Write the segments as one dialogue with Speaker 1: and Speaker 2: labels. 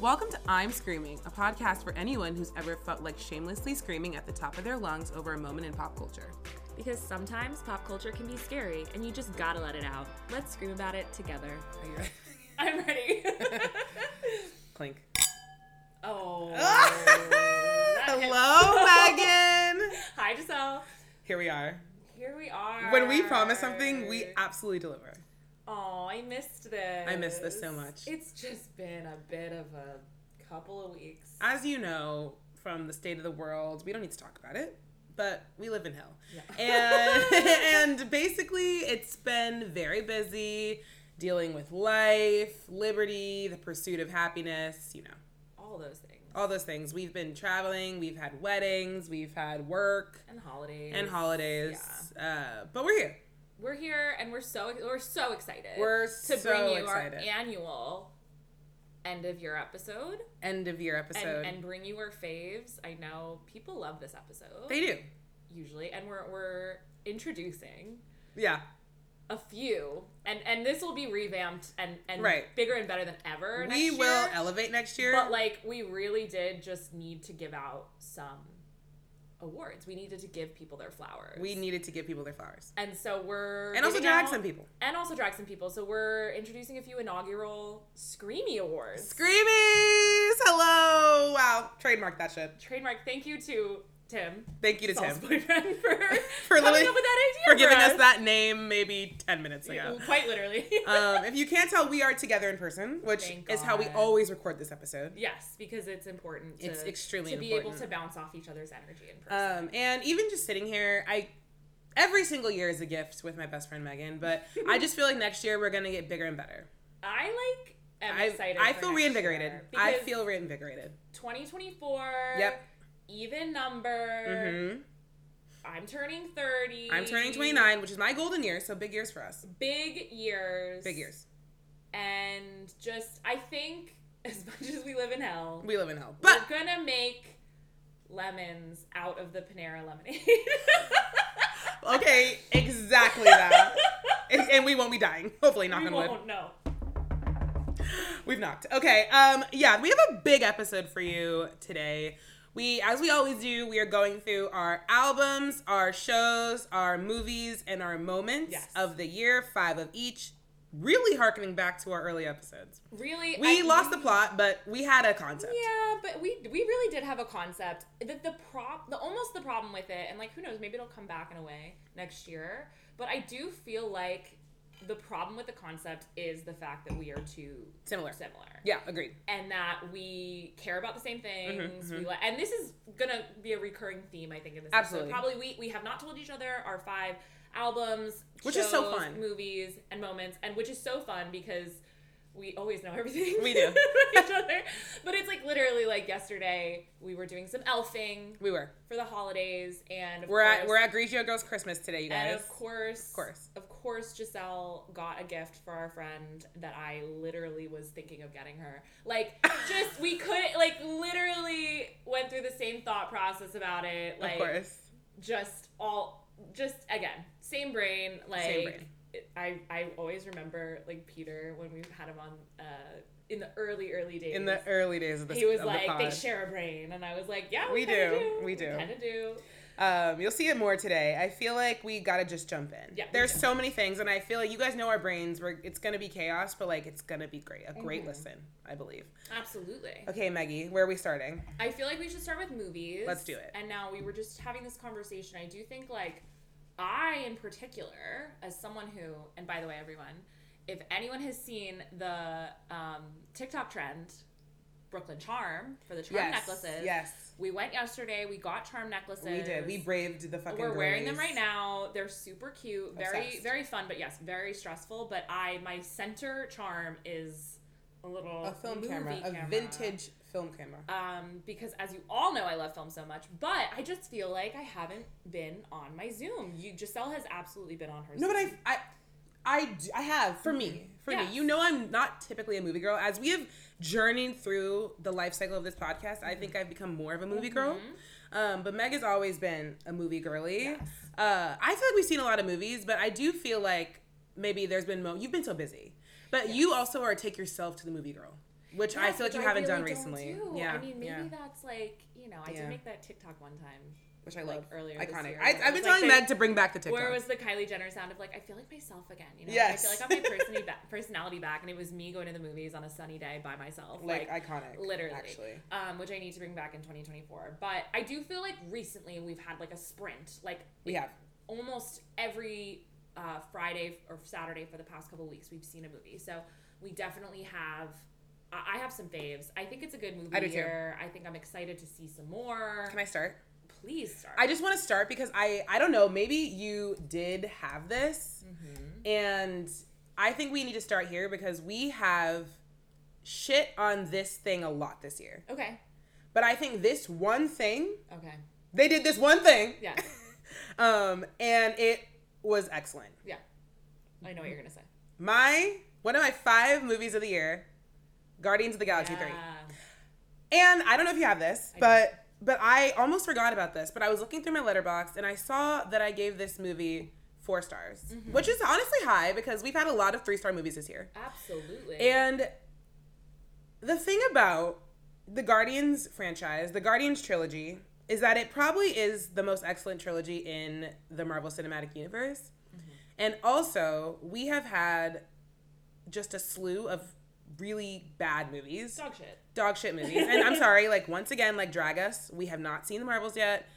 Speaker 1: Welcome to I'm Screaming, a podcast for anyone who's ever felt like shamelessly screaming at the top of their lungs over a moment in pop culture.
Speaker 2: Because sometimes pop culture can be scary and you just gotta let it out. Let's scream about it together.
Speaker 3: Are you ready?
Speaker 2: I'm ready.
Speaker 3: Clink.
Speaker 2: oh.
Speaker 3: Hello, Megan.
Speaker 2: Hi, Giselle.
Speaker 3: Here we are.
Speaker 2: Here we are.
Speaker 3: When we promise something, we absolutely deliver.
Speaker 2: Oh, I missed this.
Speaker 3: I missed this so much.
Speaker 2: It's just been a bit of a couple of weeks.
Speaker 3: As you know from the state of the world, we don't need to talk about it, but we live in hell. And, and basically, it's been very busy dealing with life, liberty, the pursuit of happiness, you know,
Speaker 2: All those things.
Speaker 3: all those things. We've been traveling, we've had weddings, we've had work
Speaker 2: And holidays.
Speaker 3: and holidays. Uh, but we're here.
Speaker 2: We're here and we're so we're so excited.
Speaker 3: We're
Speaker 2: to
Speaker 3: so
Speaker 2: bring you
Speaker 3: excited.
Speaker 2: our annual end of year episode
Speaker 3: End of year episode.
Speaker 2: and, and bring you our faves. I know people love this episode
Speaker 3: they do.
Speaker 2: usually, and we're we're introducing
Speaker 3: Yeah.
Speaker 2: a few, and and this will be revamped and and
Speaker 3: Right.
Speaker 2: bigger and better than ever.
Speaker 3: we
Speaker 2: next
Speaker 3: will
Speaker 2: year.
Speaker 3: elevate next year.
Speaker 2: But like we really did just need to give out some awards. We needed to give people their flowers.
Speaker 3: we needed to give people their flowers
Speaker 2: and so we're
Speaker 3: and also
Speaker 2: giving
Speaker 3: drag
Speaker 2: out-
Speaker 3: some people.
Speaker 2: and also drag some people. So we're introducing a few inaugural Screamy Awards.
Speaker 3: Screamies! Hello! Wow, trademark that shit.
Speaker 2: Trademark. Thank you to Tim,
Speaker 3: Thank you to
Speaker 2: Saul's
Speaker 3: Tim
Speaker 2: boyfriend, for
Speaker 3: For
Speaker 2: coming
Speaker 3: literally-
Speaker 2: up with that idea
Speaker 3: for giving us
Speaker 2: us.
Speaker 3: that name maybe ten minutes
Speaker 2: Yeah,
Speaker 3: ago.
Speaker 2: Quite literally.
Speaker 3: um, if you can't tell, we are together in person, which
Speaker 2: Thank
Speaker 3: is how we
Speaker 2: God.
Speaker 3: always record this episode.
Speaker 2: yes, because it's important. To,
Speaker 3: It's extremely
Speaker 2: to be able
Speaker 3: important.
Speaker 2: to bounce off each other's energy in person.
Speaker 3: Um, and even just sitting here, I every single year is a gift with my best friend Megan, but I just feel like next year we're gonna get bigger and better.
Speaker 2: I like. Am
Speaker 3: I,
Speaker 2: excited.
Speaker 3: I
Speaker 2: for
Speaker 3: feel
Speaker 2: next
Speaker 3: reinvigorated.
Speaker 2: year
Speaker 3: I
Speaker 2: because
Speaker 3: feel reinvigorated.
Speaker 2: 2024.
Speaker 3: Yep.
Speaker 2: Even number.
Speaker 3: hmm
Speaker 2: I'm turning 30.
Speaker 3: I'm turning 29, which is my golden year, so big years for us.
Speaker 2: Big years.
Speaker 3: Big years.
Speaker 2: And just, I think, as much as we live in hell,
Speaker 3: We live in hell. But
Speaker 2: we're gonna make lemons out of the Panera lemonade.
Speaker 3: okay, exactly that. and, and we won't be dying. Hopefully, knock
Speaker 2: we
Speaker 3: on wood.
Speaker 2: won't know.
Speaker 3: We've knocked. Okay. Um. Yeah, we have a big episode for you today. We, as we always do, we are going through our albums, our shows, our movies, and our moments
Speaker 2: Yes.
Speaker 3: of the year, five of each. Really harkening back to our early episodes.
Speaker 2: Really,
Speaker 3: We
Speaker 2: I-
Speaker 3: lost the plot, but we had a concept.
Speaker 2: Yeah, but we we really did have a concept. The the prop the almost the problem with it, and like who knows, maybe it'll come back in a way next year. But I do feel like the problem with the concept is the fact that we are too
Speaker 3: Similar.
Speaker 2: similar.
Speaker 3: Yeah, agreed.
Speaker 2: And that we care about the same things.
Speaker 3: Mm-hmm,
Speaker 2: We li- and this is gonna be a recurring theme, I think, in this
Speaker 3: Absolutely.
Speaker 2: episode. Probably we we have not told each other our five albums,
Speaker 3: Which is so
Speaker 2: shows,
Speaker 3: fun.
Speaker 2: movies and moments, and which is so fun because we always know everything.
Speaker 3: We do.
Speaker 2: each other. But it's like literally like yesterday we were doing some elfing
Speaker 3: We were.
Speaker 2: for the holidays, and of
Speaker 3: We're
Speaker 2: course,
Speaker 3: at we're at Grigio Girls Christmas today, you
Speaker 2: and
Speaker 3: guys.
Speaker 2: of course, of
Speaker 3: course.
Speaker 2: of course, Giselle got a gift for our friend that I literally was thinking of getting her. Like, just we could like literally went through the same thought process about it. Like,
Speaker 3: of course.
Speaker 2: just all just again same brain. Like,
Speaker 3: brain.
Speaker 2: it- I I always remember like Peter when we had him on uh in the early early days.
Speaker 3: In the early days of the
Speaker 2: he was
Speaker 3: of
Speaker 2: like,
Speaker 3: the
Speaker 2: they
Speaker 3: pod.
Speaker 2: share a brain, and I was like, yeah,
Speaker 3: We
Speaker 2: we,
Speaker 3: do.
Speaker 2: kinda do,
Speaker 3: We do.
Speaker 2: kind of do.
Speaker 3: Um, you'll see it more today. I feel like we gotta just jump in.
Speaker 2: Yeah, we
Speaker 3: There's
Speaker 2: do.
Speaker 3: so many things, and I feel like you guys know our brains. We're, it's gonna be chaos, but like it's gonna be great. A great
Speaker 2: Mm-hmm.
Speaker 3: listen, I believe.
Speaker 2: Absolutely.
Speaker 3: Okay, Maggie, where are we starting?
Speaker 2: I feel like we should start with movies.
Speaker 3: Let's do it.
Speaker 2: And now we were just having this conversation. I do think like I in particular, as someone who, and by the way, everyone, if anyone has seen the um, TikTok trend, Brooklyn Charm for the charm necklaces.
Speaker 3: Yes,
Speaker 2: We went yesterday. We got charm necklaces.
Speaker 3: we did. We braved the fucking.
Speaker 2: We're wearing them
Speaker 3: girlies.
Speaker 2: right now. They're super cute, very
Speaker 3: Obsessed.
Speaker 2: very fun, but yes, very stressful. But I my center charm is a little
Speaker 3: A film
Speaker 2: movie
Speaker 3: camera, a vintage film camera.
Speaker 2: um, because as you all know, I love film so much, but I just feel like I haven't been on my Zoom. You, Giselle has absolutely been on her.
Speaker 3: No, but
Speaker 2: Zoom.
Speaker 3: I, I, I, d- I have for me, for
Speaker 2: Yeah.
Speaker 3: me. You know, I'm not typically a movie girl. As we have journeyed through the life cycle of this podcast, I think I've become more of a movie girl. Um, but Meg has always been a movie girly. Uh, I feel like we've seen a lot of movies, but I do feel like maybe there's been mo- you've been so busy, but you also are a take yourself to the movie girl. which I
Speaker 2: Yes,
Speaker 3: feel like you
Speaker 2: which I
Speaker 3: haven't done
Speaker 2: really don't
Speaker 3: recently.
Speaker 2: do.
Speaker 3: Yeah,
Speaker 2: I mean, maybe
Speaker 3: yeah.
Speaker 2: that's like you know, I
Speaker 3: Yeah.
Speaker 2: did make that TikTok one time,
Speaker 3: which I
Speaker 2: like,
Speaker 3: love.
Speaker 2: earlier this
Speaker 3: Iconic.
Speaker 2: year.
Speaker 3: I, I've
Speaker 2: It's
Speaker 3: been
Speaker 2: like
Speaker 3: telling
Speaker 2: they-
Speaker 3: Med to bring back the TikTok.
Speaker 2: where it was the Kylie Jenner sound of like I feel like myself again. You know,
Speaker 3: Yes.
Speaker 2: I feel like I got my personality back, personality back, and it was me going to the movies on a sunny day by myself,
Speaker 3: like, iconic.
Speaker 2: literally
Speaker 3: actually.
Speaker 2: um, which I need to bring back in 2024. But I do feel like recently we've had like a sprint, like
Speaker 3: We have.
Speaker 2: almost every uh, Friday or Saturday for the past couple weeks, we've seen a movie. So we definitely have. I I have some faves. I think it's a good movie
Speaker 3: I do too.
Speaker 2: year. I think I'm excited to see some more.
Speaker 3: Can I start?
Speaker 2: Please start.
Speaker 3: I just want to start because I I don't know maybe you did have this, and I think we need to start here because we have shit on this thing a lot this year.
Speaker 2: okay.
Speaker 3: But I think this one thing
Speaker 2: Okay.
Speaker 3: they did this one thing,
Speaker 2: Yeah.
Speaker 3: um, and it was excellent.
Speaker 2: Yeah. I know what you're gonna say.
Speaker 3: My one of my five movies of the year, Guardians of the Galaxy three.
Speaker 2: Yeah.
Speaker 3: And I don't know if you have this,
Speaker 2: I
Speaker 3: but but I almost forgot about this. But I was looking through my letterbox and I saw that I gave this movie four stars, which is honestly high because we've had a lot of three star movies this year.
Speaker 2: Absolutely.
Speaker 3: And the thing about the Guardians franchise, the Guardians trilogy, is that it probably is the most excellent trilogy in the Marvel Cinematic Universe. And also, we have had just a slew of really bad movies
Speaker 2: dog shit.
Speaker 3: dog shit movies. And I'm sorry, like once again, like drag us. We have not seen the Marvels yet,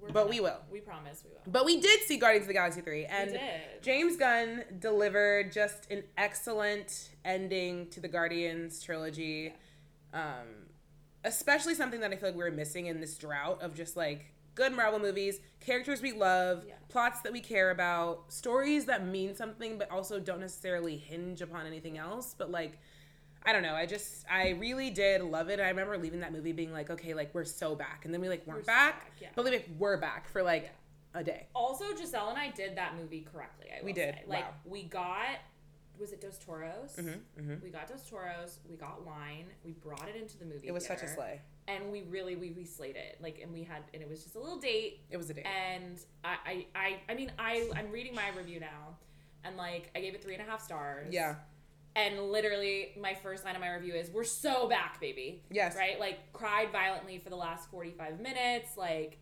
Speaker 2: We're
Speaker 3: but
Speaker 2: gonna-
Speaker 3: we will.
Speaker 2: We promise we will.
Speaker 3: But we did see Guardians of the Galaxy 3 and
Speaker 2: did.
Speaker 3: James Gunn delivered just an excellent ending to the Guardians trilogy. Um especially something that I feel like we're missing in this drought of just like good Marvel movies, characters we love,
Speaker 2: Yeah.
Speaker 3: plots that we care about, stories that mean something but also don't necessarily hinge upon anything else, but like I don't know. I just I really did love it. I remember leaving that movie being like, okay, like we're so back, and then we like weren't
Speaker 2: so
Speaker 3: back,
Speaker 2: back, yeah.
Speaker 3: but we like, were back for like a day.
Speaker 2: Also, Giselle and I did that movie correctly. I
Speaker 3: We
Speaker 2: will
Speaker 3: did.
Speaker 2: Say. Like
Speaker 3: Wow. Mm-hmm,
Speaker 2: we got, was it Dos Toros? We got Dos Toros. We got wine. We brought it into the movie.
Speaker 3: It was such a
Speaker 2: theater,
Speaker 3: sleigh.
Speaker 2: And we really we we slayed it. Like and we had and it was just a little date.
Speaker 3: It was a day.
Speaker 2: And I I I, I mean I I'm reading my review now, and like I gave it three and a half stars.
Speaker 3: Yeah.
Speaker 2: And literally, my first line of my review is, "We're so back, baby."
Speaker 3: Yes.
Speaker 2: Right? Like cried violently for the last forty-five minutes, like,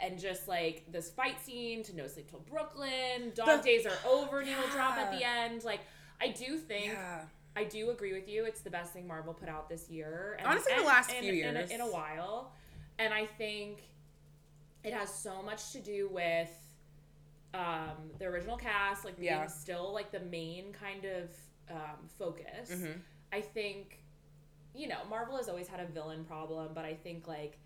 Speaker 2: and just like this fight scene to No Sleep Till Brooklyn. Dog
Speaker 3: The-
Speaker 2: days are over. Needle drop at the
Speaker 3: Yeah.
Speaker 2: end. Like, I do think
Speaker 3: Yeah.
Speaker 2: I do agree with you. It's the best thing Marvel put out this year. And,
Speaker 3: Honestly, the
Speaker 2: and-
Speaker 3: last
Speaker 2: and-
Speaker 3: few
Speaker 2: in a-
Speaker 3: years.
Speaker 2: in a while, and I think it has so much to do with um, the original cast, like being
Speaker 3: Yeah.
Speaker 2: still like the main kind of um, focus.
Speaker 3: Mhm.
Speaker 2: I think, you know, Marvel has always had a villain problem, but I think like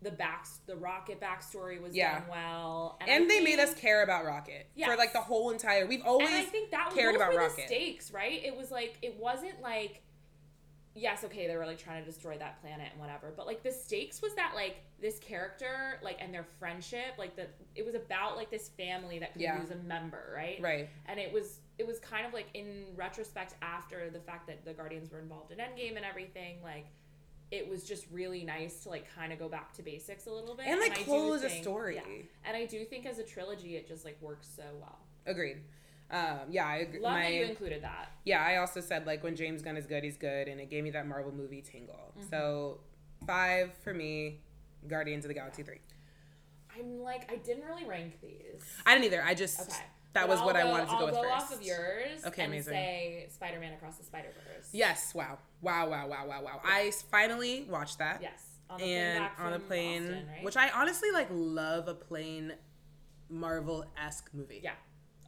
Speaker 2: the back, the Rocket backstory was
Speaker 3: Yeah.
Speaker 2: done well, I
Speaker 3: And they made
Speaker 2: think-
Speaker 3: us care about Rocket for
Speaker 2: Yes.
Speaker 3: like the whole entire. We've always
Speaker 2: and I think that
Speaker 3: cared
Speaker 2: cared
Speaker 3: about
Speaker 2: were
Speaker 3: Rocket.
Speaker 2: the stakes, right? It was like it wasn't like yes, okay, they were like trying to destroy that planet and whatever, but like the stakes was that like this character like and their friendship, like the it was about like this family that could
Speaker 3: Yeah.
Speaker 2: lose a member, right?
Speaker 3: right.
Speaker 2: And it was it was kind of like in retrospect after the fact that the Guardians were involved in Endgame and everything, like it was just really nice to like kind of go back to basics a little bit
Speaker 3: And
Speaker 2: I
Speaker 3: like
Speaker 2: do
Speaker 3: close a
Speaker 2: think-
Speaker 3: story.
Speaker 2: yeah. And I do think as a trilogy, it just like works so well.
Speaker 3: Agreed. Um, yeah, I agree.
Speaker 2: Love
Speaker 3: my,
Speaker 2: that you included that.
Speaker 3: yeah, I also said like when James Gunn is good, he's good, and it gave me that Marvel movie tingle.
Speaker 2: Mm-hmm.
Speaker 3: So five for me, Guardians of the Galaxy three.
Speaker 2: I'm like, I didn't really rank these.
Speaker 3: I didn't either. I just
Speaker 2: Okay.
Speaker 3: that
Speaker 2: But
Speaker 3: was
Speaker 2: I'll
Speaker 3: what I
Speaker 2: go-
Speaker 3: wanted to
Speaker 2: I'll
Speaker 3: go with
Speaker 2: go
Speaker 3: first.
Speaker 2: off of yours
Speaker 3: Okay,
Speaker 2: and
Speaker 3: amazing.
Speaker 2: say Spider-Man Across the Spider-Verse.
Speaker 3: Yes. Wow. Wow. Wow. Wow. Wow. Wow. I s- finally watched that.
Speaker 2: Yes. On the plane
Speaker 3: and
Speaker 2: back
Speaker 3: on a
Speaker 2: from
Speaker 3: plane,
Speaker 2: Austin, right?
Speaker 3: which I honestly like. Love a plane, Marvel esque movie.
Speaker 2: yeah.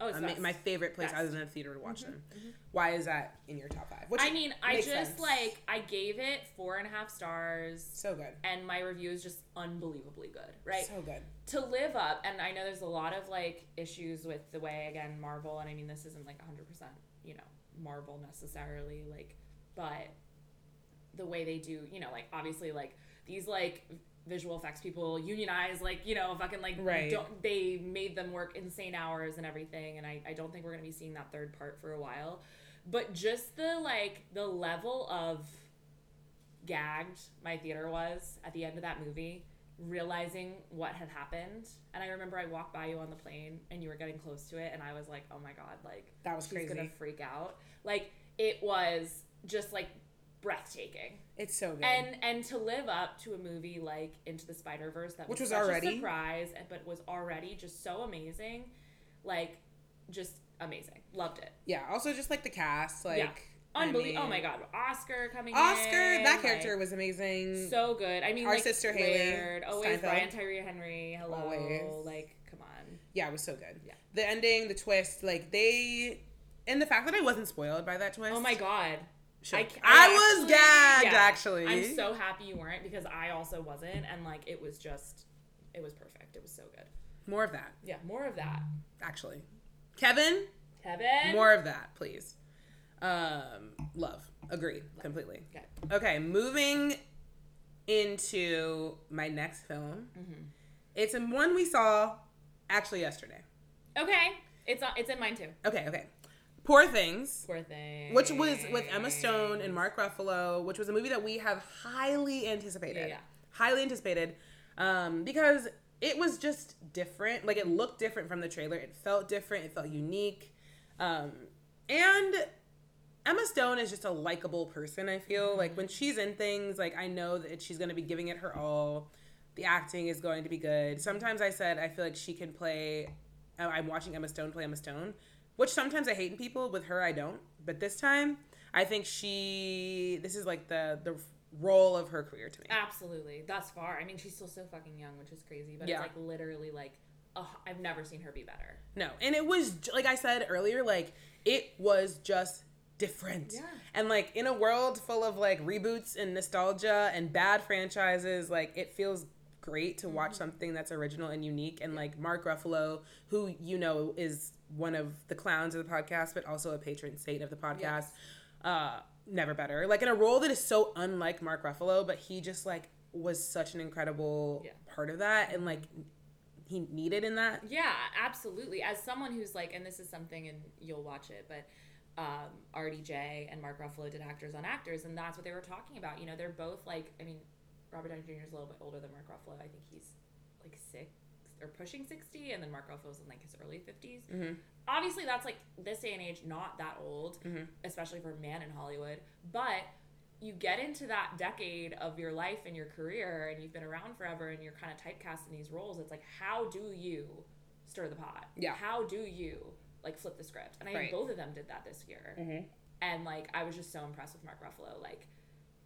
Speaker 2: Oh, it's
Speaker 3: Ama-
Speaker 2: best.
Speaker 3: my favorite place
Speaker 2: Best. Mm-hmm,
Speaker 3: other than the theater to watch them. Why is that in your top five? Which
Speaker 2: I mean, I
Speaker 3: makes
Speaker 2: just
Speaker 3: sense.
Speaker 2: like I gave it four and a half stars,
Speaker 3: so good,
Speaker 2: and my review is just unbelievably good. Right.
Speaker 3: so good.
Speaker 2: to live up and i know there's a lot of like issues with the way again marvel and i mean this isn't like 100% you know marvel necessarily like but the way they do you know like obviously like these like visual effects people unionize like you know fucking like
Speaker 3: Right.
Speaker 2: don't they made them work insane hours and everything and I, I don't think we're gonna be seeing that third part for a while but just the like the level of gagged my theater was at the end of that movie, realizing what had happened. And I remember I walked by you on the plane and you were getting close to it, and I was like, oh my God, like,
Speaker 3: That was
Speaker 2: she's gonna
Speaker 3: crazy.
Speaker 2: freak out. Like, it was just like breathtaking.
Speaker 3: It's so good.
Speaker 2: And and to live up to a movie like Into the Spider Verse that
Speaker 3: Which was
Speaker 2: such a
Speaker 3: already-
Speaker 2: surprise, and- but was already just so amazing, like just amazing. Loved it.
Speaker 3: yeah. Also, just like the cast, like I
Speaker 2: Unbelievable! oh
Speaker 3: mean,
Speaker 2: my god, Oscar coming.
Speaker 3: Oscar,
Speaker 2: in,
Speaker 3: that character
Speaker 2: like,
Speaker 3: was amazing.
Speaker 2: so good. I mean,
Speaker 3: Mm. Our
Speaker 2: like,
Speaker 3: sister Hailey
Speaker 2: Laird, always
Speaker 3: Steinfeld.
Speaker 2: Brian Tyree Henry. Hello,
Speaker 3: Always.
Speaker 2: like come on.
Speaker 3: yeah, it was so good.
Speaker 2: Yeah.
Speaker 3: The ending, the twist, like they, and the fact that I wasn't spoiled by that twist.
Speaker 2: Oh my god.
Speaker 3: Sure.
Speaker 2: c-
Speaker 3: I was
Speaker 2: actually-
Speaker 3: gagged,
Speaker 2: yeah.
Speaker 3: actually.
Speaker 2: I'm so happy you weren't because I also wasn't, and like it was just, it was perfect. It was so good.
Speaker 3: More of that,
Speaker 2: Yeah, more of that.
Speaker 3: actually. Kevin,
Speaker 2: Kevin.
Speaker 3: more of that, please. Um, love, agreed, completely.
Speaker 2: Okay.
Speaker 3: Okay, moving into my next film.
Speaker 2: Mm-hmm.
Speaker 3: It's a one we saw actually yesterday.
Speaker 2: Okay. It's on, it's in mine too.
Speaker 3: Okay, okay. Poor Things,
Speaker 2: Poor thing.
Speaker 3: which was with Emma Stone and Mark Ruffalo, which was a movie that we have highly anticipated.
Speaker 2: Yeah.
Speaker 3: Highly anticipated um, because it was just different. Like it looked different from the trailer. It felt different. It felt unique. Um, and Emma Stone is just a likable person, I feel. Like when she's in things, like I know that she's going to be giving it her all. The acting is going to be good. Sometimes I said I feel like she can play I- I'm watching Emma Stone play Emma Stone, which sometimes I hate in people, with her I don't. But this time, I think she this is like the the role of her career to me.
Speaker 2: Absolutely. Thus far, I mean, she's still so fucking young, which is crazy, but
Speaker 3: Yeah.
Speaker 2: it's like literally like, oh, I've never seen her be better.
Speaker 3: No, and it was j- like I said earlier, like it was just different.
Speaker 2: Yeah.
Speaker 3: And like in a world full of like reboots and nostalgia and bad franchises, like it feels great to
Speaker 2: Mm-hmm.
Speaker 3: watch something that's original and unique. And like Mark Ruffalo, who you know is one of the clowns of the podcast, but also a patron saint of the podcast.
Speaker 2: Yes.
Speaker 3: Uh, never better. Like in a role that is so unlike Mark Ruffalo, but he just like was such an incredible
Speaker 2: Yeah.
Speaker 3: part of that, and like he needed in that.
Speaker 2: Yeah, absolutely. As someone who's like, and this is something, and you'll watch it, but um, RDJ and Mark Ruffalo did Actors on Actors, and that's what they were talking about. You know, they're both like, I mean, Robert Downey Jr. is a little bit older than Mark Ruffalo. I think he's like six or pushing 60, and then Mark Ruffalo's in like his early 50s.
Speaker 3: Mm-hmm.
Speaker 2: Obviously, that's like this day and age, not that old,
Speaker 3: Mm-hmm.
Speaker 2: especially for a man in Hollywood, but. You get into that decade of your life and your career, and you've been around forever, and you're kind of typecast in these roles. It's like, how do you stir the pot.
Speaker 3: Yeah.
Speaker 2: How do you like flip the script? And I
Speaker 3: Right.
Speaker 2: think both of them did that this year. And like I was just so impressed with Mark Ruffalo. Like,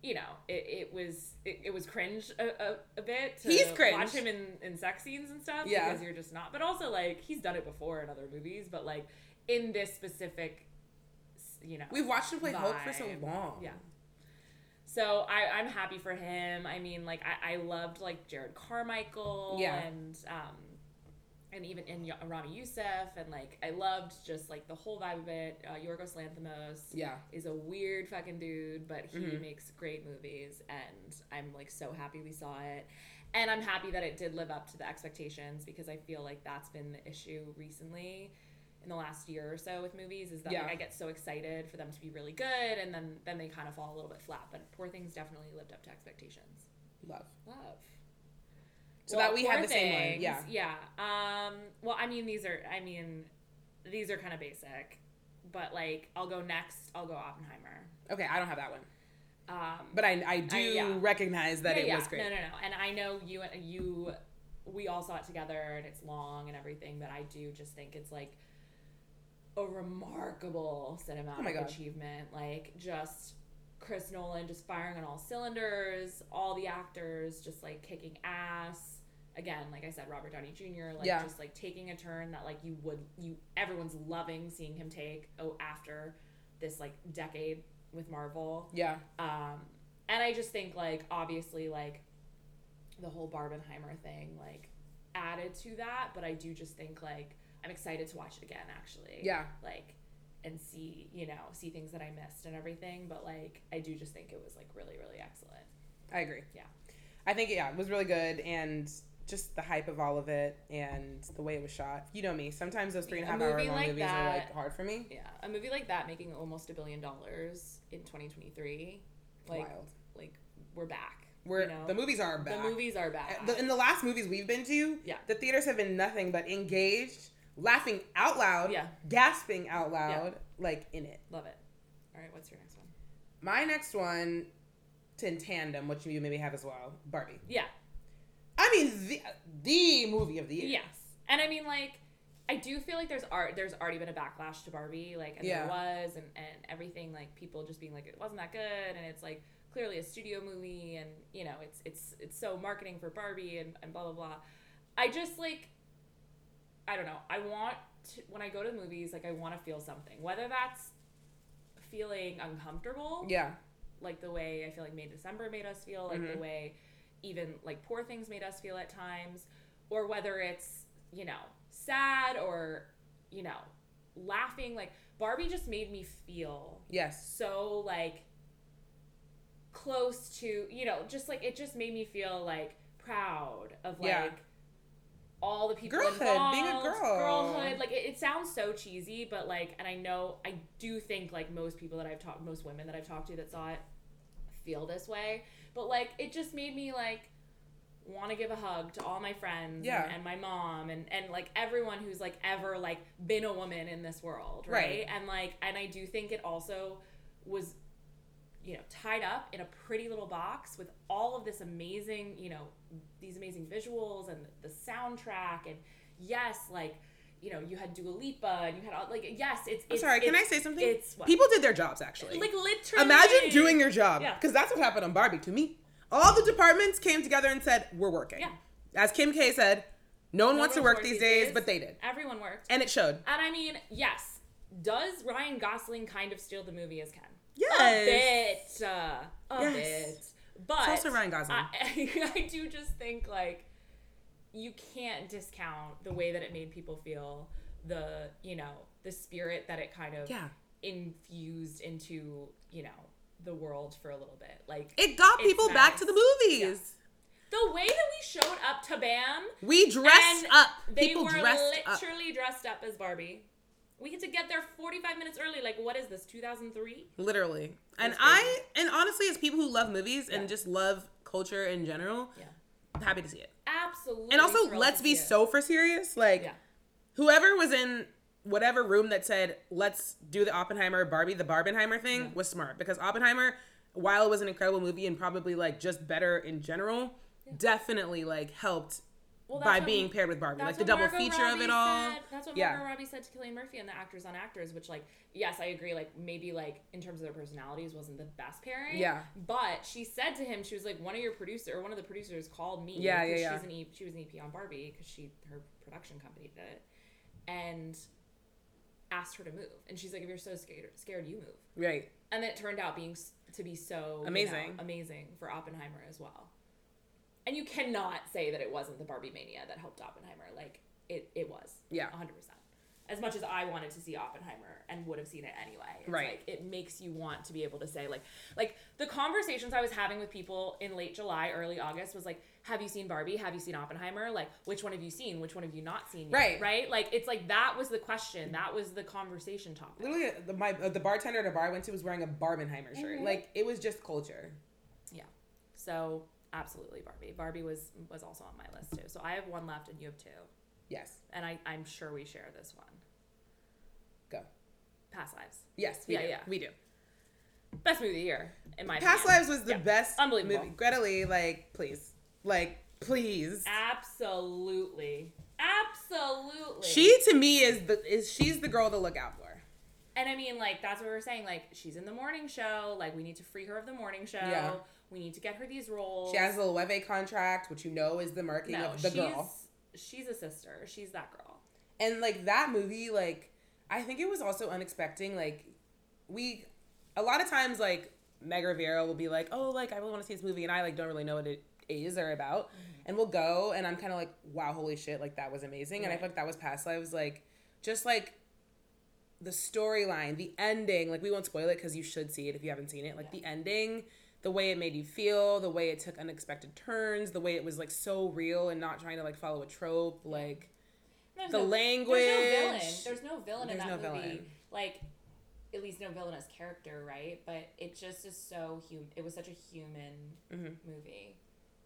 Speaker 2: you know, it, it was it, it was cringe a, a, a bit. To
Speaker 3: He's cringe.
Speaker 2: Watch him in in sex scenes and stuff.
Speaker 3: Yeah.
Speaker 2: Because you're just not. But also like he's done it before in other movies. But like in this specific, s- you know,
Speaker 3: We've watched him play Hulk for so
Speaker 2: vibe.
Speaker 3: long.
Speaker 2: Yeah. So I, I'm happy for him. I mean, like I, I loved like Jared Carmichael
Speaker 3: Yeah.
Speaker 2: and um and even in Ya- Rami Youssef and like I loved just like the whole vibe of it. Uh, Yorgos Lanthimos
Speaker 3: Yeah.
Speaker 2: is a weird fucking dude, but he
Speaker 3: Mm-hmm.
Speaker 2: makes great movies, and I'm like so happy we saw it. And I'm happy that it did live up to the expectations because I feel like that's been the issue recently in the last year or so with movies is that
Speaker 3: Yeah.
Speaker 2: like, I get so excited for them to be really good and then then they kind of fall a little bit flat. But Poor Things definitely lived up to expectations.
Speaker 3: Love.
Speaker 2: Love.
Speaker 3: So that we had
Speaker 2: Poor
Speaker 3: the same one, yeah.
Speaker 2: Yeah. Um, well, I mean, these are, I mean, these are kind of basic, but like, I'll go next. I'll go Oppenheimer.
Speaker 3: Okay, I don't have that one,
Speaker 2: Um,
Speaker 3: but I I do
Speaker 2: I- yeah.
Speaker 3: recognize that
Speaker 2: yeah,
Speaker 3: it
Speaker 2: yeah.
Speaker 3: was great.
Speaker 2: No, no, no. And I know you and you, we all saw it together, and it's long and everything. But I do just think it's like a remarkable cinematic
Speaker 3: Oh my God.
Speaker 2: achievement. Like just Chris Nolan just firing on all cylinders, all the actors just like kicking ass. Again, like I said, Robert Downey Jr. like
Speaker 3: Yeah.
Speaker 2: just like taking a turn that like you would you everyone's loving seeing him take. Oh, after this like decade with Marvel.
Speaker 3: Yeah,
Speaker 2: Um, and I just think like obviously like the whole Barbenheimer thing like added to that, but I do just think like I'm excited to watch it again actually.
Speaker 3: Yeah.
Speaker 2: Like and see, you know, see things that I missed and everything, but like I do just think it was like really really excellent.
Speaker 3: I agree.
Speaker 2: Yeah.
Speaker 3: I think yeah, it was really good, and just the hype of all of it, and the way it was shot. You know me. Sometimes those three and a
Speaker 2: A
Speaker 3: half hour
Speaker 2: movie
Speaker 3: long
Speaker 2: like
Speaker 3: movies are
Speaker 2: that-
Speaker 3: like hard for me.
Speaker 2: Yeah. A movie like that making almost a billion dollars in 2023. Like
Speaker 3: Wild.
Speaker 2: like we're back.
Speaker 3: Where
Speaker 2: you know?
Speaker 3: the movies are back.
Speaker 2: The movies are
Speaker 3: Uh,
Speaker 2: back.
Speaker 3: the- in the last movies we've been to,
Speaker 2: Yeah.
Speaker 3: the theaters have been nothing but engaged, laughing out loud,
Speaker 2: Yeah.
Speaker 3: gasping out loud, like in it.
Speaker 2: Love it. All right, what's your next one?
Speaker 3: My next one, to in tandem, which you maybe have as well, Barbie.
Speaker 2: Yeah.
Speaker 3: I mean, the, the movie of the year.
Speaker 2: Yes. And I mean, like, I do feel like there's art. There's already been a backlash to Barbie, like, and
Speaker 3: Yeah.
Speaker 2: there was, and and everything, like, people just being like, it wasn't that good, and it's like clearly a studio movie, and you know, it's it's it's so marketing for Barbie, and and blah blah blah. I just like, I don't know. I want to, when I go to the movies, like, I want to feel something, whether that's feeling uncomfortable,
Speaker 3: Yeah.
Speaker 2: like the way I feel like May December made us feel, like the way even like poor things made us feel at times, or whether it's, you know, sad or, you know, laughing. Like Barbie just made me feel
Speaker 3: Yes.
Speaker 2: so like close to, you know, just like it just made me feel like proud of like
Speaker 3: Yeah.
Speaker 2: all the people
Speaker 3: Girlhood,
Speaker 2: involved,
Speaker 3: being a girl.
Speaker 2: girlhood. Like it, it sounds so cheesy, but like, and I know I do think like most people that I've talked, most women that I've talked to that saw it, feel this way. But like, it just made me like want to give a hug to all my friends
Speaker 3: Yeah.
Speaker 2: and, and my mom and and like everyone who's like ever like been a woman in this world,
Speaker 3: Right.
Speaker 2: right? And like, and I do think it also was you know, tied up in a pretty little box with all of this amazing, you know, these amazing visuals and the soundtrack and yes, like, you know, you had Dua Lipa and you had all like yes, it's.
Speaker 3: I'm
Speaker 2: it's
Speaker 3: sorry. Can I
Speaker 2: it's-
Speaker 3: say something?
Speaker 2: It's what?
Speaker 3: People did their jobs actually.
Speaker 2: like literally.
Speaker 3: Imagine doing your job.
Speaker 2: Yeah.
Speaker 3: Because that's what happened on Barbie to me. All the departments came together and said, We're working.
Speaker 2: Yeah.
Speaker 3: As Kim K said, no one wants to work these days, but they did.
Speaker 2: Everyone worked,
Speaker 3: And it showed.
Speaker 2: and I mean, yes. Does Ryan Gosling kind of steal the movie as Ken?
Speaker 3: Yes.
Speaker 2: A bit. Uh, a
Speaker 3: Yes.
Speaker 2: bit. But
Speaker 3: also Ryan Gosling.
Speaker 2: I, I do just think like you can't discount the way that it made people feel, the you know, the spirit that it kind of
Speaker 3: Yeah.
Speaker 2: infused into, you know, the world for a little bit. Like
Speaker 3: It got
Speaker 2: It's
Speaker 3: people back
Speaker 2: nice.
Speaker 3: to the movies.
Speaker 2: the way that we showed up to Bam
Speaker 3: We dressed
Speaker 2: and
Speaker 3: up.
Speaker 2: they
Speaker 3: people
Speaker 2: were
Speaker 3: dressed up.
Speaker 2: literally dressed up as Barbie. We had to get there 45 minutes early. Like, what is this, 2003?
Speaker 3: Literally. And
Speaker 2: It was
Speaker 3: I and honestly, as people who love movies and
Speaker 2: Yeah.
Speaker 3: just love culture in general,
Speaker 2: Yeah.
Speaker 3: I'm happy to see it.
Speaker 2: Absolutely.
Speaker 3: And also,
Speaker 2: thrilled
Speaker 3: let's
Speaker 2: to
Speaker 3: be
Speaker 2: see it.
Speaker 3: so for serious. Like
Speaker 2: Yeah.
Speaker 3: whoever was in whatever room that said let's do the oppenheimer barbie the barbenheimer thing was smart because oppenheimer while it was an incredible movie and probably like just better in general definitely like helped
Speaker 2: Well, that's
Speaker 3: by
Speaker 2: what-
Speaker 3: being paired with barbie like
Speaker 2: that's
Speaker 3: the
Speaker 2: what
Speaker 3: double
Speaker 2: Margot
Speaker 3: feature of
Speaker 2: Robbie
Speaker 3: it all
Speaker 2: said- that's what
Speaker 3: Yeah.
Speaker 2: Margot Robbie said to Killian Murphy and the Actors on Actors, which like, yes, I agree. Like maybe like in terms of their personalities wasn't the best pairing.
Speaker 3: Yeah.
Speaker 2: But she said to him, she was like, one of your producer or one of the producers called me.
Speaker 3: Yeah, yeah,
Speaker 2: 'cause
Speaker 3: yeah.
Speaker 2: She's an e- she was an EP on Barbie because she her production company did it, and asked her to move. And she's like, if you're so scared, scared you move.
Speaker 3: right
Speaker 2: And it turned out being s- to be so you know,
Speaker 3: Amazing.
Speaker 2: amazing for Oppenheimer as well. And you cannot say that it wasn't the Barbie mania that helped Oppenheimer. Like it, it was.
Speaker 3: Yeah.
Speaker 2: hundred percent. As much as I wanted to see Oppenheimer and would have seen it anyway, it's
Speaker 3: Right.
Speaker 2: Like, it makes you want to be able to say like, like the conversations I was having with people in late July, early August was like, "Have you seen Barbie? Have you seen Oppenheimer? Like, which one have you seen? Which one have you not seen? yet?"
Speaker 3: Right.
Speaker 2: right. Like, it's like that was the question. That was the conversation topic.
Speaker 3: literally uh, the, my, uh, the bartender at a bar i went to was wearing a barbenheimer shirt
Speaker 2: Mhm.
Speaker 3: like it was just culture
Speaker 2: Yeah. So absolutely Barbie. Barbie was was also on my list too. So I have one left and you have two.
Speaker 3: yes
Speaker 2: And I, I'm sure we share this one.
Speaker 3: go
Speaker 2: Past lives.
Speaker 3: yes we
Speaker 2: Yeah,
Speaker 3: do
Speaker 2: yeah.
Speaker 3: we do
Speaker 2: Best movie of the year, in my
Speaker 3: past
Speaker 2: opinion.
Speaker 3: lives was the
Speaker 2: Yeah.
Speaker 3: best
Speaker 2: Unbelievable.
Speaker 3: movie greta lee like please like please
Speaker 2: Absolutely. Absolutely.
Speaker 3: She to me is the is she's the girl to look out for.
Speaker 2: And I mean, like, that's what we are saying. Like, she's in the morning show. Like, we need to free her of the morning show.
Speaker 3: Yeah.
Speaker 2: We need to get her these roles.
Speaker 3: She has the Loewe contract, which you know is the marking
Speaker 2: no,
Speaker 3: of the
Speaker 2: she's,
Speaker 3: girl.
Speaker 2: She's a sister. She's that girl.
Speaker 3: And like that movie, like I think it was also unexpected. Like we, a lot of times, like Meg Rivera will be like, "Oh, like I really want to see this movie," and I like don't really know what it is or about, and we'll go, and I'm kind of like, "Wow, holy shit! Like that was amazing," and I feel like
Speaker 2: Right.
Speaker 3: that was past lives, like just like the storyline, the ending. Like we won't spoil it because you should see it if you haven't seen it. Like the ending. The way it made you feel, the way it took unexpected turns, the way it was like so real and not trying to like follow a trope, like
Speaker 2: There's
Speaker 3: The language.
Speaker 2: There's no villain. There's no villain
Speaker 3: There's
Speaker 2: in that
Speaker 3: no
Speaker 2: movie.
Speaker 3: villain.
Speaker 2: Like, at least no villain as character, right? But it just is so human. It was such a human
Speaker 3: Mm-hmm.
Speaker 2: movie,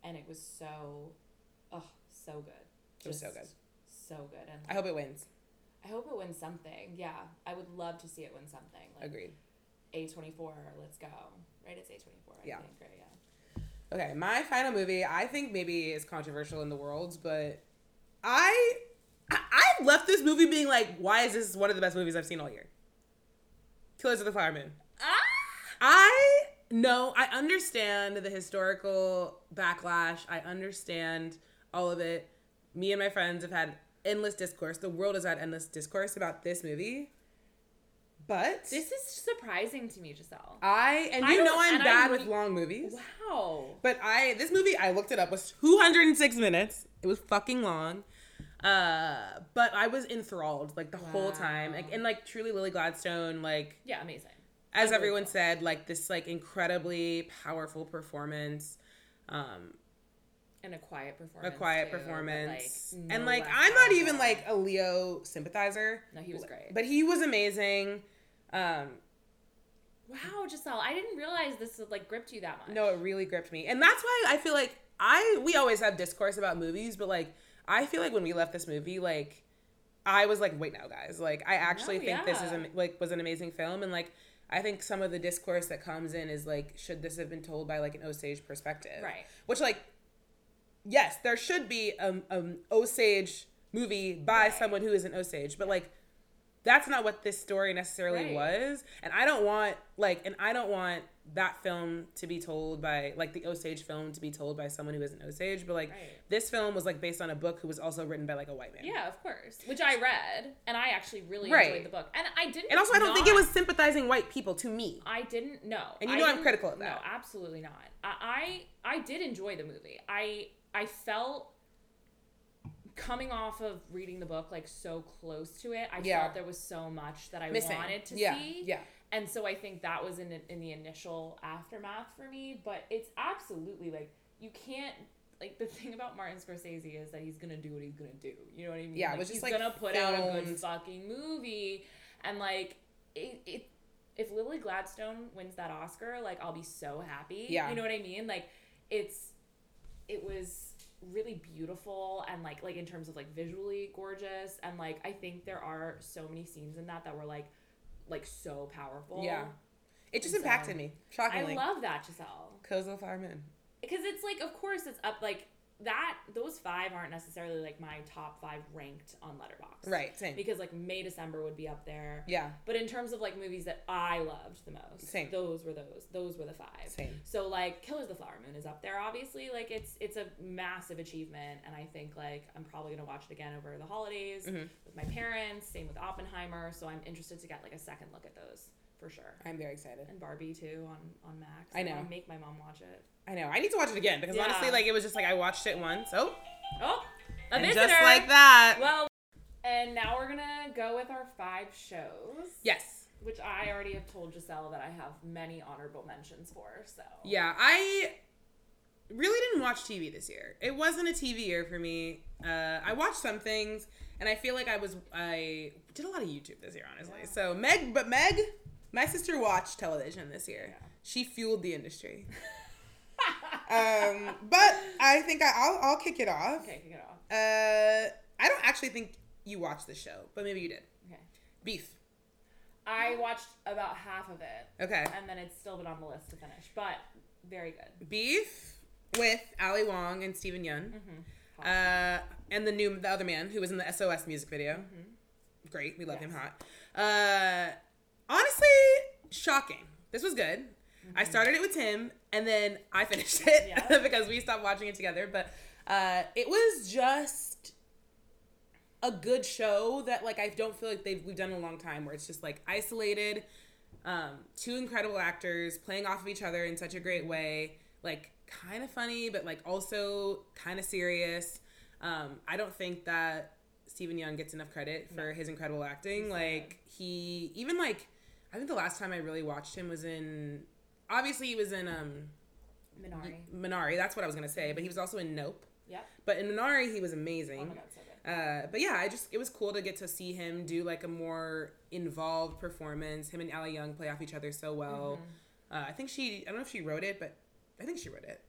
Speaker 2: and it was so, oh, so good.
Speaker 3: It was so
Speaker 2: Just
Speaker 3: good.
Speaker 2: So good, and
Speaker 3: I hope it wins.
Speaker 2: I hope it wins something. Yeah, I would love to see it win something. Like,
Speaker 3: Agreed.
Speaker 2: A24, let's go. Right? It's A24, I
Speaker 3: Yeah.
Speaker 2: think, right? Yeah.
Speaker 3: Okay, my final movie, I think maybe is controversial in the world, but I I I left this movie being like, why is this one of the best movies I've seen all year? Killers of the Flower Moon.
Speaker 2: Ah!
Speaker 3: I know, I understand the historical backlash. I understand all of it. Me and my friends have had endless discourse. The world has had endless discourse about this movie. But
Speaker 2: This is surprising to me, Giselle.
Speaker 3: I and
Speaker 2: I
Speaker 3: you
Speaker 2: don't-
Speaker 3: know I'm
Speaker 2: and
Speaker 3: bad
Speaker 2: I'm
Speaker 3: with
Speaker 2: re-
Speaker 3: long movies.
Speaker 2: Wow.
Speaker 3: But I this movie I looked it up was 206 minutes. It was fucking long. Uh but I was enthralled like the whole time.
Speaker 2: Wow.
Speaker 3: Like and like truly Lily Gladstone like
Speaker 2: Yeah, amazing.
Speaker 3: as
Speaker 2: Unbelievable.
Speaker 3: everyone said like this like incredibly powerful performance. Um
Speaker 2: And a quiet performance.
Speaker 3: a quiet
Speaker 2: too, but,
Speaker 3: performance.
Speaker 2: like,
Speaker 3: and
Speaker 2: no
Speaker 3: like
Speaker 2: laugh
Speaker 3: I'm not
Speaker 2: out
Speaker 3: even
Speaker 2: loud.
Speaker 3: like a Leo sympathizer.
Speaker 2: No, he was great.
Speaker 3: But he was amazing. Um
Speaker 2: Wow, Giselle, I didn't realize this would like gripped you that much.
Speaker 3: No, it really gripped me. And that's why I feel like I we always have discourse about movies, but like I feel like when we left this movie, like I was like, wait now guys, like I actually
Speaker 2: No,
Speaker 3: think this is
Speaker 2: yeah.
Speaker 3: am- like was an amazing film and like I think some of the discourse that comes in is like should this have been told by like an Osage perspective?
Speaker 2: Right.
Speaker 3: Which like yes, there should be um um Osage movie by
Speaker 2: Right.
Speaker 3: someone who is an Osage, but like that's not what this story necessarily
Speaker 2: Right.
Speaker 3: was and i don't want like and i don't want that film to be told by like the osage film to be told by someone who isn't osage but like
Speaker 2: Right.
Speaker 3: this film was like based on a book who was also written by like a white man
Speaker 2: Yeah, of course. Which I read, and I actually really
Speaker 3: Right.
Speaker 2: enjoyed the book. And I didn't.
Speaker 3: and also i don't think it
Speaker 2: not-
Speaker 3: was sympathizing white people to me
Speaker 2: I didn't know.
Speaker 3: And you
Speaker 2: I
Speaker 3: know I'm
Speaker 2: didn't-
Speaker 3: critical of
Speaker 2: No,
Speaker 3: that.
Speaker 2: absolutely not. I, I I did enjoy the movie. I I felt coming off of reading the book like so close to it. I
Speaker 3: Yeah.
Speaker 2: felt there was so much that I
Speaker 3: Missing.
Speaker 2: wanted to
Speaker 3: Yeah,
Speaker 2: see.
Speaker 3: yeah.
Speaker 2: And so I think that was in in the initial aftermath for me. But it's absolutely like you can't. Like the thing about Martin Scorsese is that he's gonna do what he's gonna do. You know what I mean?
Speaker 3: Yeah, it
Speaker 2: like,
Speaker 3: was just,
Speaker 2: he's
Speaker 3: like,
Speaker 2: gonna put out a good
Speaker 3: filmed-
Speaker 2: fucking movie, and like it, it if Lily Gladstone wins that Oscar, like I'll be so happy.
Speaker 3: Yeah.
Speaker 2: You know what I mean? Like it's it was really beautiful and like like in terms of like visually gorgeous and like I think there are so many scenes in that that were like like so powerful.
Speaker 3: Yeah. it just
Speaker 2: So-
Speaker 3: impacted me
Speaker 2: I
Speaker 3: shockingly
Speaker 2: love that Giselle.
Speaker 3: Cozy the Fireman.
Speaker 2: Cuz it's like of course it's up like that those 5 aren't necessarily like my top 5 ranked on Letterboxd.
Speaker 3: Right, same.
Speaker 2: Because like May December would be up there.
Speaker 3: Yeah.
Speaker 2: But in terms of like movies that I loved the most,
Speaker 3: Same.
Speaker 2: those were those. Those were the five.
Speaker 3: Same.
Speaker 2: So like Killers of the Flower Moon is up there, obviously. Like it's it's a massive achievement, and I think like I'm probably gonna watch it again over the holidays
Speaker 3: Mm-hmm.
Speaker 2: with my parents. Same with Oppenheimer. So I'm interested to get like a second look at those for sure.
Speaker 3: I'm very excited.
Speaker 2: And Barbie too on on Max.
Speaker 3: I know.
Speaker 2: wanna make my mom watch it.
Speaker 3: I know. I need to watch it again because
Speaker 2: Yeah.
Speaker 3: honestly, like it was just like I watched it once. Oh,
Speaker 2: Oh, a
Speaker 3: and
Speaker 2: visitor.
Speaker 3: just like that.
Speaker 2: Well, and now we're gonna go with our five shows.
Speaker 3: yes.
Speaker 2: which I already have told Giselle that I have many honorable mentions for. So
Speaker 3: Yeah, I really didn't watch TV this year. It wasn't a TV year for me. Uh, I watched some things, and I feel like I was I did a lot of YouTube this year, honestly. So Meg, but Meg, my sister watched television this year.
Speaker 2: Yeah.
Speaker 3: She fueled the industry. um, but I think I, I'll I'll kick it off.
Speaker 2: okay, kick it off.
Speaker 3: Uh, I don't actually think you watched the show, but maybe you did.
Speaker 2: Okay,
Speaker 3: Beef.
Speaker 2: I watched about half of it,
Speaker 3: Okay.
Speaker 2: and then it's still been on the list to finish, but very good.
Speaker 3: Beef with Ali Wong and Stephen Yun. Uh, and the new the other man who was in the SOS music video. Great, we love him hot. Uh, honestly, shocking. This was good. I started it with him, and then I finished it
Speaker 2: Yeah.
Speaker 3: because we stopped watching it together. But uh, it was just a good show that like I don't feel like they've we've done in a long time where it's just like isolated. Um, two incredible actors playing off of each other in such a great way, like kind of funny, but like also kind of serious. Um, I don't think that Stephen Young gets enough credit for his incredible acting. like he even like I think the last time I really watched him was in obviously he was in um
Speaker 2: Minari.
Speaker 3: Minari, that's what I was gonna say, but he was also in Nope.
Speaker 2: Yep.
Speaker 3: But in Minari he was amazing.
Speaker 2: Oh my god, so good.
Speaker 3: Uh, but yeah, I just it was cool to get to see him do like a more involved performance. Him and Ally Young play off each other so well.
Speaker 2: Mm-hmm.
Speaker 3: Uh, I think she I don't know if she wrote it, but I think she wrote it.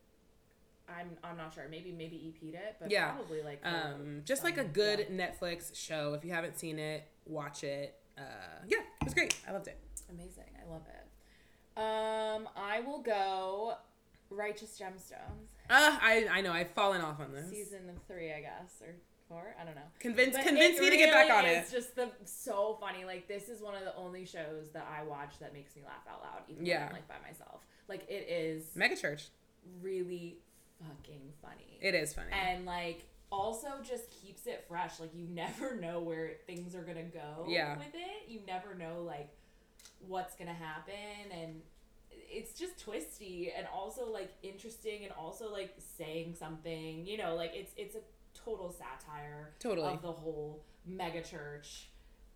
Speaker 2: I'm I'm not sure. Maybe maybe EP'd it, but
Speaker 3: Yeah.
Speaker 2: probably like
Speaker 3: Um, just like a
Speaker 2: Um,
Speaker 3: good Netflix show. If you haven't seen it, watch it. Uh, yeah, it was great. I loved it.
Speaker 2: amazing. I love it. Um, I will go Righteous Gemstones.
Speaker 3: Uh, I I know I've fallen off on this.
Speaker 2: Season three, I guess, or four. I don't know.
Speaker 3: Convince
Speaker 2: But
Speaker 3: convince
Speaker 2: it
Speaker 3: me to get back
Speaker 2: really
Speaker 3: on it.
Speaker 2: is just the so funny. Like this is one of the only shows that I watch that makes me laugh out loud, even when
Speaker 3: Yeah.
Speaker 2: I'm, like by myself. Like it is
Speaker 3: Megachurch.
Speaker 2: really fucking funny.
Speaker 3: It is funny.
Speaker 2: and like also just keeps it fresh. Like you never know where things are gonna go
Speaker 3: Yeah.
Speaker 2: with it. You never know like what's gonna happen and it's just twisty and also like interesting and also like saying something, you know, like it's it's a total satire
Speaker 3: Totally.
Speaker 2: of the whole mega church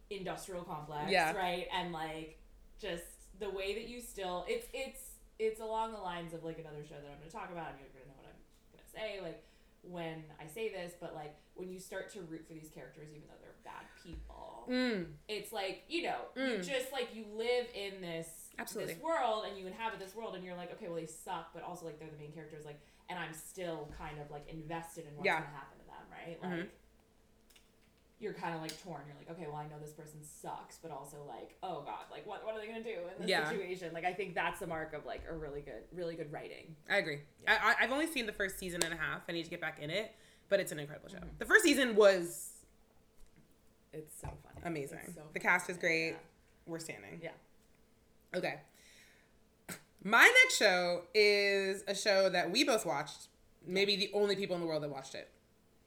Speaker 2: industrial complex.
Speaker 3: Yeah.
Speaker 2: Right. And like just the way that you still it's it's it's along the lines of like another show that I'm gonna talk about and you're gonna know what I'm gonna say, like when I say this, but like when you start to root for these characters even though they're bad people
Speaker 3: mm,
Speaker 2: it's like you know you
Speaker 3: Mm.
Speaker 2: just like you live in this
Speaker 3: Absolutely.
Speaker 2: this world and you inhabit this world and you're like okay well they suck but also like they're the main characters like and i'm still kind of like invested in what's
Speaker 3: Yeah. Mm-hmm.
Speaker 2: gonna happen to them right like you're kind of like torn you're like okay well i know this person sucks but also like oh god like what, what are they gonna do in this
Speaker 3: Yeah.
Speaker 2: situation like i think that's the mark of like a really good really good writing
Speaker 3: I agree. I, I, I've only seen the first season and a half. I need to get back in it, but it's an incredible show.
Speaker 2: Mm-hmm.
Speaker 3: The first season was
Speaker 2: it's so funny
Speaker 3: amazing.
Speaker 2: It's so
Speaker 3: the cast is
Speaker 2: funny.
Speaker 3: great.
Speaker 2: Yeah.
Speaker 3: We're standing.
Speaker 2: Yeah.
Speaker 3: Okay. My next show is a show that we both watched. Maybe the only people in the world that watched it,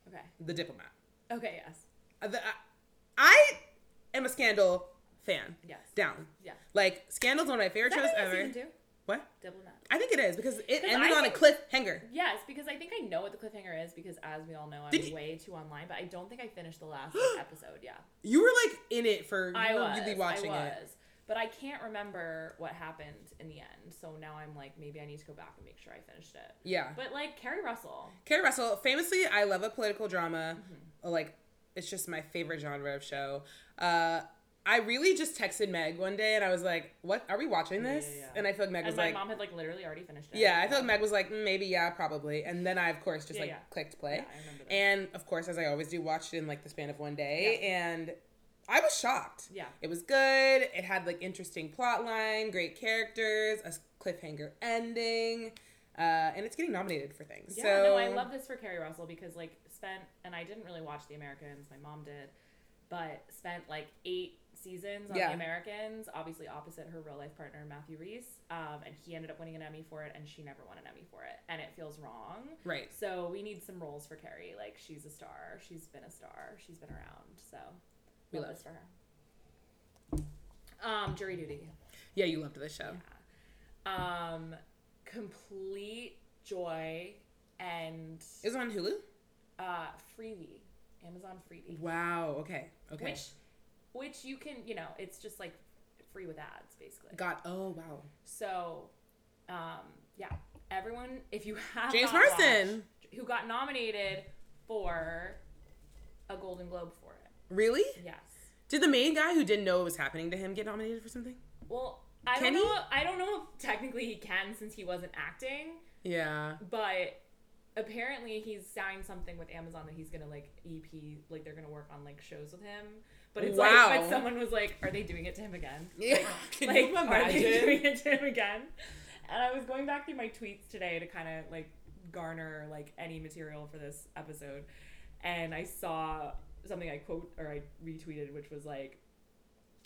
Speaker 2: okay
Speaker 3: The Diplomat.
Speaker 2: okay yes
Speaker 3: Uh, the- I- I am a Scandal fan.
Speaker 2: yes
Speaker 3: Down.
Speaker 2: yeah
Speaker 3: Like Scandal's one of my favorite
Speaker 2: Is that
Speaker 3: shows
Speaker 2: in
Speaker 3: ever.
Speaker 2: season two?
Speaker 3: What?
Speaker 2: double nut
Speaker 3: I think it is because it
Speaker 2: Because
Speaker 3: ended
Speaker 2: I
Speaker 3: on a
Speaker 2: think-
Speaker 3: cliffhanger.
Speaker 2: Yes, because I think I know what the cliffhanger is because as we all know, I'm
Speaker 3: Did you-
Speaker 2: way too online, but I don't think I finished the last episode. Yeah,
Speaker 3: You were like in it for you
Speaker 2: I
Speaker 3: were
Speaker 2: was.
Speaker 3: really watching
Speaker 2: I was,
Speaker 3: it.
Speaker 2: but I can't remember what happened in the end. So now I'm like, maybe I need to go back and make sure I finished it.
Speaker 3: Yeah.
Speaker 2: But like Carrie Russell,
Speaker 3: Carrie Russell, famously, I love a political drama.
Speaker 2: Mm-hmm.
Speaker 3: Like, it's just my favorite genre of show. Uh, I really just texted Meg one day and I was like, "What are we watching this?"
Speaker 2: yeah, yeah.
Speaker 3: And I feel like Meg
Speaker 2: and
Speaker 3: was
Speaker 2: my
Speaker 3: like,
Speaker 2: mom had like literally already finished it.
Speaker 3: "Yeah." I feel like Meg was like, "Mm, "Maybe, yeah, probably." And then I, of course, just
Speaker 2: Yeah,
Speaker 3: like
Speaker 2: yeah.
Speaker 3: clicked play.
Speaker 2: Yeah, I remember that.
Speaker 3: And of course, as I always do, watched it in like the span of one day, and I was shocked.
Speaker 2: Yeah.
Speaker 3: it was good. It had like interesting plot line, great characters, a s- cliffhanger ending, uh, and it's getting nominated for things.
Speaker 2: Yeah,
Speaker 3: so
Speaker 2: no, I love this for Carrie Russell because like spent and I didn't really watch The Americans, my mom did, but spent like eight seasons on
Speaker 3: Yeah.
Speaker 2: The Americans, obviously opposite her real life partner Matthew Reese, um, and he ended up winning an Emmy for it, and she never won an Emmy for it, and it feels wrong.
Speaker 3: Right.
Speaker 2: So we need some roles for Carrie. Like she's a star. She's been a star. She's been around. So
Speaker 3: We
Speaker 2: we
Speaker 3: love
Speaker 2: love this for her. Um, jury duty.
Speaker 3: Yeah, you loved this show.
Speaker 2: Um, complete joy and
Speaker 3: It was on Hulu.
Speaker 2: uh, freebie, Amazon freebie,
Speaker 3: Wow. Okay. Okay.
Speaker 2: which which you can you know it's just like free with ads basically.
Speaker 3: got? Oh wow.
Speaker 2: So, um, yeah, everyone, if you have
Speaker 3: James
Speaker 2: not watched-
Speaker 3: Marsden.
Speaker 2: who got nominated for a Golden Globe for it.
Speaker 3: Really?
Speaker 2: Yes.
Speaker 3: Did the main guy who didn't know what was happening to him get nominated for something?
Speaker 2: Well, I
Speaker 3: Can
Speaker 2: don't
Speaker 3: he?
Speaker 2: know. I don't know if technically he can since he wasn't acting,
Speaker 3: Yeah.
Speaker 2: but apparently he's signed something with Amazon that he's gonna like EP, like they're gonna work on like shows with him. But it's
Speaker 3: Wow.
Speaker 2: like, but someone was like, "Are they doing it to him again?"
Speaker 3: Yeah. Can
Speaker 2: like,
Speaker 3: you
Speaker 2: are they
Speaker 3: imagine?
Speaker 2: doing it to him again? And I was going back through my tweets today to kind of like garner like any material for this episode, and I saw something I quote or I retweeted, which was like,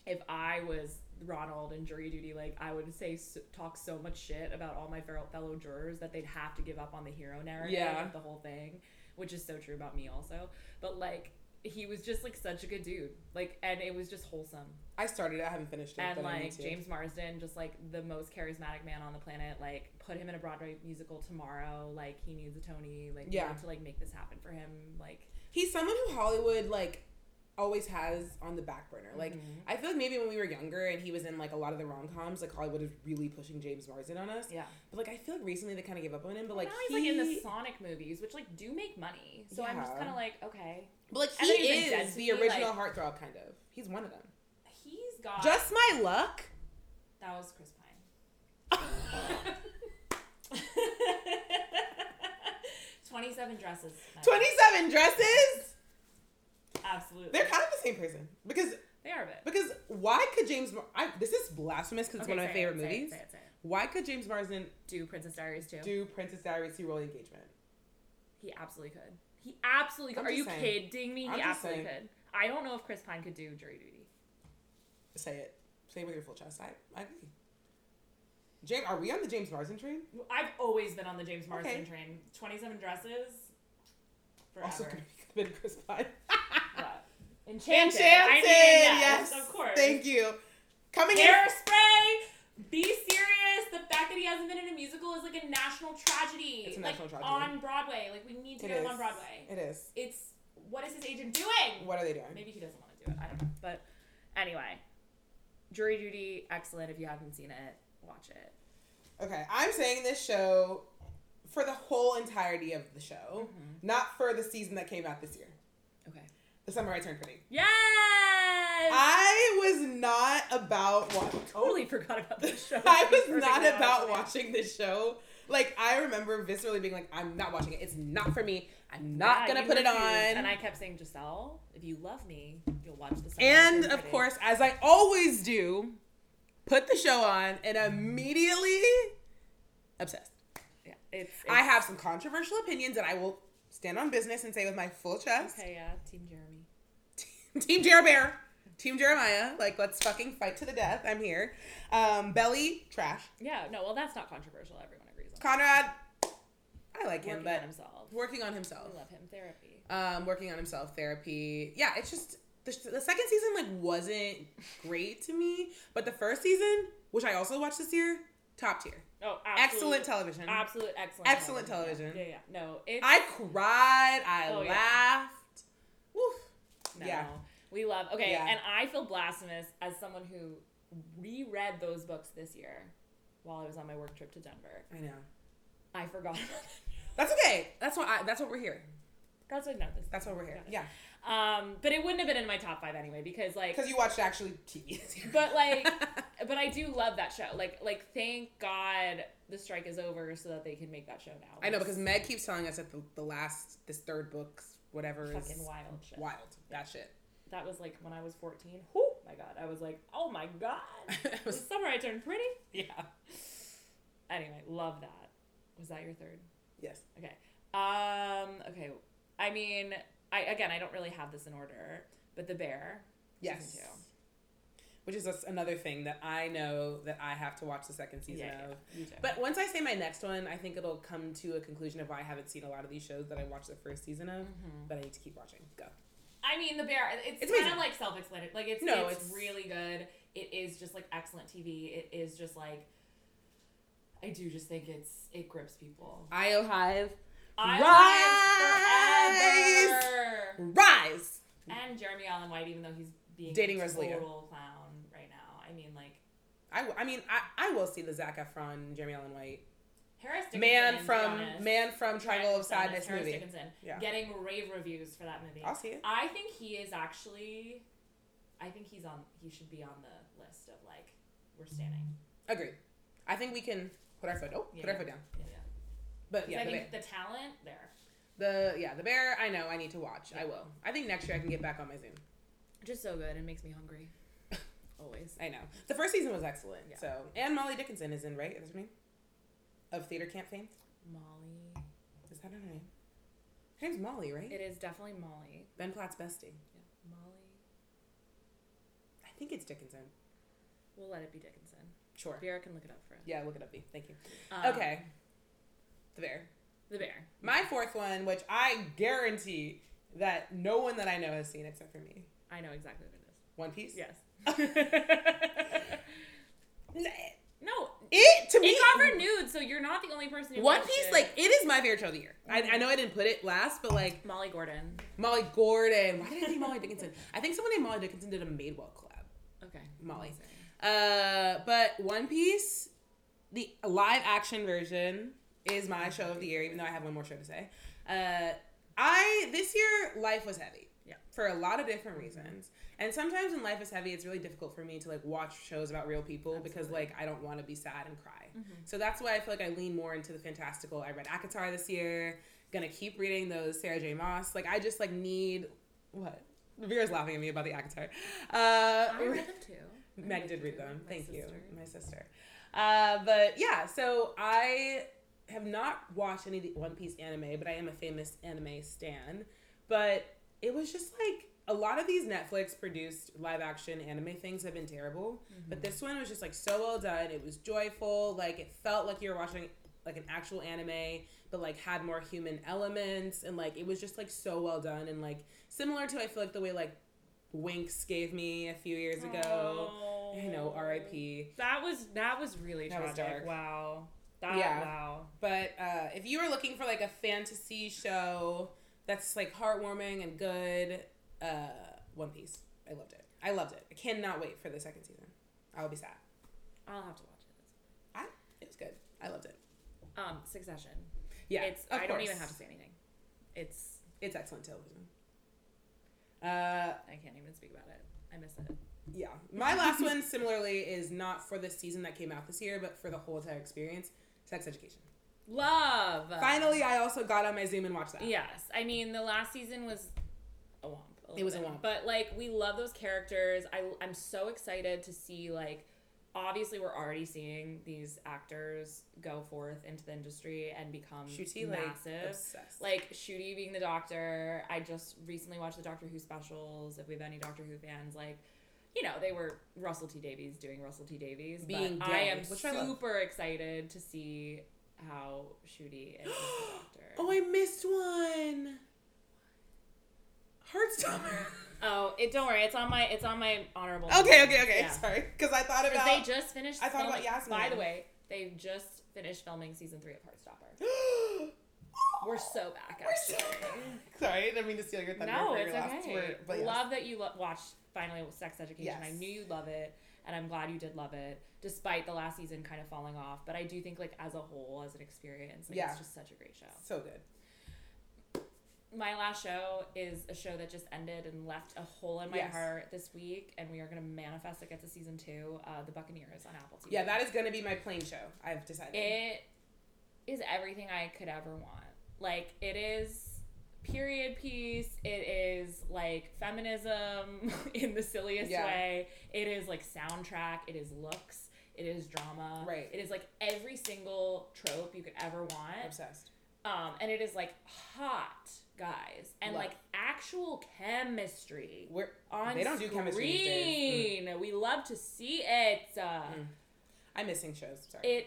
Speaker 2: if I was Ronald in jury duty, like I would say s talk so much shit about all my fel- fellow jurors that they'd have to give up on the hero narrative,
Speaker 3: Yeah.
Speaker 2: of the whole thing, which is so true about me also. But like. He was just like such a good dude, like, and it was just wholesome
Speaker 3: I started. it, I haven't finished it.
Speaker 2: and
Speaker 3: but I need
Speaker 2: like
Speaker 3: to.
Speaker 2: James Marsden, just like the most charismatic man on the planet. Like put him in a Broadway musical tomorrow. Like he needs a Tony. Like
Speaker 3: Yeah.
Speaker 2: we need to like make this happen for him. Like
Speaker 3: He's someone who Hollywood like always has on the back burner. Like
Speaker 2: Mm-hmm.
Speaker 3: I feel like maybe when we were younger and he was in like a lot of the rom coms, like Hollywood is really pushing James Marsden on us.
Speaker 2: yeah.
Speaker 3: But like I feel like recently they kind of gave up on him. But
Speaker 2: Like
Speaker 3: like
Speaker 2: now
Speaker 3: he,
Speaker 2: he's like in the Sonic movies, which like do make money. So I'm just
Speaker 3: Yeah.
Speaker 2: kind of like okay,
Speaker 3: but like
Speaker 2: I
Speaker 3: he
Speaker 2: thought he was in
Speaker 3: is the
Speaker 2: Density,
Speaker 3: original heartthrob kind of. He's one of them.
Speaker 2: he's got
Speaker 3: Just my luck.
Speaker 2: that was Chris Pine. Twenty-seven dresses. tonight.
Speaker 3: Twenty-seven dresses.
Speaker 2: Absolutely.
Speaker 3: They're kind of the same person because
Speaker 2: They are a bit.
Speaker 3: because why could James? Mar- I, this is blasphemous because it's
Speaker 2: Okay,
Speaker 3: one of my
Speaker 2: say it,
Speaker 3: favorite
Speaker 2: say it,
Speaker 3: movies.
Speaker 2: say it, say it.
Speaker 3: Why could James Marsden
Speaker 2: Do Princess Diaries too?
Speaker 3: do Princess Diaries see role engagement?
Speaker 2: He absolutely could. He absolutely could.
Speaker 3: I'm
Speaker 2: Are
Speaker 3: just
Speaker 2: you
Speaker 3: saying.
Speaker 2: kidding me?
Speaker 3: I'm
Speaker 2: he
Speaker 3: just
Speaker 2: absolutely
Speaker 3: saying.
Speaker 2: could. I don't know if Chris Pine could do jury duty.
Speaker 3: Say it. Say it with your full chest. I, I agree. James, are we on the James Marsden train?
Speaker 2: I've always been on the James Marsden
Speaker 3: Okay.
Speaker 2: train. Twenty-seven dresses. Forever.
Speaker 3: Also, could have been Chris Pine.
Speaker 2: What? Enchanted.
Speaker 3: Enchanted.
Speaker 2: I needed that,
Speaker 3: yes,
Speaker 2: Of course.
Speaker 3: Thank you. Coming in.
Speaker 2: Hairspray. Be serious. The fact that he hasn't been in a musical is like a national tragedy.
Speaker 3: It's a
Speaker 2: like,
Speaker 3: national tragedy.
Speaker 2: On Broadway. Like we need to
Speaker 3: It
Speaker 2: get him
Speaker 3: is.
Speaker 2: on Broadway.
Speaker 3: It is.
Speaker 2: It's what is his agent doing?
Speaker 3: What are they doing?
Speaker 2: Maybe he doesn't want to do it. I don't know. But anyway, Jury Duty, excellent. If you haven't seen it, watch it.
Speaker 3: Okay, I'm saying this show for the whole entirety of the show, not for the season that came out this year.
Speaker 2: Okay.
Speaker 3: The summer I turned pretty.
Speaker 2: Yes!
Speaker 3: I was not about watching.
Speaker 2: totally forgot about this show.
Speaker 3: Oh. I was
Speaker 2: Perfect
Speaker 3: not
Speaker 2: now.
Speaker 3: about watching this show. Like I remember viscerally being like, I'm not watching it. It's not for me. I'm not
Speaker 2: Yeah,
Speaker 3: gonna
Speaker 2: you
Speaker 3: put it on.
Speaker 2: refused. And I kept saying, Giselle, if you love me, you'll watch this.
Speaker 3: And of course, as I always do, put the show on and immediately obsessed.
Speaker 2: yeah, it's,
Speaker 3: I have some controversial opinions that I will stand on business and say with my full chest.
Speaker 2: Okay, yeah, Team Jeremy.
Speaker 3: Team Jeremiah, Team Jeremiah, like let's fucking fight to the death. I'm here. Um, Belly, trash.
Speaker 2: Yeah, no, well, that's not controversial. Everyone agrees on.
Speaker 3: Conrad, I like
Speaker 2: Working
Speaker 3: him, but
Speaker 2: on himself.
Speaker 3: working on
Speaker 2: We
Speaker 3: himself.
Speaker 2: love him. Therapy.
Speaker 3: Um, working on himself, therapy. Yeah, it's just the, the second season like wasn't great to me, but the first season, which I also watched this year, top tier,
Speaker 2: Oh,
Speaker 3: excellent
Speaker 2: absolute,
Speaker 3: television.
Speaker 2: Absolute excellent.
Speaker 3: Excellent television.
Speaker 2: Yeah, yeah. yeah. No, it's
Speaker 3: I cried. I
Speaker 2: Oh, yeah.
Speaker 3: laughed. Woof.
Speaker 2: No.
Speaker 3: Yeah.
Speaker 2: We love. Okay,
Speaker 3: Yeah.
Speaker 2: and I feel blasphemous as someone who reread those books this year while I was on my work trip to Denver.
Speaker 3: I know.
Speaker 2: I forgot. about them.
Speaker 3: That's okay. That's what I, that's what we're here.
Speaker 2: That's like not this.
Speaker 3: That's what we're here. Yeah.
Speaker 2: Um, but it wouldn't have been in my top five anyway because like,
Speaker 3: Because you watched actually TV.
Speaker 2: but like, but I do love that show. Like, like thank God the strike is over so that they can make that show now.
Speaker 3: I know because Meg keeps telling us that the, the last this third book's whatever
Speaker 2: It's
Speaker 3: is
Speaker 2: fucking wild shit.
Speaker 3: wild. That shit.
Speaker 2: That was like when I was fourteen. Oh my god, I was like, oh my god.
Speaker 3: It
Speaker 2: the
Speaker 3: was-
Speaker 2: summer I turned pretty.
Speaker 3: yeah.
Speaker 2: Anyway, love that. Was that your third?
Speaker 3: Yes.
Speaker 2: Okay. Um. Okay. I mean, I again, I don't really have this in order, but the bear. season
Speaker 3: Yes.
Speaker 2: two.
Speaker 3: Which is just another thing that I know that I have to watch the second season
Speaker 2: Yeah,
Speaker 3: of.
Speaker 2: yeah, you do.
Speaker 3: But once I say my next one, I think it'll come to a conclusion of why I haven't seen a lot of these shows that I watched the first season of. But I need to keep watching. Go.
Speaker 2: I mean, the bear. Mm-hmm. It's,
Speaker 3: It's
Speaker 2: kind
Speaker 3: amazing.
Speaker 2: of like self-explanatory. Like it's
Speaker 3: No,
Speaker 2: it's,
Speaker 3: it's-
Speaker 2: really good. It is just like excellent TV. It is just like. I do just think it's it grips people.
Speaker 3: IO Hive,
Speaker 2: I
Speaker 3: Rise!
Speaker 2: live forever.
Speaker 3: rise.
Speaker 2: And Jeremy Allen White, even though he's being
Speaker 3: Dating
Speaker 2: a
Speaker 3: Rosalia.
Speaker 2: total clown right now. I mean, like
Speaker 3: I, w- I mean I, I will see the Zac Efron, Jeremy Allen White
Speaker 2: Harris Dickinson. to
Speaker 3: man
Speaker 2: be
Speaker 3: from
Speaker 2: honest.
Speaker 3: man from Triangle of
Speaker 2: Sadness,
Speaker 3: Sadness
Speaker 2: Harris
Speaker 3: movie.
Speaker 2: Dickinson,
Speaker 3: Yeah.
Speaker 2: getting rave reviews for that movie.
Speaker 3: I'll see it.
Speaker 2: I think he is actually. I think he's on. He should be on the list of like we're standing.
Speaker 3: Agreed. I think we can put our foot. Oh, put
Speaker 2: Yeah.
Speaker 3: our foot down.
Speaker 2: Yeah, yeah. 'Cause
Speaker 3: But yeah,
Speaker 2: I
Speaker 3: the,
Speaker 2: think the talent there.
Speaker 3: bear, the yeah the bear. I know. I need to watch. I will. I think next year I can get back on my Zoom.
Speaker 2: Just so good. It makes me hungry. Always.
Speaker 3: I know. The first season was excellent.
Speaker 2: Yeah.
Speaker 3: So and Molly Dickinson is in right. Is her name? Of theater camp fame.
Speaker 2: Molly.
Speaker 3: Is that her name? Her name's Molly, right?
Speaker 2: It is definitely Molly.
Speaker 3: ben Platt's bestie.
Speaker 2: Yeah. Molly.
Speaker 3: I think it's Dickinson.
Speaker 2: We'll let it be Dickinson.
Speaker 3: Sure.
Speaker 2: Vera can look it up for us.
Speaker 3: Yeah, look it up. B. Thank you.
Speaker 2: Um,
Speaker 3: okay. The bear.
Speaker 2: The bear.
Speaker 3: My fourth one, which I guarantee that no one that I know has seen except for me.
Speaker 2: I know exactly what it is.
Speaker 3: One Piece.
Speaker 2: Yes. no.
Speaker 3: It to me.
Speaker 2: It got renewed, so you're not the only person who
Speaker 3: One
Speaker 2: watched
Speaker 3: Piece,
Speaker 2: it.
Speaker 3: like it is my favorite show of the year. I, I know I didn't put it last, but like
Speaker 2: Molly Gordon.
Speaker 3: Molly Gordon. Why did I think Molly Dickinson? I think someone named Molly Dickinson did a Madewell collab.
Speaker 2: Okay.
Speaker 3: Molly. Uh, but One Piece, the live action version is my show of the year, even though I have one more show to say. Uh, I this year life was heavy.
Speaker 2: Yeah.
Speaker 3: For a lot of different reasons. And sometimes when life is heavy, it's really difficult for me to like watch shows about real people because
Speaker 2: Absolutely. Mm-hmm.
Speaker 3: like I don't want to be sad and cry. So that's why I feel like I lean more into the fantastical. I read Akatar this year. Gonna keep reading those Sarah J. Moss. Like I just like need what? Vera's laughing at me about the Akatar. Uh,
Speaker 2: I read them too. I
Speaker 3: Meg did read them.
Speaker 2: My
Speaker 3: Thank you,
Speaker 2: sister.
Speaker 3: my sister. Uh, but yeah, so I have not watched any of the One Piece anime, but I am a famous anime stan. But it was just like a lot of these Netflix produced live action anime things have been terrible,
Speaker 2: Mm-hmm.
Speaker 3: but this one was just like so well done. It was joyful, like it felt like you were watching like an actual anime, but like had more human elements, and like it was just like so well done, and like similar to I feel like the way like Winx gave me a few years ago. I know, R.I.P.
Speaker 2: That was that was really
Speaker 3: That was
Speaker 2: tragic.
Speaker 3: dark.
Speaker 2: Wow. That,
Speaker 3: Yeah.
Speaker 2: Wow.
Speaker 3: But uh, if you were looking for like a fantasy show that's like heartwarming and good, uh, One Piece. I loved it. I loved it. I cannot wait for the second season. I will be sad.
Speaker 2: I'll have to watch it.
Speaker 3: I, it was good. I loved it.
Speaker 2: Um, Succession.
Speaker 3: Yeah,
Speaker 2: It's.
Speaker 3: of
Speaker 2: I don't even
Speaker 3: course.
Speaker 2: have to say anything. It's.
Speaker 3: It's excellent television. Uh,
Speaker 2: I can't even speak about it. I miss it.
Speaker 3: yeah. My last one, similarly, is not for the season that came out this year, but for the whole entire experience. Sex Education.
Speaker 2: Love.
Speaker 3: Finally, I also got on my Zoom and watched that.
Speaker 2: Yes. I mean, the last season was a womp. a little
Speaker 3: was a
Speaker 2: bit.
Speaker 3: womp.
Speaker 2: But like, we love those characters. I I'm so excited to see like. Obviously, we're already seeing these actors go forth into the industry and become
Speaker 3: Shooty, like,
Speaker 2: massive.
Speaker 3: obsessed.
Speaker 2: like Shooty being the doctor. I just recently watched the Doctor Who specials. If we have any Doctor Who fans, like, you know, they were Russell T Davies doing Russell T Davies.
Speaker 3: Being
Speaker 2: but I
Speaker 3: gay,
Speaker 2: am
Speaker 3: which I love.
Speaker 2: super excited to see how Shooty is the doctor.
Speaker 3: Oh, I missed one. Heartstopper.
Speaker 2: Oh, it don't worry, it's on my it's on my honorable.
Speaker 3: okay, okay, okay.
Speaker 2: Yeah.
Speaker 3: Sorry, because I thought
Speaker 2: 'Cause
Speaker 3: about.
Speaker 2: They just finished.
Speaker 3: I thought about
Speaker 2: filming, By
Speaker 3: Yasmin.
Speaker 2: the way, they just finished filming season three of Heartstopper. We're so back.
Speaker 3: We're
Speaker 2: Actually.
Speaker 3: so- Sorry, I didn't mean to steal your thunder
Speaker 2: No,
Speaker 3: for your
Speaker 2: it's
Speaker 3: last
Speaker 2: okay.
Speaker 3: word. But yes.
Speaker 2: Love that you lo- watched finally Sex Education. I
Speaker 3: Yes.
Speaker 2: knew you'd love it, and I'm glad you did love it, despite the last season kind of falling off. But I do think, like as a whole, as an experience, like,
Speaker 3: Yeah.
Speaker 2: it's just such a great show.
Speaker 3: So good.
Speaker 2: My last show is a show that just ended and left a hole in my
Speaker 3: Yes.
Speaker 2: heart this week, and we are going to manifest it gets a season two. Uh, the Buccaneers on Apple TV.
Speaker 3: Yeah, that is gonna be my plane show. I've decided.
Speaker 2: It is everything I could ever want. Like it is period piece. It is like feminism in the silliest
Speaker 3: Yeah.
Speaker 2: way. It is like soundtrack. It is looks. It is drama.
Speaker 3: Right.
Speaker 2: It is like every single trope you could ever want.
Speaker 3: Obsessed.
Speaker 2: Um, and it is like hot guys and
Speaker 3: Love.
Speaker 2: like actual chemistry
Speaker 3: We're
Speaker 2: on
Speaker 3: They don't do chemistry these days.
Speaker 2: screen. We love to see it. Uh,
Speaker 3: I'm missing shows. Sorry.
Speaker 2: it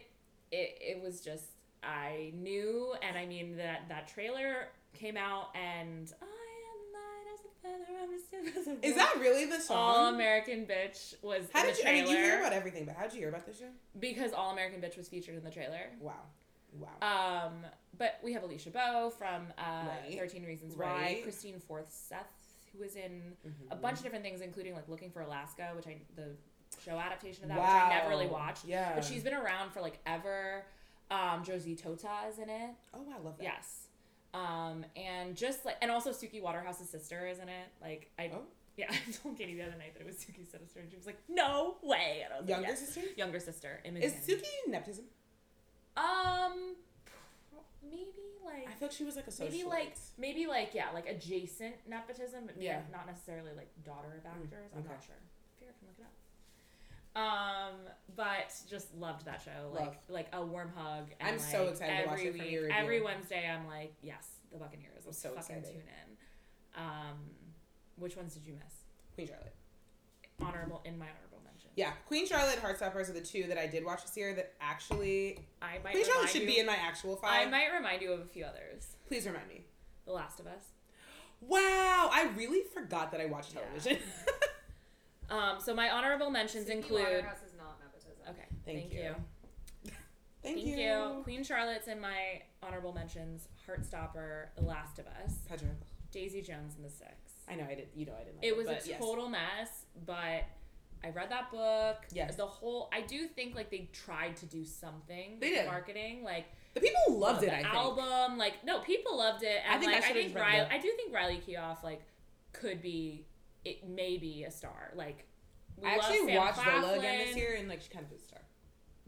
Speaker 2: it it was just I knew, and I mean that that trailer came out, and I am light as a feather. I'm just simple as a
Speaker 3: is
Speaker 2: bird."
Speaker 3: that really the
Speaker 2: All
Speaker 3: song?
Speaker 2: American Bitch was
Speaker 3: how
Speaker 2: in
Speaker 3: did
Speaker 2: the
Speaker 3: you?
Speaker 2: trailer
Speaker 3: I mean, you hear about everything, but how did you hear about this show?
Speaker 2: because All American Bitch was featured in the trailer.
Speaker 3: Wow, wow.
Speaker 2: Um, but we have Alicia Bow from uh,
Speaker 3: Right.
Speaker 2: Thirteen Reasons Why,
Speaker 3: Right.
Speaker 2: Christine Forth Seth, who was in
Speaker 3: Mm-hmm.
Speaker 2: a bunch of different things, including like Looking for Alaska, which I the show adaptation of that, which I never really
Speaker 3: Wow.
Speaker 2: watched.
Speaker 3: Yeah.
Speaker 2: but she's been around for like ever. Um, Josie Tota is in it.
Speaker 3: oh wow, love that.
Speaker 2: Yes. Um, and just like, and also Suki Waterhouse's sister, isn't it? Like, I,
Speaker 3: Oh.
Speaker 2: yeah, I told Katie the other night that it was Suki's sister, and she was like, no way. And I was
Speaker 3: Younger
Speaker 2: like, yes.
Speaker 3: sister?
Speaker 2: Younger sister. Imogen.
Speaker 3: Is Suki nepotism?
Speaker 2: Um, maybe like,
Speaker 3: I thought she was like a socialite.
Speaker 2: maybe like, maybe like, yeah, like adjacent nepotism, but
Speaker 3: Yeah.
Speaker 2: yeah,
Speaker 3: Mm,
Speaker 2: not necessarily like daughter of actors. I'm
Speaker 3: okay.
Speaker 2: not sure. Fear, can look it up. Um, but just loved that show. Like,
Speaker 3: Love.
Speaker 2: like a warm hug. And
Speaker 3: I'm so
Speaker 2: like,
Speaker 3: excited to watch
Speaker 2: every
Speaker 3: it for
Speaker 2: week,
Speaker 3: your review.
Speaker 2: Every Wednesday, I'm like, yes, the Buccaneers. Let's
Speaker 3: so
Speaker 2: fucking
Speaker 3: excited.
Speaker 2: tune in. Um, which ones did you miss?
Speaker 3: Queen Charlotte.
Speaker 2: Honorable in my honorable mention.
Speaker 3: Yeah, Queen Charlotte and Heartstoppers are the two that I did watch this year that actually
Speaker 2: I might.
Speaker 3: Queen Charlotte
Speaker 2: remind
Speaker 3: should
Speaker 2: you,
Speaker 3: be in my actual
Speaker 2: I
Speaker 3: five.
Speaker 2: might remind you of a few others.
Speaker 3: Please remind me.
Speaker 2: The Last of Us.
Speaker 3: Wow, I really forgot that I watched
Speaker 2: Yeah.
Speaker 3: television.
Speaker 2: Um, so my honorable mentions
Speaker 4: Suki
Speaker 2: include.
Speaker 4: Waterhouse is not nepotism.
Speaker 2: Okay.
Speaker 3: Thank you. Thank,
Speaker 2: Thank,
Speaker 3: you.
Speaker 2: you. Queen Charlotte's in my honorable mentions. Heartstopper, The Last of Us,
Speaker 3: Patriarchal.
Speaker 2: Daisy Jones and the Six.
Speaker 3: I know I did. You know I didn't. Like
Speaker 2: It was
Speaker 3: but
Speaker 2: a
Speaker 3: yes.
Speaker 2: total mess, but I read that book.
Speaker 3: Yes.
Speaker 2: The whole I do think like they tried to do something
Speaker 3: They
Speaker 2: with
Speaker 3: did.
Speaker 2: marketing. Like
Speaker 3: The people loved
Speaker 2: the
Speaker 3: it. I think.
Speaker 2: album, like no, people loved it. And
Speaker 3: I think I
Speaker 2: like I
Speaker 3: should've
Speaker 2: think
Speaker 3: just read
Speaker 2: Riley
Speaker 3: that.
Speaker 2: I do think Riley Keough like could be it may be a star. Like we
Speaker 3: I actually
Speaker 2: love
Speaker 3: watched
Speaker 2: Sam
Speaker 3: Lola again
Speaker 2: Claflin.
Speaker 3: this year, and like she kind of is a star.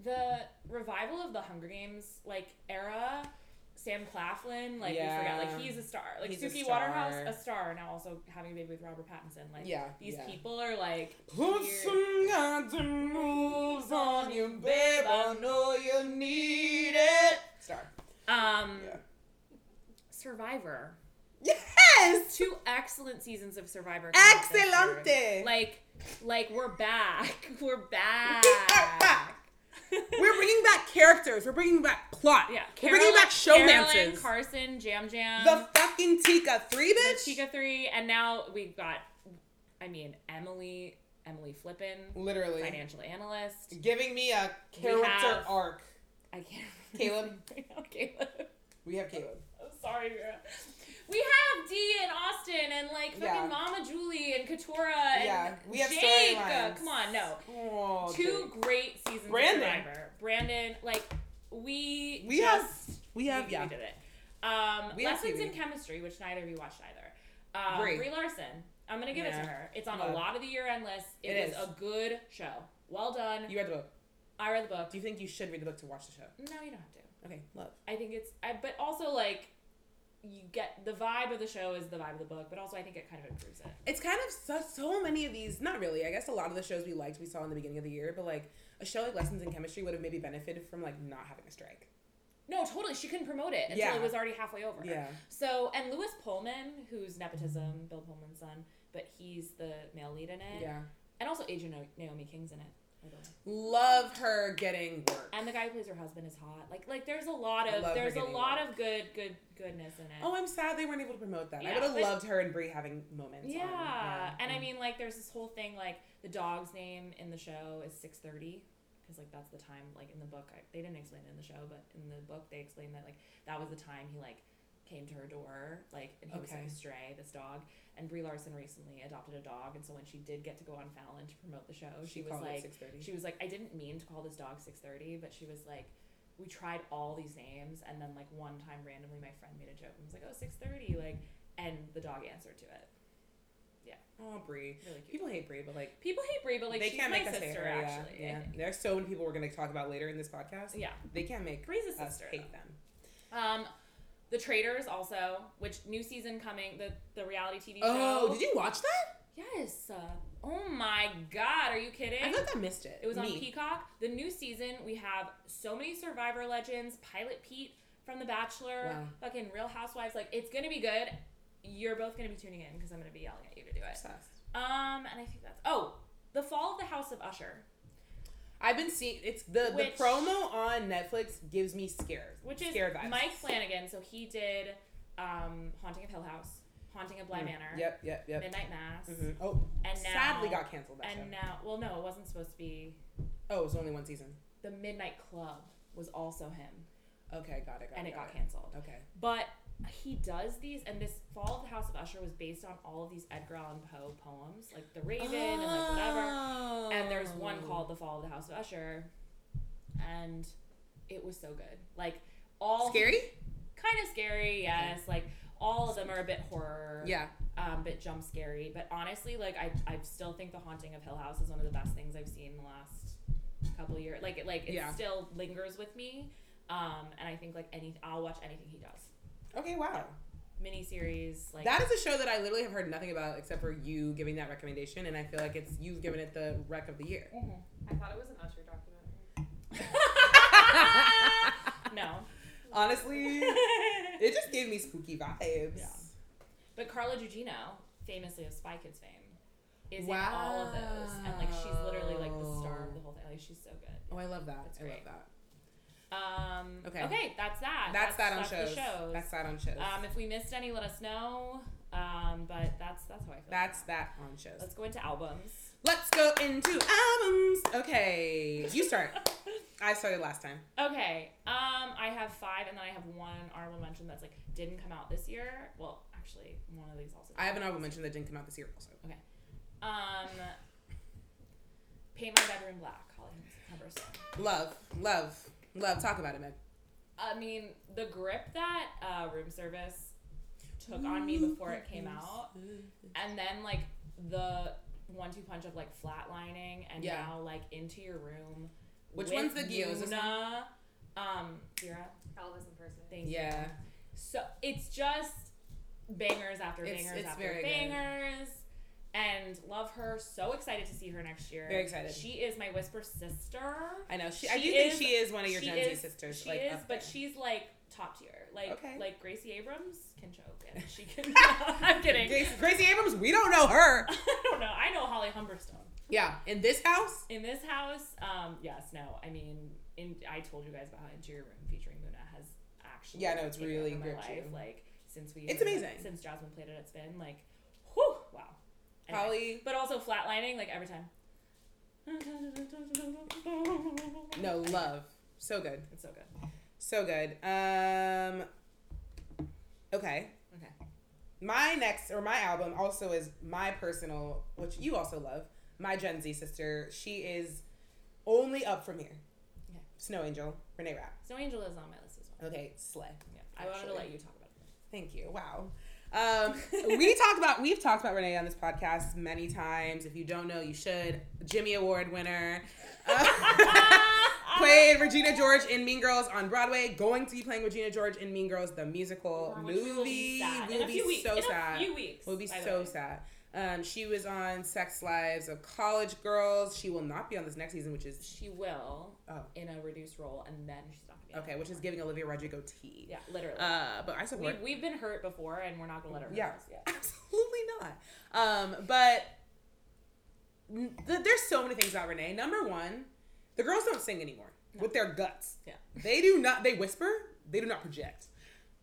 Speaker 2: the revival of the Hunger Games like era, Sam Claflin, like
Speaker 3: Yeah.
Speaker 2: we forgot, like he's a star. Like
Speaker 3: He's a
Speaker 2: Suki
Speaker 3: star.
Speaker 2: Waterhouse, a star, now also having a baby with Robert Pattinson. Like
Speaker 3: Yeah,
Speaker 2: these
Speaker 3: yeah.
Speaker 2: people are like
Speaker 3: Put
Speaker 2: here.
Speaker 3: some goddamn moves on you. you, babe. I know you need it. Star.
Speaker 2: Um,
Speaker 3: Yeah.
Speaker 2: Survivor.
Speaker 3: Yes.
Speaker 2: Two excellent seasons of Survivor. came out this year.
Speaker 3: Excelente.
Speaker 2: Like, like we're back. We're back.
Speaker 3: We're bringing back characters. We're bringing back plot.
Speaker 2: yeah.
Speaker 3: We're bringing back
Speaker 2: Carolyn
Speaker 3: showmances.
Speaker 2: Carson, Jam Jam,
Speaker 3: the fucking Tika three
Speaker 2: the
Speaker 3: bitch.
Speaker 2: Chica Three, and now we've got. I mean, Emily, Emily Flippin,
Speaker 3: Literally
Speaker 2: financial analyst.
Speaker 3: giving me a
Speaker 2: We have-
Speaker 3: arc.
Speaker 2: I can't.
Speaker 3: Caleb.
Speaker 2: Right now, Caleb.
Speaker 3: We have Caleb.
Speaker 2: I'm sorry, Vera. We have Dee and Austin and like fucking
Speaker 3: Yeah.
Speaker 2: Mama Julie and Katora and
Speaker 3: Yeah, we have
Speaker 2: Jake. Uh,
Speaker 3: storylines.
Speaker 2: Come on, no.
Speaker 3: Oh,
Speaker 2: Two great seasons
Speaker 3: Brandon.
Speaker 2: of Survivor. Brandon, like we
Speaker 3: We have-
Speaker 2: just,
Speaker 3: we have yeah.
Speaker 2: we did it. Um,
Speaker 3: We have
Speaker 2: lessons in
Speaker 3: TV.
Speaker 2: chemistry, which neither of you watched either. Um,
Speaker 3: Brie.
Speaker 2: Brie Larson. I'm gonna give it
Speaker 3: Yeah.
Speaker 2: to her. It's on
Speaker 3: Love.
Speaker 2: a lot of the year end list. It,
Speaker 3: It
Speaker 2: was
Speaker 3: is.
Speaker 2: a good show. Well done.
Speaker 3: You read the book.
Speaker 2: I read the book.
Speaker 3: Do you think you should read the book to watch the show?
Speaker 2: no, you don't have to.
Speaker 3: Okay, love.
Speaker 2: I think it's, I, but also like, you get the vibe of the show is the vibe of the book, but also I think it kind of improves it.
Speaker 3: It's kind of so, so many of these. Not really. I guess a lot of the shows we liked we saw in the beginning of the year, but like a show like Lessons in Chemistry would have maybe benefited from like not having a strike.
Speaker 2: No, totally. She couldn't promote it until
Speaker 3: Yeah.
Speaker 2: it was already halfway over.
Speaker 3: Yeah.
Speaker 2: So, and Lewis Pullman, who's nepotism, Bill Pullman's son, but he's the male lead in it,
Speaker 3: Yeah.
Speaker 2: and also Agent Na- Naomi King's in it. by the way.
Speaker 3: Love her getting work.
Speaker 2: And the guy who plays her husband is hot. Like, like there's a lot
Speaker 3: I
Speaker 2: of
Speaker 3: love her
Speaker 2: there's a
Speaker 3: getting
Speaker 2: lot of good, good, goodness in it.
Speaker 3: Oh, I'm sad they weren't able to promote that. I
Speaker 2: Yeah,
Speaker 3: would have
Speaker 2: but-
Speaker 3: loved her and Brie having moments. on-
Speaker 2: yeah. and I
Speaker 3: Mm.
Speaker 2: mean, like, there's this whole thing like the dog's name in the show is six thirty because like that's the time like in the book I, they didn't explain it in the show, but in the book they explained that like that was the time he like came to her door like and he was like
Speaker 3: Okay.
Speaker 2: a stray this dog and Brie Larson recently adopted a dog and so when she did get to go on Fallon to promote the show she, was
Speaker 3: Oh, called it
Speaker 2: like
Speaker 3: 6:30.
Speaker 2: she was like I didn't mean to call this dog six thirty but she was like we tried all these names and then like one time randomly my friend made a joke and was like oh 6.30 like and the dog answered to it
Speaker 3: oh, Brie.
Speaker 2: really cute
Speaker 3: People hate Brie, but like
Speaker 2: People hate Brie, but like
Speaker 3: they
Speaker 2: she's
Speaker 3: can't
Speaker 2: my
Speaker 3: make us
Speaker 2: sister
Speaker 3: hate her.
Speaker 2: actually.
Speaker 3: yeah,
Speaker 2: Yeah.
Speaker 3: yeah. There's so many people we're gonna talk about later in this podcast.
Speaker 2: yeah.
Speaker 3: They can't make
Speaker 2: Brie's a
Speaker 3: us
Speaker 2: sister.
Speaker 3: hate them.
Speaker 2: though. Um The Traitors also, which new season coming, the the reality TV show.
Speaker 3: Oh, did you watch that?
Speaker 2: Yes. Uh, oh my god, are you kidding?
Speaker 3: I feel like I missed it.
Speaker 2: it was on
Speaker 3: Me.
Speaker 2: Peacock. The new season, we have so many survivor legends, Pilot Pete from The Bachelor,
Speaker 3: Wow.
Speaker 2: fucking Real Housewives, like it's going to be good. You're both going to be tuning in because I'm going to be yelling at you to do it.
Speaker 3: Obsessed.
Speaker 2: Um, and I think that's Oh, The Fall of the House of Usher.
Speaker 3: I've been seeing it's the
Speaker 2: Which-
Speaker 3: the promo on Netflix gives me scares,
Speaker 2: which is
Speaker 3: scare vibes.
Speaker 2: Mike Flanagan. So he did um, Haunting of Hill House, Haunting of Bly Manor,
Speaker 3: Mm. Yep, yep, yep.
Speaker 2: Midnight Mass,
Speaker 3: Mhm. Oh,
Speaker 2: and now
Speaker 3: sadly got canceled. That
Speaker 2: and
Speaker 3: show.
Speaker 2: now well no, it wasn't supposed to be.
Speaker 3: Oh, it was only one season.
Speaker 2: The Midnight Club was also him,
Speaker 3: Okay, got it. Got
Speaker 2: and
Speaker 3: it,
Speaker 2: it got canceled.
Speaker 3: Okay.
Speaker 2: But he does these, and this Fall of the House of Usher was based on all of these Edgar Allan Poe poems, like The Raven and like whatever. And there's one
Speaker 3: Oh.
Speaker 2: called The Fall of the House of Usher, and it was so good. Like all
Speaker 3: Scary.
Speaker 2: kind of scary yes like all of them are a bit horror
Speaker 3: Yeah.
Speaker 2: um bit jump scary but honestly like i i still think the haunting of hill house is one of the best things i've seen in the last couple years like it like it
Speaker 3: Yeah.
Speaker 2: still lingers with me um and i think like any i'll watch anything he does
Speaker 3: Okay. Wow.
Speaker 2: mini series like
Speaker 3: That is a show that I literally have heard nothing about except for you giving that recommendation, and I feel like it's you've given it the wreck of the year.
Speaker 4: I thought it was an Usher documentary.
Speaker 2: no
Speaker 3: Honestly, Mm-hmm. it just gave me spooky vibes.
Speaker 2: Yeah. but carla gugino famously of spy kids fame is in all of those and like she's literally like the star of the whole thing like she's so good
Speaker 3: Oh, I love that.
Speaker 2: That's
Speaker 3: I love
Speaker 2: great.
Speaker 3: that.
Speaker 2: Um,
Speaker 3: Okay.
Speaker 2: okay. Okay, that's that.
Speaker 3: That's, that on
Speaker 2: that's
Speaker 3: shows.
Speaker 2: The shows.
Speaker 3: That's that on shows.
Speaker 2: Um, if we missed any, let us know. Um, but that's that's how I feel.
Speaker 3: That's
Speaker 2: about
Speaker 3: that on
Speaker 2: it.
Speaker 3: shows.
Speaker 2: Let's go into albums.
Speaker 3: Let's go into albums. Okay, you start. I started last time.
Speaker 2: Okay. Um, I have five, and then I have one honorable mention that's like didn't come out this year. Well, actually, one of these also.
Speaker 3: I have an honorable mention that didn't come out this year. Also,
Speaker 2: Um, paint my bedroom black. Holly Humberstone.
Speaker 3: love, love, love. Talk about it, Meg.
Speaker 2: I mean, the grip that uh, room service took on me before it came out, and then like the one-two punch of like flatlining, and
Speaker 3: Yeah.
Speaker 2: now like into your room.
Speaker 3: Which
Speaker 2: with
Speaker 3: one's the Gio? Is this
Speaker 2: Luna, um, Vera.
Speaker 4: Elvis impersonator.
Speaker 2: Thank you.
Speaker 3: Yeah,
Speaker 2: So it's just bangers after
Speaker 3: It's-
Speaker 2: bangers
Speaker 3: it's
Speaker 2: after
Speaker 3: very good.
Speaker 2: bangers. and love her. So excited to see her next year.
Speaker 3: Very excited.
Speaker 2: She is my whisper sister.
Speaker 3: I know. She, I do
Speaker 2: She
Speaker 3: think
Speaker 2: is-
Speaker 3: she is one of your
Speaker 2: She
Speaker 3: Gen
Speaker 2: is-
Speaker 3: Z sisters.
Speaker 2: She
Speaker 3: like,
Speaker 2: is,
Speaker 3: up
Speaker 2: but
Speaker 3: there.
Speaker 2: she's like top tier. Like
Speaker 3: Okay.
Speaker 2: like Gracie Abrams can choke and she can. I'm kidding.
Speaker 3: Grace- Gracie Abrams, we don't know her.
Speaker 2: I don't know. I know Holly Humberstone.
Speaker 3: Yeah, in this house.
Speaker 2: In this house, um, yes, no. I mean, in I told you guys about how Interior Room featuring Muna has actually
Speaker 3: Yeah, no, it's
Speaker 2: taken
Speaker 3: really
Speaker 2: over my
Speaker 3: gripped you.
Speaker 2: life. Like since we,
Speaker 3: It's
Speaker 2: heard it-
Speaker 3: amazing.
Speaker 2: Since Jasmine played it, it's been like, whew, wow. Anyway.
Speaker 3: Holly-
Speaker 2: but also flatlining like every time.
Speaker 3: No love. So good.
Speaker 2: it's so good.
Speaker 3: So good. Um. Okay.
Speaker 2: Okay.
Speaker 3: My next or my album also is my personal, which you also love. My Gen Z sister. She is only up from here.
Speaker 2: Okay.
Speaker 3: Snow Angel, Renee Rapp.
Speaker 2: Snow Angel is on my list as well.
Speaker 3: Okay, slay.
Speaker 2: Yeah, I wanted to
Speaker 3: Actually.
Speaker 2: let you talk about it.
Speaker 3: Thank you. Wow. Um, we talked about we've talked about Renee on this podcast many times. If you don't know, you should. Jimmy Award winner. Uh, played Regina George in Mean Girls on Broadway. Going to be playing Regina George in Mean Girls the musical
Speaker 2: Which
Speaker 3: movie.
Speaker 2: will be sad.
Speaker 3: Will
Speaker 2: in a
Speaker 3: be
Speaker 2: few weeks.
Speaker 3: so
Speaker 2: in
Speaker 3: sad.
Speaker 2: A few weeks.
Speaker 3: Will be
Speaker 2: by the
Speaker 3: so
Speaker 2: way.
Speaker 3: sad. Um, she was on Sex Lives of College Girls. She will not be on this next season, which is
Speaker 2: She will
Speaker 3: oh
Speaker 2: in a reduced role, and then she's not gonna be.
Speaker 3: okay, which is giving Olivia Rodrigo tea.
Speaker 2: Yeah, literally.
Speaker 3: Uh, but I
Speaker 2: we,
Speaker 3: support.
Speaker 2: we've been hurt before, and we're not gonna let her. hurt
Speaker 3: Yeah.
Speaker 2: us yet.
Speaker 3: Absolutely not. Um, but n- th- there's so many things about Renee. Number one, the girls don't sing anymore with their guts.
Speaker 2: Yeah.
Speaker 3: They do not. They whisper. They do not project,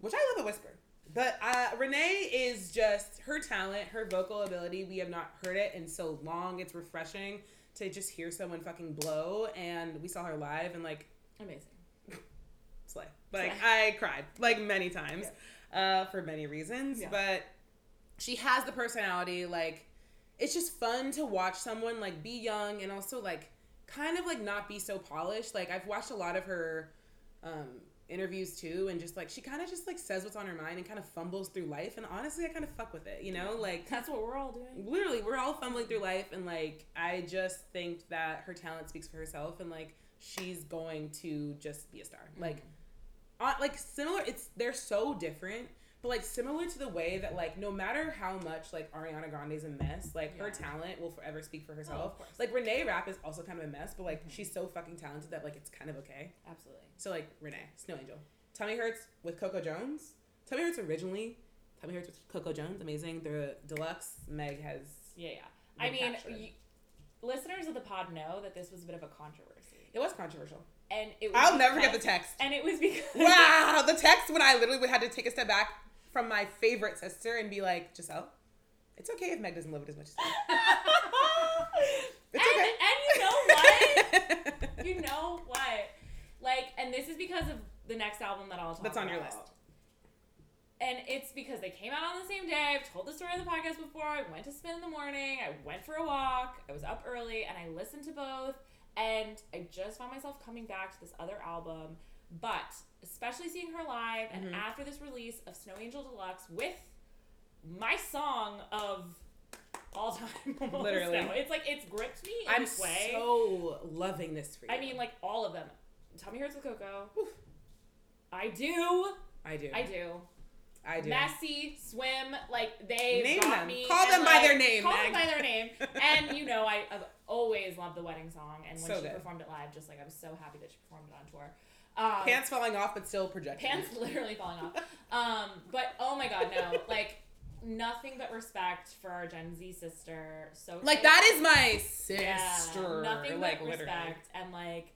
Speaker 3: which I love a whisper. But uh, Renee is just her talent, her vocal ability. We have not heard it in so long. It's refreshing to just hear someone fucking blow. And we saw her live, and like
Speaker 2: Amazing.
Speaker 3: slay. Like I cried like many times uh, for many reasons,
Speaker 2: Yeah.
Speaker 3: but she has the personality. Like it's just fun to watch someone like be young and also like kind of like not be so polished. Like I've watched a lot of her um, interviews too, and just like she kind of just like says what's on her mind and kind of fumbles through life. And honestly, I kind of fuck with it, you know, like.
Speaker 2: That's what we're all doing.
Speaker 3: Literally, we're all fumbling through life, and like, I just think that her talent speaks for herself, and like, she's going to just be a star.
Speaker 2: Mm-hmm.
Speaker 3: Like, on, like similar it's they're so different but like similar to the way that like no matter how much like ariana grande's a mess like her
Speaker 2: Yeah.
Speaker 3: talent will forever speak for
Speaker 2: Oh,
Speaker 3: herself
Speaker 2: of course. Mm-hmm.
Speaker 3: like renee rapp is also kind of a mess but like she's so fucking talented that like it's kind of okay
Speaker 2: Absolutely.
Speaker 3: so like renee snow angel tommy hurts with coco jones tommy hurts originally tommy hurts with coco jones amazing the deluxe meg has
Speaker 2: Yeah, yeah.
Speaker 3: Been
Speaker 2: I mean,
Speaker 3: captured.
Speaker 2: you, listeners of the pod know that this was a bit of a controversy,
Speaker 3: it was controversial
Speaker 2: and it. Was
Speaker 3: i'll never forget the
Speaker 2: because-
Speaker 3: text
Speaker 2: And it was because.
Speaker 3: wow, the text when I literally had to take a step back from my favorite sister and be like, Giselle, it's okay if Meg doesn't love it as much as me.
Speaker 2: and,
Speaker 3: It's okay.
Speaker 2: and you know what? you know what? Like, and this is because of the next album that I'll talk
Speaker 3: That's on your
Speaker 2: about.
Speaker 3: list.
Speaker 2: And it's because they came out on the same day. I've told the story on the podcast before. I went to spin in the morning. I went for a walk. I was up early and I listened to both. And I just found myself coming back to this other album. But especially seeing her live
Speaker 3: Mm-hmm.
Speaker 2: and after this release of Snow Angel Deluxe with my song of all time. almost
Speaker 3: Literally.
Speaker 2: now. It's like it's gripped me in
Speaker 3: I'm
Speaker 2: this way.
Speaker 3: so loving this for you.
Speaker 2: I mean, like all of them. Tommy Hurts with Coco.
Speaker 3: Oof.
Speaker 2: I do.
Speaker 3: I do.
Speaker 2: I do.
Speaker 3: I do.
Speaker 2: Messy, swim, like they
Speaker 3: Name
Speaker 2: got
Speaker 3: them.
Speaker 2: me.
Speaker 3: Call
Speaker 2: and,
Speaker 3: them by
Speaker 2: like,
Speaker 3: their name,
Speaker 2: Call
Speaker 3: Meg.
Speaker 2: them by their name. And you know, I, I've always loved the wedding song, and when
Speaker 3: So
Speaker 2: she
Speaker 3: good.
Speaker 2: performed it live, just like I was so happy that she performed it on tour. Um,
Speaker 3: Pants falling off, but still projecting.
Speaker 2: pants literally falling off. Um, but oh my god, no! Like nothing but respect for our Gen Z sister. So
Speaker 3: Like,
Speaker 2: excited.
Speaker 3: that is my
Speaker 2: Yeah,
Speaker 3: sister.
Speaker 2: nothing
Speaker 3: like,
Speaker 2: but
Speaker 3: literally.
Speaker 2: respect and like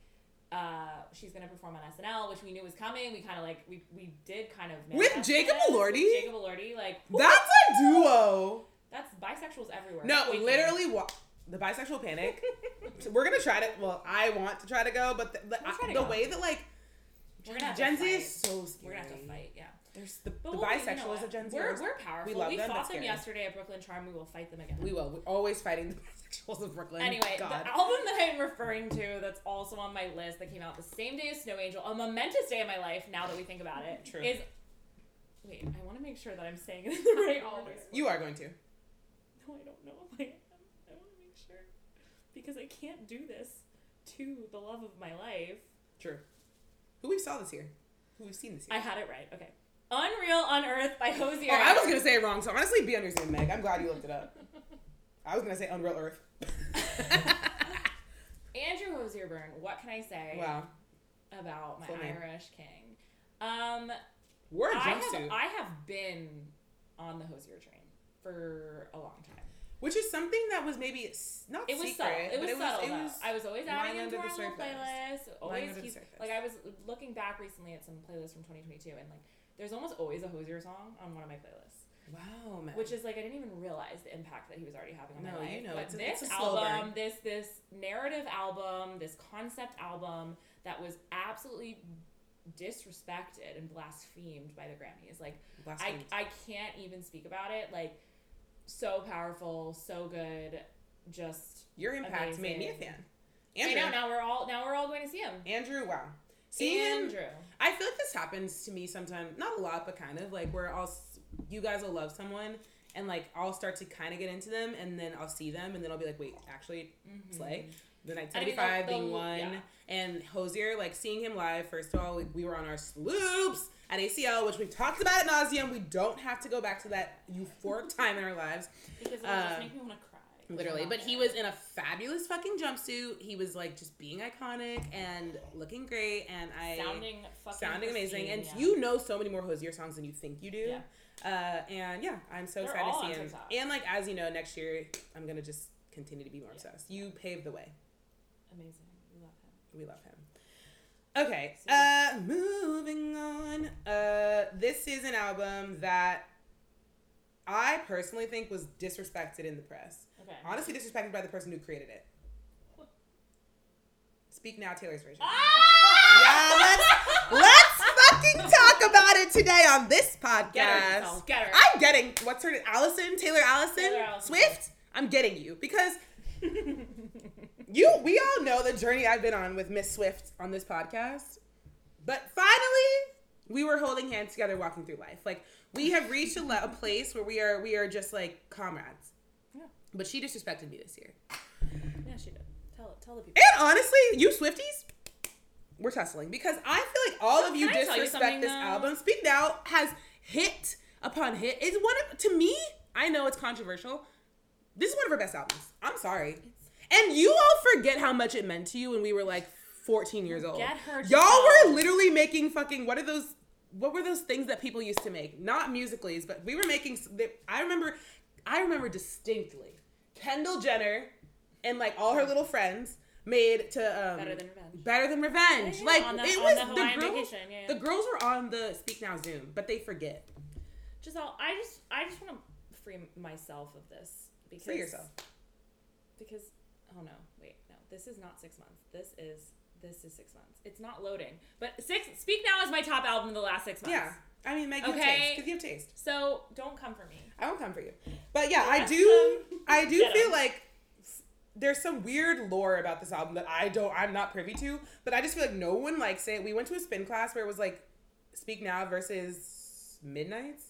Speaker 2: uh, she's gonna perform on SNL, which we knew was coming. We kind of like we we did kind of
Speaker 3: With
Speaker 2: manifest
Speaker 3: Jacob
Speaker 2: it.
Speaker 3: Elordi?
Speaker 2: With Jacob Elordi, like whew,
Speaker 3: That's a duo.
Speaker 2: that's bisexuals everywhere.
Speaker 3: No,
Speaker 2: Wait,
Speaker 3: literally, wa- the bisexual panic. So we're gonna try to. Well, I want to try to go, but the, the,
Speaker 2: We'll try to
Speaker 3: the
Speaker 2: go.
Speaker 3: way that like
Speaker 2: we're gonna have
Speaker 3: Gen
Speaker 2: to
Speaker 3: Z
Speaker 2: fight.
Speaker 3: is so
Speaker 2: We're
Speaker 3: scary.
Speaker 2: gonna have to fight. Yeah,
Speaker 3: There's the,
Speaker 2: But
Speaker 3: the
Speaker 2: we'll- you know
Speaker 3: bisexuals
Speaker 2: what?
Speaker 3: of Gen Z.
Speaker 2: We're
Speaker 3: are-
Speaker 2: we're powerful.
Speaker 3: love them,
Speaker 2: fought
Speaker 3: that's
Speaker 2: them
Speaker 3: scary.
Speaker 2: yesterday at Brooklyn Charm. We will fight them again.
Speaker 3: We will. We're always fighting the bisexuals of Brooklyn.
Speaker 2: Anyway,
Speaker 3: God.
Speaker 2: the album that I'm referring to that's also on my list that came out the same day as Snow Angel, a momentous day in my life now that we think about it, is
Speaker 3: True.
Speaker 2: wait, I want to make sure that I'm saying it in the right order.
Speaker 3: you are going to.
Speaker 2: No, I don't know if I am. I want to make sure. Because I can't do this to the love of my life.
Speaker 3: True. Who we saw this year? Who we've seen this
Speaker 2: I
Speaker 3: year?
Speaker 2: had it right. Okay. Unreal Unearthed by Hosier.
Speaker 3: oh, I was gonna say it wrong. So honestly, be on your Zoom, Meg. I'm glad you looked it up. I was gonna say Unreal Earth.
Speaker 2: Andrew Hosierburn, what can I say
Speaker 3: wow,
Speaker 2: about my
Speaker 3: Full name.
Speaker 2: Irish king? Um,
Speaker 3: we're a
Speaker 2: I have
Speaker 3: jumpsuit,
Speaker 2: I have been on the Hosier train for a long time.
Speaker 3: which is something that was maybe s- not
Speaker 2: It was
Speaker 3: secret.
Speaker 2: subtle. It
Speaker 3: but
Speaker 2: was subtle. though. I was always adding
Speaker 3: lying
Speaker 2: him to
Speaker 3: under
Speaker 2: our
Speaker 3: the
Speaker 2: little playlist.
Speaker 3: surface. Lying
Speaker 2: Always
Speaker 3: under the
Speaker 2: keep
Speaker 3: surface.
Speaker 2: like I was looking back recently at some playlists from 2022, and like there's almost always a Hosier song on one of my playlists,
Speaker 3: wow, man.
Speaker 2: which is like I didn't even realize the impact that he was already having on
Speaker 3: No,
Speaker 2: my
Speaker 3: you
Speaker 2: life.
Speaker 3: know,
Speaker 2: but
Speaker 3: it's a-
Speaker 2: this
Speaker 3: it's a slow burn.
Speaker 2: album, this this narrative album, this concept album that was absolutely disrespected and blasphemed by the Grammys, like.
Speaker 3: Last
Speaker 2: I,
Speaker 3: week.
Speaker 2: I can't even speak about it. Like, so powerful, so good. Just
Speaker 3: your impact made me a
Speaker 2: amazing.
Speaker 3: fan.
Speaker 2: I
Speaker 3: Andrew,
Speaker 2: know now we're all now we're all going to see him.
Speaker 3: Andrew, wow. See him
Speaker 2: Andrew.
Speaker 3: I feel like this happens to me sometimes, not a lot, but kind of like where I'll, s- you guys will love someone and like I'll start to kind of get into them and then I'll see them and then I'll be like, wait, actually,
Speaker 2: Mm-hmm.
Speaker 3: Slay. The night
Speaker 2: I mean,
Speaker 3: 75
Speaker 2: the-
Speaker 3: being
Speaker 2: the-
Speaker 3: one
Speaker 2: yeah.
Speaker 3: and Hosier, like seeing him live, first of all, like, we were on our loops at ACL, which we've talked about at nauseum. We don't have to go back to that euphoric time in our lives.
Speaker 2: Because it'll just
Speaker 3: Uh,
Speaker 2: make me want to cry.
Speaker 3: Literally,
Speaker 2: Not
Speaker 3: but he
Speaker 2: it.
Speaker 3: was in a fabulous fucking jumpsuit. He was like just being iconic and looking great. And I
Speaker 2: sounding fucking
Speaker 3: sounding amazing.
Speaker 2: pristine,
Speaker 3: And
Speaker 2: yeah.
Speaker 3: you know so many more Hosier songs than you think you do.
Speaker 2: Yeah.
Speaker 3: Uh, and yeah, I'm so
Speaker 2: They're
Speaker 3: excited
Speaker 2: all
Speaker 3: to see
Speaker 2: on
Speaker 3: him.
Speaker 2: TikTok.
Speaker 3: And like as you know, next year I'm gonna just continue to be more obsessed. You paved the way.
Speaker 2: amazing. We love him.
Speaker 3: We love him. Okay,
Speaker 2: So-
Speaker 3: uh, moving on. Uh, this is an album that I personally think was disrespected in the press.
Speaker 2: Okay.
Speaker 3: Honestly, disrespected by the person who created it. Speak now, Taylor's version.
Speaker 2: Ah!
Speaker 3: Yeah, let's, let's fucking talk about it today on this
Speaker 2: Get her,
Speaker 3: podcast.
Speaker 2: Nicole, Get her.
Speaker 3: I'm getting what's her name? Allison Taylor Allison
Speaker 2: Taylor Allison.
Speaker 3: Swift. I'm getting you because you. We all know the journey I've been on with Miss Swift on this podcast, but finally we were holding hands together, walking through life. Like we have reached a, le- a place where we are we are just like comrades.
Speaker 2: Yeah.
Speaker 3: But she disrespected me this year.
Speaker 2: yeah, she did. Tell tell the people.
Speaker 3: And honestly, you Swifties, we're tussling because I feel like all of you
Speaker 2: Can I tell you something,
Speaker 3: disrespect this
Speaker 2: though?
Speaker 3: album. Speak Now has hit upon hit. It's one of to me. I know it's controversial. This is one of her best albums. I'm sorry, and you all forget how much it meant to you when we were like 14 years old.
Speaker 2: Get her
Speaker 3: Y'all
Speaker 2: down.
Speaker 3: were literally making fucking what are those? What were those things that people used to make? Not musicallys, but we were making. s- they- I remember, I remember distinctly. Kendall Jenner and like all her little friends made to um,
Speaker 2: Better Than Revenge.
Speaker 3: Better than revenge.
Speaker 2: Yeah, yeah,
Speaker 3: Like
Speaker 2: on the-
Speaker 3: it
Speaker 2: on
Speaker 3: was
Speaker 2: the
Speaker 3: the,
Speaker 2: Hawaiian
Speaker 3: girls.
Speaker 2: vacation, yeah, yeah.
Speaker 3: The girls were on the Speak Now Zoom, but they forget.
Speaker 2: Giselle, I just I just want to free myself of this because
Speaker 3: Free yourself.
Speaker 2: because oh no wait no this is not six months this is this is six months it's not loading but six speak now is my top album of the last six months
Speaker 3: Yeah, I mean, Meg, you have
Speaker 2: Okay.
Speaker 3: taste because you have taste.
Speaker 2: so don't come for me
Speaker 3: I won't come for you. But yeah, I
Speaker 2: Yeah.
Speaker 3: do. I do
Speaker 2: Get 'em.
Speaker 3: feel like there's some weird lore about this album that I don't. I'm not privy to. But I just feel like no one likes it. We went to a spin class where it was like Speak Now versus Midnight's.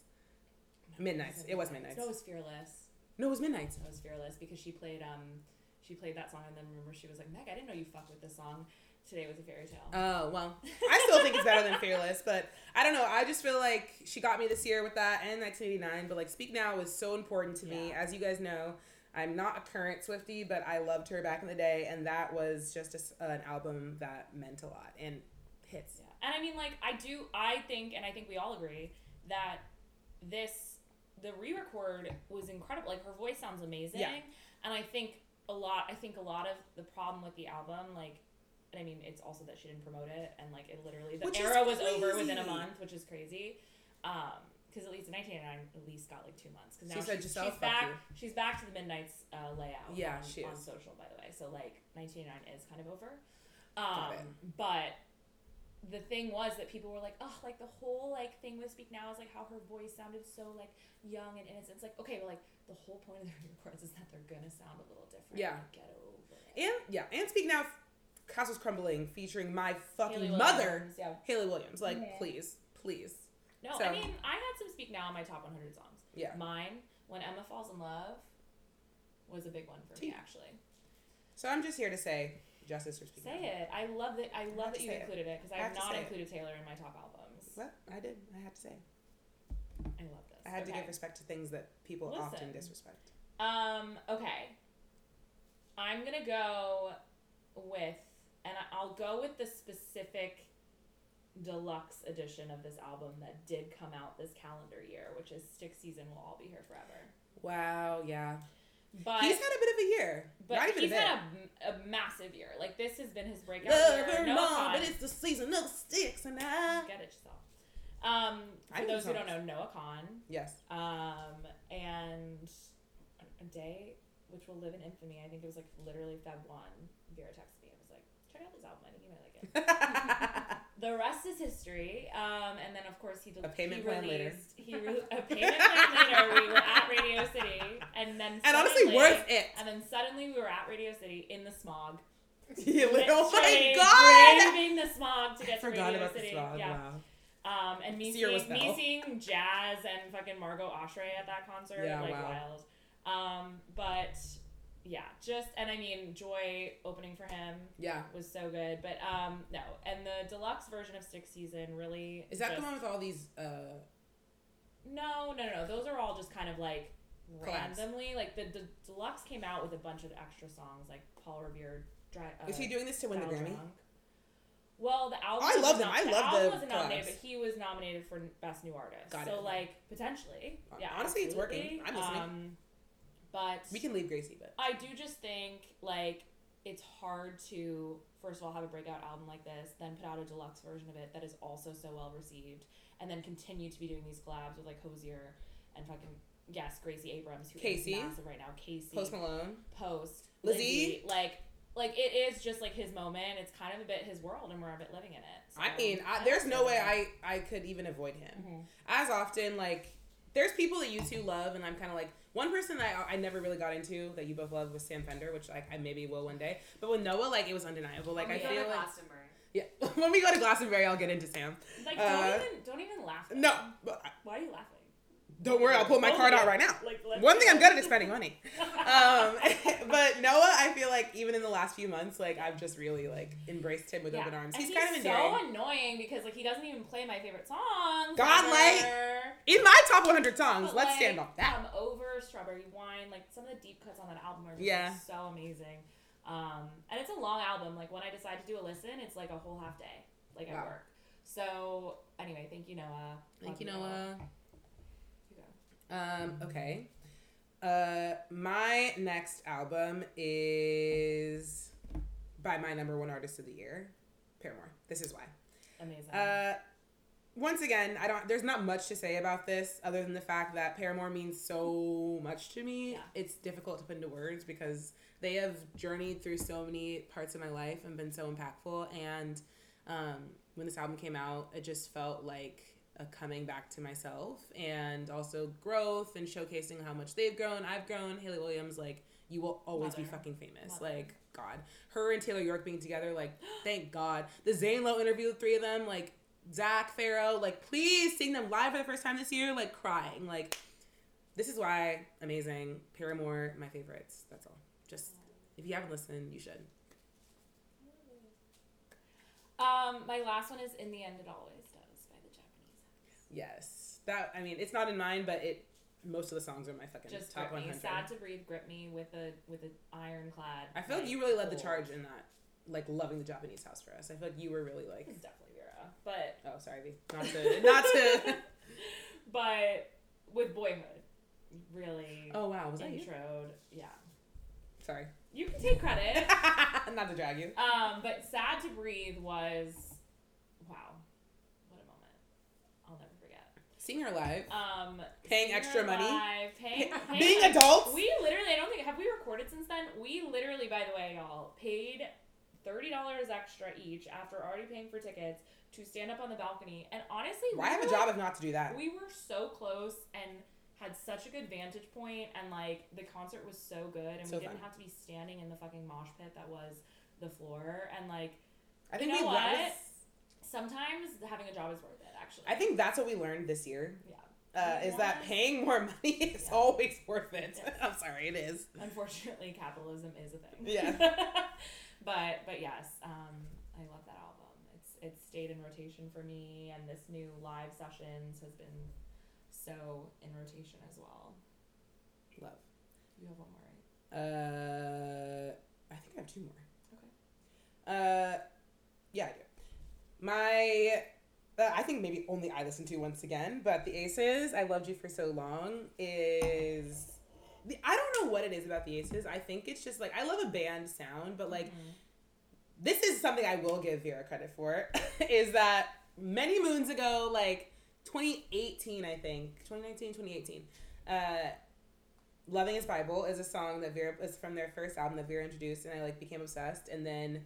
Speaker 3: Midnight's. It was Midnight's.
Speaker 2: no it was fearless
Speaker 3: No, it was Midnight's.
Speaker 2: it was fearless because she played um she played that song and then remember she was like meg i didn't know you fucked with this song today was a fairy tale
Speaker 3: Oh well, I still think it's better than Fearless, but I don't know. I just feel like she got me this year with that and 1989. But like Speak Now is so important to me,
Speaker 2: Yeah.
Speaker 3: as you guys know. I'm not a current Swiftie, but I loved her back in the day, and that was just a s an album that meant a lot and hits.
Speaker 2: Yeah. And I mean, like, I do, I think, and I think we all agree that this, the re record was incredible. Like, her voice sounds amazing.
Speaker 3: Yeah.
Speaker 2: And I think a lot, I think a lot of the problem with the album, like, and I mean, it's also that she didn't promote it, and like, it literally, the
Speaker 3: Which is
Speaker 2: era was over within a
Speaker 3: crazy.
Speaker 2: month, which is crazy. Um, because at least in 1989, at least got like two months. Because now
Speaker 3: She said,
Speaker 2: she's,
Speaker 3: "Giselle, fuck
Speaker 2: she's back.
Speaker 3: you."
Speaker 2: She's back to the Midnight's uh, layout.
Speaker 3: Yeah,
Speaker 2: on,
Speaker 3: she is.
Speaker 2: on social, by the way. So like 1989 is kind of over.
Speaker 3: it.
Speaker 2: Um, but the thing was that people were like, oh, like the whole like thing with Speak Now is like how her voice sounded so like young and innocent. It's like okay, but like the whole point of the records is that they're gonna sound a little different.
Speaker 3: Yeah.
Speaker 2: Like, get over it.
Speaker 3: And yeah, and Speak Now, Castles Crumbling, featuring my fucking
Speaker 2: Hayley
Speaker 3: mother,
Speaker 2: Williams, Yeah.
Speaker 3: Haley Williams. Like,
Speaker 4: Mhm.
Speaker 3: please, please.
Speaker 2: No,
Speaker 3: So-
Speaker 2: I mean I had some Speak Now in my top 100 songs.
Speaker 3: Yeah.
Speaker 2: Mine, when Emma falls in love, was a big one for me
Speaker 3: Tea.
Speaker 2: actually.
Speaker 3: So I'm just here to say justice for Speak Now.
Speaker 2: Say it. I love that. I
Speaker 3: have
Speaker 2: love
Speaker 3: to
Speaker 2: that you
Speaker 3: say it.
Speaker 2: included it because
Speaker 3: I
Speaker 2: I have
Speaker 3: have to
Speaker 2: not
Speaker 3: say it.
Speaker 2: included Taylor in my top albums.
Speaker 3: Well, I did. I had to say. it.
Speaker 2: I love this.
Speaker 3: I had to
Speaker 2: Okay.
Speaker 3: give respect to things that people
Speaker 2: Listen.
Speaker 3: often disrespect.
Speaker 2: Um, okay. I'm going to go with, and I- I'll go with the specific deluxe edition of this album that did come out this calendar year, which is Stick Season Will All Be Here Forever.
Speaker 3: Wow, yeah.
Speaker 2: But
Speaker 3: he's had a bit of a year.
Speaker 2: but
Speaker 3: Not even
Speaker 2: he's
Speaker 3: a bit.
Speaker 2: had a, a massive year. Like, this has been his breakout
Speaker 3: Love
Speaker 2: year.
Speaker 3: her
Speaker 2: No
Speaker 3: mom,
Speaker 2: Khan.
Speaker 3: but it's the season of sticks and I.
Speaker 2: Get it, Giselle. Um,
Speaker 3: I
Speaker 2: for
Speaker 3: know
Speaker 2: those who don't
Speaker 3: songs.
Speaker 2: know, Noah Khan.
Speaker 3: Yes.
Speaker 2: Um, and a day which will live in infamy. I think it was like literally Feb one. Vera texted me and was like, "Check out this album. I think you might like it." the rest is history. Um, and then of course he del-
Speaker 3: A payment
Speaker 2: he
Speaker 3: plan later.
Speaker 2: released, He re- a payment plan later. We were at Radio City, and then
Speaker 3: and honestly,
Speaker 2: suddenly-
Speaker 3: worth it.
Speaker 2: And then suddenly we were at Radio City in the smog.
Speaker 3: You little- oh my
Speaker 2: Literally
Speaker 3: god!
Speaker 2: Braving the smog to get to
Speaker 3: Forgot
Speaker 2: Radio
Speaker 3: about
Speaker 2: City.
Speaker 3: the song.
Speaker 2: Yeah.
Speaker 3: Wow.
Speaker 2: Um, and me
Speaker 3: Sierra
Speaker 2: seeing, me
Speaker 3: Bell.
Speaker 2: seeing Jazz and fucking Margot Ashray at that concert,
Speaker 3: Yeah,
Speaker 2: like
Speaker 3: wow.
Speaker 2: wild. Um, but yeah, just and I mean, Joy opening for him
Speaker 3: Yeah.
Speaker 2: was so good. But um, no, and the deluxe version of Six Season really
Speaker 3: Is that
Speaker 2: just-
Speaker 3: the one with all these? Uh,
Speaker 2: No, no, no. Those are all just kind of like
Speaker 3: Collabs.
Speaker 2: randomly. Like the, the deluxe came out with a bunch of extra songs, like Paul Revere. Dri- uh,
Speaker 3: is he doing this to win the
Speaker 2: Foul
Speaker 3: Grammy?
Speaker 2: Drunk. Well, the album.
Speaker 3: I
Speaker 2: was
Speaker 3: love them.
Speaker 2: nom-
Speaker 3: I
Speaker 2: the
Speaker 3: love
Speaker 2: album
Speaker 3: the
Speaker 2: wasn't nominated,
Speaker 3: collabs.
Speaker 2: but he was nominated for best new artist.
Speaker 3: Got
Speaker 2: so
Speaker 3: it.
Speaker 2: like potentially,
Speaker 3: Hon-
Speaker 2: yeah.
Speaker 3: honestly, it's working.
Speaker 2: absolutely.
Speaker 3: I'm listening.
Speaker 2: Um, but
Speaker 3: We can leave Gracie, but
Speaker 2: I do just think like it's hard to first of all have a breakout album like this, then put out a deluxe version of it that is also so well received, and then continue to be doing these collabs with like Hosier and fucking yes, Gracie Abrams who is
Speaker 3: Casey.
Speaker 2: massive right now, Casey
Speaker 3: Post Malone.
Speaker 2: post
Speaker 3: Lizzie?
Speaker 2: like like it is just like his moment it's kind of a bit his world and we're a bit living in it so-
Speaker 3: I mean, I,
Speaker 2: don't
Speaker 3: there's
Speaker 2: know.
Speaker 3: no way I I could even avoid him.
Speaker 2: Mhm.
Speaker 3: As often, like there's people that you two love, and I'm kind of like one person that I, I never really got into that you both love was Sam Fender, which like I maybe will one day. But with Noah, like it was undeniable. Like I
Speaker 4: When we go to
Speaker 3: feel like
Speaker 4: Glastonbury.
Speaker 3: yeah. when we go to Glastonbury, I'll get into Sam.
Speaker 2: like
Speaker 3: uh,
Speaker 2: don't even don't even laugh at
Speaker 3: No,
Speaker 2: him.
Speaker 3: but I-
Speaker 2: why are you laughing
Speaker 3: don't worry, I'll pull my
Speaker 2: Both of
Speaker 3: card out
Speaker 2: you.
Speaker 3: right now.
Speaker 2: like let's-
Speaker 3: One thing I'm good at is spending money. um, but Noah, I feel like even in the last few months, like I've just really like embraced him with
Speaker 2: Yeah.
Speaker 3: open arms.
Speaker 2: And
Speaker 3: He's, kind of endearing.
Speaker 2: so annoying because like he doesn't even play my favorite songs
Speaker 3: God, like,
Speaker 2: ever.
Speaker 3: in my top 100 songs,
Speaker 2: But,
Speaker 3: let's
Speaker 2: like,
Speaker 3: stand off that.
Speaker 2: Come over, strawberry wine. Like some of the deep cuts on that album are just, like,
Speaker 3: Yeah.
Speaker 2: so amazing. Um, and it's a long album. Like when I decide to do a listen, it's like a whole half day, like
Speaker 3: Wow.
Speaker 2: at work. So anyway, thank you, Noah. Love You go.
Speaker 3: Um, okay. Uh, my next album is by my number one artist of the year, Paramore. This is why.
Speaker 2: Amazing.
Speaker 3: Uh, once again, I don't. There's not much to say about this other than the fact that Paramore means so much to me.
Speaker 2: Yeah.
Speaker 3: It's difficult to put into words because they have journeyed through so many parts of my life and been so impactful. And um, when this album came out, it just felt like a coming back to myself and also growth and showcasing how much they've grown. I've grown. Haley Williams, like you will always be
Speaker 2: Mother.
Speaker 3: fucking famous.
Speaker 2: Mother.
Speaker 3: Like God, her and Taylor York being together, like thank God. The Zayn Lowe interview, the three of them, like Zach Farrow, like please seeing them live for the first time this year, like crying, like this is why amazing Paramore, my favorites. That's all. Just if you haven't listened, you should.
Speaker 2: um, my last one is "In the End It Always Does" by the Japanese.
Speaker 3: Yes, that I mean it's not in mine, but it most of the songs are my fucking
Speaker 2: Just
Speaker 3: top
Speaker 2: grip
Speaker 3: one
Speaker 2: me,
Speaker 3: hundred.
Speaker 2: sad to breathe. Grip me with a with an ironclad.
Speaker 3: I feel like
Speaker 2: like,
Speaker 3: you really led the
Speaker 2: pull.
Speaker 3: charge in that, like loving the Japanese house for us. I feel like you were really like,
Speaker 2: This is definitely Vera, but
Speaker 3: oh sorry, V. not to not to.
Speaker 2: but with Boyhood, really.
Speaker 3: Oh wow, was that you?
Speaker 2: introed. Yeah.
Speaker 3: Sorry,
Speaker 2: You can take credit.
Speaker 3: not to drag you.
Speaker 2: um, but Sad to Breathe was wow. What a moment. I'll never forget.
Speaker 3: Seeing her live,
Speaker 2: Um
Speaker 3: paying
Speaker 2: Singer
Speaker 3: extra money.
Speaker 2: Live, paying, paying
Speaker 3: being adults.
Speaker 2: We literally I don't think have we recorded since then? We literally, by the way, y'all, paid thirty dollars extra each after already paying for tickets to stand up on the balcony. And honestly,
Speaker 3: Why have a
Speaker 2: we
Speaker 3: job if not to do that?
Speaker 2: we were so close and had such a good vantage point and like the concert was so good and
Speaker 3: So
Speaker 2: we didn't
Speaker 3: fun.
Speaker 2: have to be standing in the fucking mosh pit that was the floor and like
Speaker 3: I think
Speaker 2: you know
Speaker 3: we
Speaker 2: what?
Speaker 3: learned-
Speaker 2: sometimes having a job is worth it actually
Speaker 3: I think that's what we learned this year.
Speaker 2: Yeah.
Speaker 3: Uh, is that
Speaker 2: Yeah.
Speaker 3: paying more money is
Speaker 2: Yeah.
Speaker 3: always worth it?
Speaker 2: Yes.
Speaker 3: I'm sorry, it is.
Speaker 2: unfortunately capitalism is a thing
Speaker 3: Yeah.
Speaker 2: but but yes um i love that album it's it's stayed in rotation for me and this new live sessions has been so in rotation as well
Speaker 3: Love.
Speaker 2: You have one more, right?
Speaker 3: Uh, I think I have two more.
Speaker 2: Okay.
Speaker 3: Uh, yeah, I do. My, uh, I think maybe only I listen to once again, but the Aces, I loved you for so long is. the- I don't know what it is about the Aces. I think it's just like I love a band sound, but
Speaker 2: Mm-hmm.
Speaker 3: like this is something I will give Vera credit for is that many moons ago, like 2018, I think, 2019, 2018, uh, Loving is Bible is a song that Vera is from their first album that Vera introduced, and I like became obsessed. And then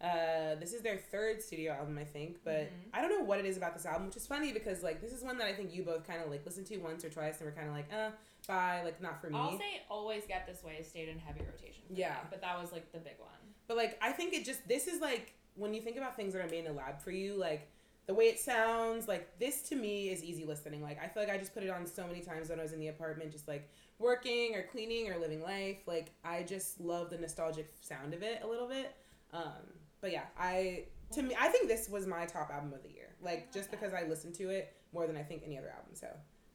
Speaker 3: uh, this is their third studio album, I think. But
Speaker 2: Mhm.
Speaker 3: I don't know what it is about this album, which is funny because like this is one that I think you both kind of like listened to once or twice and were kind of like, uh, bye, like not for me.
Speaker 2: I'll say always get this way stayed in heavy rotation. for
Speaker 3: Yeah.
Speaker 2: me, but that was like the big one.
Speaker 3: But like I think it just this is like when you think about things that are made in a lab for you, like the way it sounds, like this to me is easy listening. Like I feel like I just put it on so many times when I was in the apartment, just like working or cleaning or living life. Like I just love the nostalgic sound of it a little bit. Um, but yeah, I to me I think this was my top album of the year. Like just because I listened to it more than I think any other album. So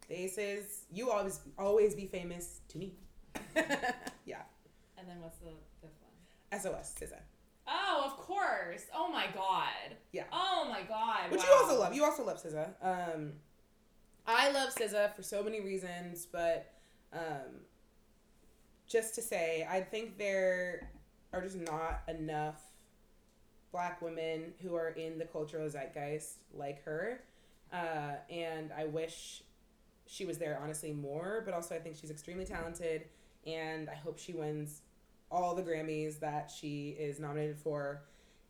Speaker 3: the Aces, you always always be famous to me. yeah,
Speaker 2: And then what's the fifth one?
Speaker 3: SOS SZA.
Speaker 2: Oh, of course. Oh my god.
Speaker 3: Yeah.
Speaker 2: Oh my god.
Speaker 3: Which
Speaker 2: wow.
Speaker 3: you also love. You also love SZA. Um, I love SZA for so many reasons, but um, just to say, I think there are just not enough black women who are in the cultural zeitgeist like her, uh, and I wish she was there honestly more. But also, I think she's extremely talented, and I hope she wins all the Grammys that she is nominated for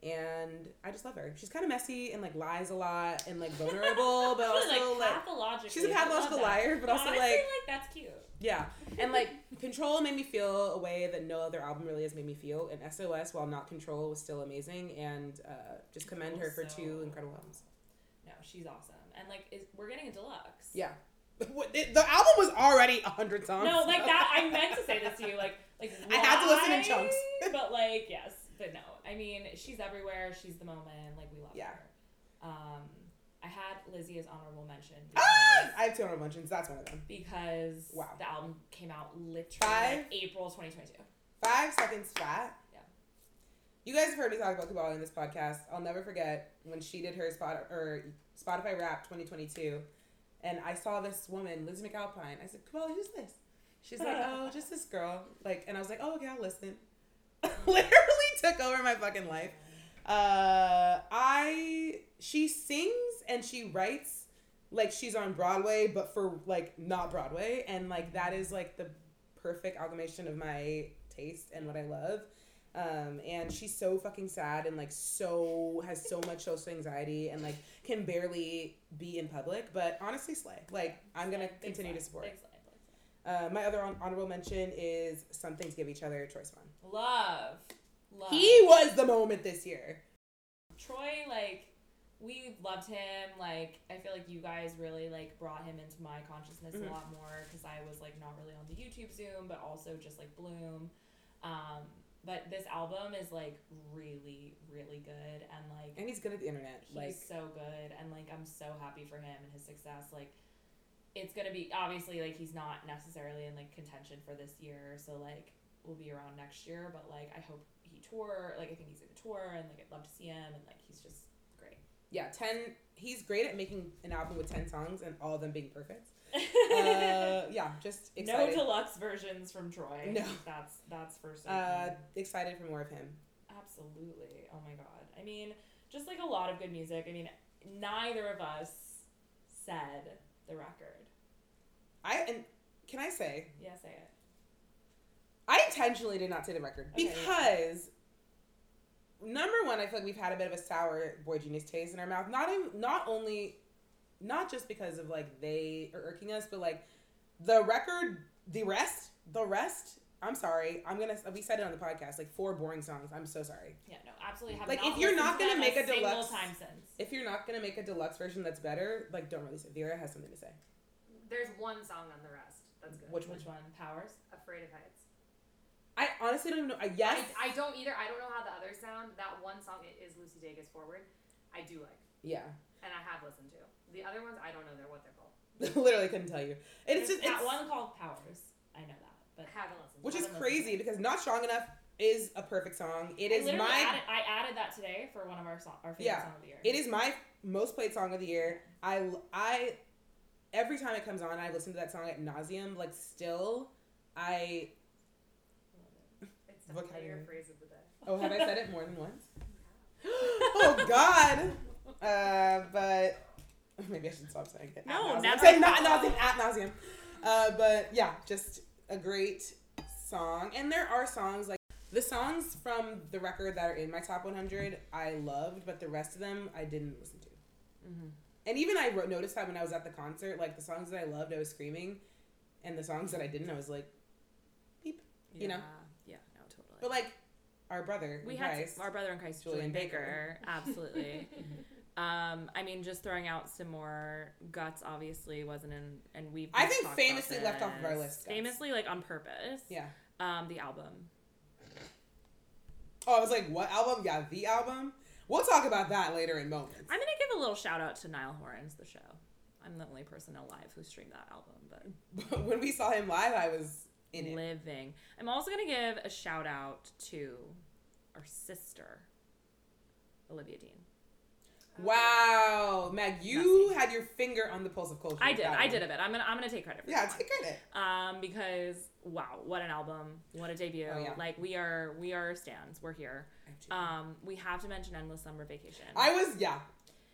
Speaker 3: and I just love her. She's kind of messy and like lies a lot and like vulnerable, but
Speaker 2: She's,
Speaker 3: also like,
Speaker 2: pathologically.
Speaker 3: she's a
Speaker 2: I love
Speaker 3: pathological
Speaker 2: that.
Speaker 3: liar, but also
Speaker 2: Honestly,
Speaker 3: like
Speaker 2: that's cute.
Speaker 3: yeah. And like Control made me feel a way that no other album really has made me feel, and SOS while not Control was still amazing, and uh, just commend her for
Speaker 2: Also-
Speaker 3: two incredible albums.
Speaker 2: No, she's awesome. And like, is, we're getting a deluxe.
Speaker 3: Yeah. What- The the album was already a hundred songs.
Speaker 2: No, like that. I meant to say this to you. Like, like
Speaker 3: I had to listen in
Speaker 2: why?
Speaker 3: chunks.
Speaker 2: but like, yes, but no. I mean, she's everywhere. She's the moment. Like, we love
Speaker 3: Yeah.
Speaker 2: her. Um, I had Lizzie as honorable mention
Speaker 3: Ah! I have two honorable mentions. That's one of them.
Speaker 2: because
Speaker 3: Wow.
Speaker 2: the album came out literally
Speaker 3: Five?
Speaker 2: like April 2022.
Speaker 3: Five seconds flat.
Speaker 2: Yeah.
Speaker 3: You guys have heard me talk about Kabbalah in this podcast. I'll never forget when she did her spot or Spotify Rap 2022, and I saw this woman, Liz McAlpine. I said, Kabbalah, who's this? She's like, oh, just this girl. Like, and I was like, oh, okay, I'll listen. Literally took over my fucking life. Uh, I she sings and she writes like she's on Broadway, but for like not Broadway, and like that is like the perfect amalgamation of my taste and what I love. Um, and she's so fucking sad and like so has so much social anxiety and like can barely be in public. But honestly, slay. Like I'm gonna
Speaker 2: Big
Speaker 3: continue to
Speaker 2: slay,
Speaker 3: support.
Speaker 2: big slay, big slay.
Speaker 3: Uh, my other hon- honorable mention is something to give each other. Troy Swan.
Speaker 2: Love. Love.
Speaker 3: He was the moment this year.
Speaker 2: Troy, like, we loved him. Like, I feel like you guys really like brought him into my consciousness
Speaker 3: Mhm.
Speaker 2: a lot more because I was like not really on the YouTube Zoom, but also just like Bloom. Um, but this album is like really, really good, and like
Speaker 3: And he's good at the internet.
Speaker 2: he's
Speaker 3: Like
Speaker 2: so good and like i'm so happy for him and his success like it's gonna be obviously like he's not necessarily in like contention for this year so like we'll be around next year but like i hope he tour like i think he's gonna tour and like i'd love to see him and like he's just great
Speaker 3: yeah, ten. He's great at making an album with ten songs and all of them being perfect. Uh, yeah, just
Speaker 2: no
Speaker 3: excited.
Speaker 2: deluxe versions from troy
Speaker 3: No.
Speaker 2: that's that's for certain
Speaker 3: uh, excited for more of him.
Speaker 2: Absolutely. Oh my god. I mean, just like a lot of good music. I mean, neither of us said the record.
Speaker 3: I and can I say
Speaker 2: Yeah, say it.
Speaker 3: I intentionally did not say the record
Speaker 2: Okay, yeah.
Speaker 3: because number one, I feel like we've had a bit of a sour boy genius taste in our mouth. Not even- not only not just because of like they are irking us, but like the record, the rest, the rest. I'm sorry. I'm gonna. We said it on the podcast. Like four boring songs. I'm so sorry.
Speaker 2: Yeah, no, absolutely. Have
Speaker 3: Like,
Speaker 2: not
Speaker 3: if you're
Speaker 2: listened
Speaker 3: not
Speaker 2: to
Speaker 3: gonna
Speaker 2: them
Speaker 3: make a
Speaker 2: single
Speaker 3: deluxe-
Speaker 2: time since.
Speaker 3: If you're not gonna make a deluxe version that's better, like don't release it. Vera has something to say.
Speaker 4: There's one song on the rest. That's good.
Speaker 3: Which
Speaker 2: Which one? Powers.
Speaker 4: Afraid of heights.
Speaker 3: I honestly don't know. uh, Yes.
Speaker 4: I, I don't either. I don't know how the others sound. That one song it is Lucy Day Goes Forward. I do like,
Speaker 3: yeah.
Speaker 4: and I have listened to. The other ones, I don't know they're what they're called.
Speaker 3: Literally couldn't tell you. It's
Speaker 2: There's
Speaker 3: just
Speaker 2: that
Speaker 3: it's-
Speaker 2: one called Powers. I know that, but
Speaker 4: Haven't listened.
Speaker 3: Which
Speaker 4: to
Speaker 3: is
Speaker 4: it.
Speaker 3: crazy because Not Strong Enough is a perfect song. It
Speaker 2: I
Speaker 3: is
Speaker 2: literally
Speaker 3: my
Speaker 2: added, I added that today for one of our song, our favorite
Speaker 3: Yeah.
Speaker 2: song of the year.
Speaker 3: It is my most played song of the year. I I every time it comes on, I listen to that song at nauseum. Like still, I
Speaker 4: It's
Speaker 3: Look
Speaker 4: definitely
Speaker 3: how
Speaker 4: your
Speaker 3: you-
Speaker 4: phrase of the day.
Speaker 3: oh have I said it more than once? oh God. Uh, but maybe I should stop saying it.
Speaker 2: No,
Speaker 3: at nauseam.
Speaker 2: never.
Speaker 3: I'm saying not nauseum at nauseum. Uh, but yeah, just a great song. And there are songs like the songs from the record that are in my top 100 I loved, but the rest of them I didn't listen to.
Speaker 2: Mm-hmm.
Speaker 3: And even I wrote, noticed that when I was at the concert, like the songs that I loved, I was screaming, and the songs that I didn't, I was like, beep, you know.
Speaker 2: Yeah, no, totally.
Speaker 3: But like, our brother,
Speaker 2: we
Speaker 3: in
Speaker 2: had
Speaker 3: Christ,
Speaker 2: to, our brother in Christ,
Speaker 3: Julian
Speaker 2: Julian, Baker, absolutely. um, I mean, just throwing out some more guts. Obviously, wasn't in, and we've.
Speaker 3: I think
Speaker 2: talked about
Speaker 3: famously left off of our
Speaker 2: this.
Speaker 3: list, Guts.
Speaker 2: Famously, like on purpose.
Speaker 3: yeah.
Speaker 2: Um, the album.
Speaker 3: Oh, I was like, what album? Yeah, the album. We'll talk about that later in moments.
Speaker 2: I'm gonna give a little shout out to Niall Horan's the show. I'm the only person alive who streamed that album, but
Speaker 3: But when we saw him live, I was in it.
Speaker 2: living. I'm also gonna give a shout out to our sister, Olivia Dean.
Speaker 3: Wow, Meg, you had your finger on the pulse of culture.
Speaker 2: I
Speaker 3: with
Speaker 2: did.
Speaker 3: that
Speaker 2: I
Speaker 3: one.
Speaker 2: did a bit. I'm gonna. I'm gonna take credit for
Speaker 3: Oh, Yeah,
Speaker 2: that.
Speaker 3: take credit.
Speaker 2: um, because wow, what an album, what a debut!
Speaker 3: Oh, yeah.
Speaker 2: Like we are, we are stands. We're here. Um, we have to mention "Endless Summer Vacation."
Speaker 3: I was, yeah.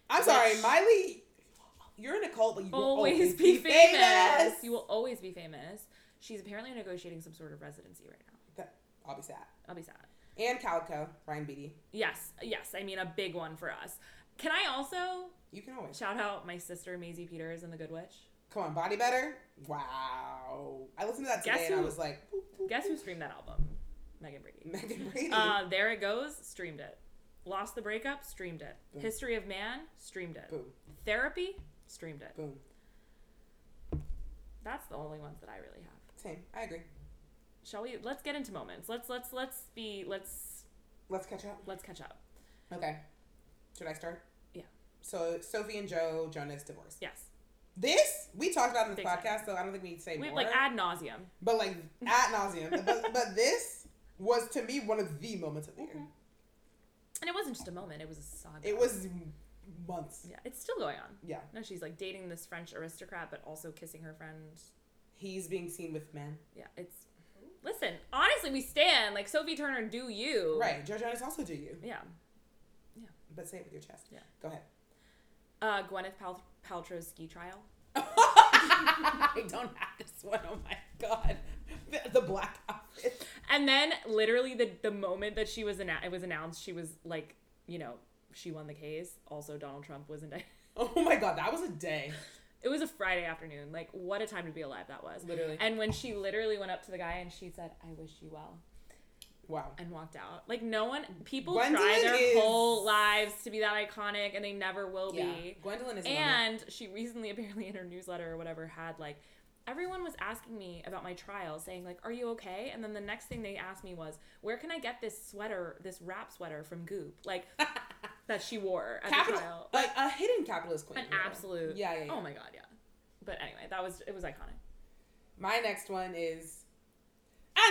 Speaker 3: I'm
Speaker 2: Which-
Speaker 3: sorry, Miley. You're in a cult, but you will
Speaker 2: always, be famous. You will always be famous. She's apparently negotiating some sort of residency right now.
Speaker 3: That- I'll be sad.
Speaker 2: I'll be sad.
Speaker 3: And Calico, Ryan Beatty.
Speaker 2: Yes, yes. I mean, a big one for us. Can I also
Speaker 3: You can always
Speaker 2: shout out my sister Maisie Peters and The Good Witch?
Speaker 3: come on, body better. Wow, I listened to that today
Speaker 2: Guess
Speaker 3: and I
Speaker 2: who-
Speaker 3: was like, boop, boop,
Speaker 2: Guess who streamed that album? Megan Brady.
Speaker 3: Megan Brady.
Speaker 2: Uh, there it goes. Streamed it. Lost the breakup. Streamed it.
Speaker 3: Boom.
Speaker 2: History of Man. Streamed it.
Speaker 3: boom,
Speaker 2: Therapy. Streamed it.
Speaker 3: boom.
Speaker 2: That's the only ones that I really have.
Speaker 3: Same. I agree.
Speaker 2: Shall we? Let's get into moments. Let's let's let's be let's
Speaker 3: Let's catch up.
Speaker 2: let's catch up.
Speaker 3: Okay. Should I start?
Speaker 2: Yeah.
Speaker 3: So Sophie and Joe Jonas divorced.
Speaker 2: Yes.
Speaker 3: This we talked about in this
Speaker 2: Big
Speaker 3: podcast, so I don't think we need to say
Speaker 2: We
Speaker 3: more.
Speaker 2: like ad nauseum.
Speaker 3: but like at nauseum. but, but this was to me one of the moments of the year.
Speaker 2: And it wasn't just a moment. It was a saga.
Speaker 3: It was months.
Speaker 2: Yeah. It's still going on.
Speaker 3: Yeah.
Speaker 2: No, she's like dating this French aristocrat, but also kissing her friend.
Speaker 3: He's being seen with men.
Speaker 2: Yeah. It's. Listen. Honestly, we stand like Sophie Turner. Do you?
Speaker 3: Right. Joe Jonas also do you,
Speaker 2: Yeah.
Speaker 3: but say it with your chest.
Speaker 2: Yeah.
Speaker 3: Go ahead.
Speaker 2: Uh, Gwyneth Pal- Paltrow's ski trial.
Speaker 3: I don't have this one. Oh my god. The- The black outfit.
Speaker 2: And then literally the the moment that she was annou- it was announced she was like, you know, she won the case. Also Donald Trump was indicted.
Speaker 3: Oh my god, that was a day.
Speaker 2: It was a Friday afternoon. Like what a time to be alive that was.
Speaker 3: Literally.
Speaker 2: And when she literally went up to the guy and she said, "I wish you well."
Speaker 3: Wow.
Speaker 2: and walked out. Like no one people try
Speaker 3: Gwendolyn
Speaker 2: their
Speaker 3: is-
Speaker 2: whole lives to be that iconic and they never will
Speaker 3: Yeah.
Speaker 2: be.
Speaker 3: Gwendolyn is. a moment.
Speaker 2: And she recently, apparently, in her newsletter or whatever, had like, everyone was asking me about my trial, saying, like, are you okay? And then the next thing they asked me was, where can I get this sweater, this wrap sweater from Goop? Like, that she wore at
Speaker 3: capital,
Speaker 2: the trial.
Speaker 3: like a hidden capitalist queen.
Speaker 2: An
Speaker 3: really.
Speaker 2: absolute.
Speaker 3: Yeah, yeah, yeah.
Speaker 2: Oh my God, yeah. But anyway, that was, it was iconic.
Speaker 3: My next one is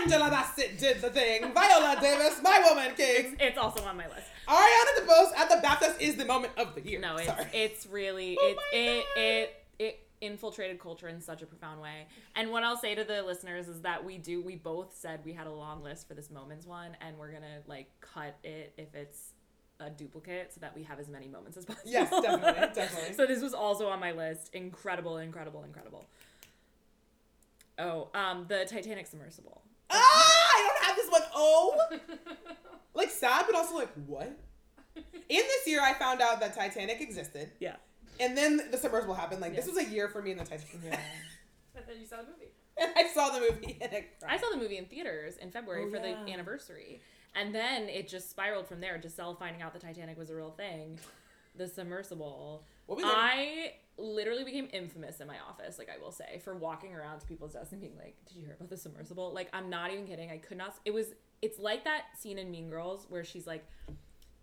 Speaker 3: Angela Bassett did the thing. Viola Davis, my woman king.
Speaker 2: It's also on my list.
Speaker 3: Ariana DeBose at the Baptist is the moment of the year.
Speaker 2: No, it's
Speaker 3: Sorry.
Speaker 2: it's really
Speaker 3: Oh
Speaker 2: it
Speaker 3: my
Speaker 2: it,
Speaker 3: God.
Speaker 2: it it infiltrated culture in such a profound way. And what I'll say to the listeners is that we do we both said we had a long list for this moments one, and we're gonna like cut it if it's a duplicate so that we have as many moments as possible.
Speaker 3: Yes, definitely, definitely.
Speaker 2: so this was also on my list. Incredible, incredible, incredible. Oh, um, the Titanic submersible.
Speaker 3: ah, I don't have this one. Oh, like sad, but also like what? In this year, I found out that Titanic existed,
Speaker 2: Yeah.
Speaker 3: and then the submersible happened. Like this
Speaker 2: Yeah.
Speaker 3: was a year for me in the Titanic,
Speaker 4: But then you saw the movie.
Speaker 3: and I saw the movie and I cried.
Speaker 2: I saw the movie in theaters in February
Speaker 3: Oh,
Speaker 2: for
Speaker 3: yeah.
Speaker 2: the anniversary. And then it just spiraled from there. Giselle finding out the Titanic was a real thing, the submersible.
Speaker 3: What was it?
Speaker 2: I literally became infamous in my office, like I will say, for walking around to people's desks and being like, Did you hear about the submersible? Like, I'm not even kidding. I could not. It was, it's like that scene in Mean Girls where she's like,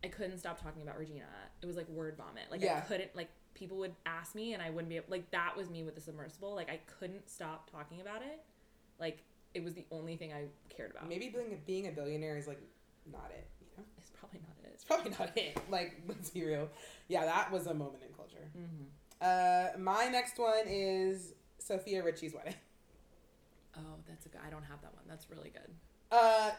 Speaker 2: I couldn't stop talking about Regina. It was like word vomit. Like,
Speaker 3: Yeah.
Speaker 2: I couldn't, like, people would ask me and I wouldn't be able, like, that was me with the submersible. Like, I couldn't stop talking about it. Like, it was the only thing I cared about.
Speaker 3: Maybe being a, being a billionaire is like not it. You know,
Speaker 2: It's probably not it.
Speaker 3: it's probably not it. Like let's be real. Yeah, that was a moment in culture.
Speaker 2: Mm-hmm.
Speaker 3: Uh, my next one is Sophia Richie's wedding.
Speaker 2: Oh, that's a good. I don't have that one. That's really good.
Speaker 3: Uh,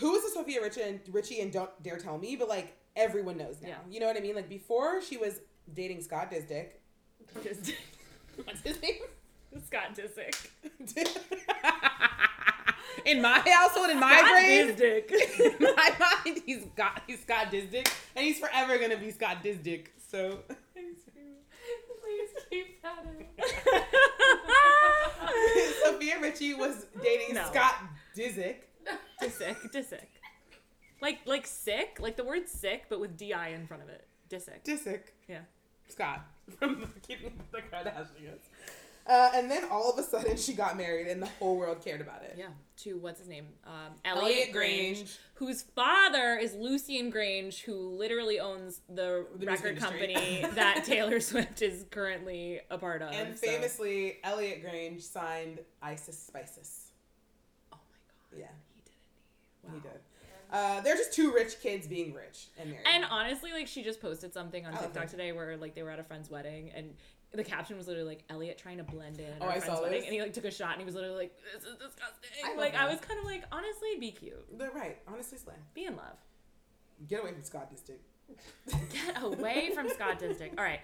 Speaker 3: who is a Sophia Richie and Richie and don't dare tell me, but like everyone knows now.
Speaker 2: Yeah.
Speaker 3: You know what I mean? Like before she was dating Scott Disick.
Speaker 2: Just- What's his name? Scott Disick.
Speaker 3: in my household, in my brain,
Speaker 2: Disick.
Speaker 3: in my mind, he's got he's Scott Disick, and he's forever gonna be Scott Disick. So
Speaker 4: Please keep that in.
Speaker 3: Sophia Richie was dating
Speaker 2: No.
Speaker 3: Scott Disick.
Speaker 2: Disick. Disick. Like like sick, like the word sick, but with di in front of it. Disick.
Speaker 3: Disick.
Speaker 2: Yeah.
Speaker 3: Scott from Keeping Up with the Kardashians. Uh, and then all of a sudden, she got married, and the whole world cared about it.
Speaker 2: Yeah. To what's his name? Um,
Speaker 3: Elliot
Speaker 2: Elliot,
Speaker 3: Grange.
Speaker 2: Grange, whose father is Lucian Grange, who literally owns the,
Speaker 3: The music
Speaker 2: record
Speaker 3: industry.
Speaker 2: company that Taylor Swift is currently a part of.
Speaker 3: And
Speaker 2: so-
Speaker 3: famously, Elliot Grange signed Isis Spices.
Speaker 2: Oh my god.
Speaker 3: Yeah,
Speaker 2: He did it.
Speaker 3: he
Speaker 2: Wow.
Speaker 3: did. Uh, they're just two rich kids being rich and married.
Speaker 2: And honestly, like she just posted something on
Speaker 3: Oh,
Speaker 2: TikTok
Speaker 3: okay.
Speaker 2: today where like they were at a friend's wedding and the caption was literally like Elliot trying to blend in at
Speaker 3: Oh,
Speaker 2: our
Speaker 3: I
Speaker 2: friend's
Speaker 3: saw
Speaker 2: wedding
Speaker 3: this.
Speaker 2: and he like took a shot and he was literally like, This is disgusting.
Speaker 3: I love
Speaker 2: like I
Speaker 3: that.
Speaker 2: was kind of like, honestly, be cute.
Speaker 3: they're right. Honestly, Slam.
Speaker 2: Be in love.
Speaker 3: Get away from Scott Disick.
Speaker 2: Get away from Scott Disick. All right.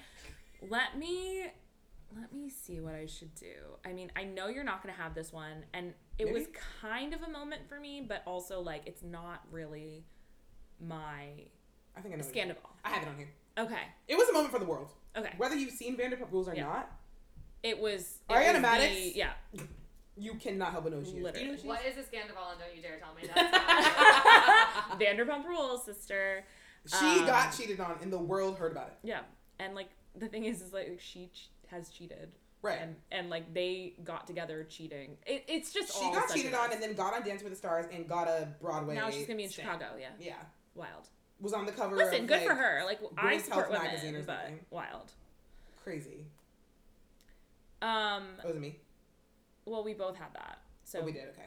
Speaker 2: Let me let me see what I should do. I mean, I know you're not gonna have this one, and it was
Speaker 3: Maybe.
Speaker 2: kind of a moment for me, but also like it's not really my
Speaker 3: I think I know. what it
Speaker 2: scandal.
Speaker 3: is. I have it on here.
Speaker 2: Okay.
Speaker 3: It was a moment for the world.
Speaker 2: Okay.
Speaker 3: Whether you've seen Vanderpump Rules or
Speaker 2: Yeah.
Speaker 3: not,
Speaker 2: It was it
Speaker 3: Ariana
Speaker 2: was the-
Speaker 3: Maddox?
Speaker 2: yeah.
Speaker 3: you cannot help but know who she is. Do you know who she is?
Speaker 4: What is this Gandaval and don't you dare tell me that.
Speaker 2: Vanderpump Rules, sister.
Speaker 3: She
Speaker 2: Um,
Speaker 3: got cheated on, and the world heard about it.
Speaker 2: Yeah, and like the thing is, is like she ch- has cheated,
Speaker 3: Right.
Speaker 2: and and like they got together cheating. It, it's just
Speaker 3: she
Speaker 2: all
Speaker 3: got
Speaker 2: such
Speaker 3: cheated
Speaker 2: a
Speaker 3: on
Speaker 2: mess.
Speaker 3: and then got on Dance with the Stars and got a Broadway.
Speaker 2: now she's gonna be in
Speaker 3: stint.
Speaker 2: Chicago. Yeah,
Speaker 3: Yeah,
Speaker 2: wild.
Speaker 3: was on the cover.
Speaker 2: Listen,
Speaker 3: of,
Speaker 2: good
Speaker 3: like,
Speaker 2: for her. Like I
Speaker 3: Women's
Speaker 2: support
Speaker 3: Health
Speaker 2: women,
Speaker 3: magazine or
Speaker 2: but
Speaker 3: something.
Speaker 2: wild.
Speaker 3: Crazy.
Speaker 2: Um,
Speaker 3: It wasn't me.
Speaker 2: well, we both had that. So
Speaker 3: but we did okay.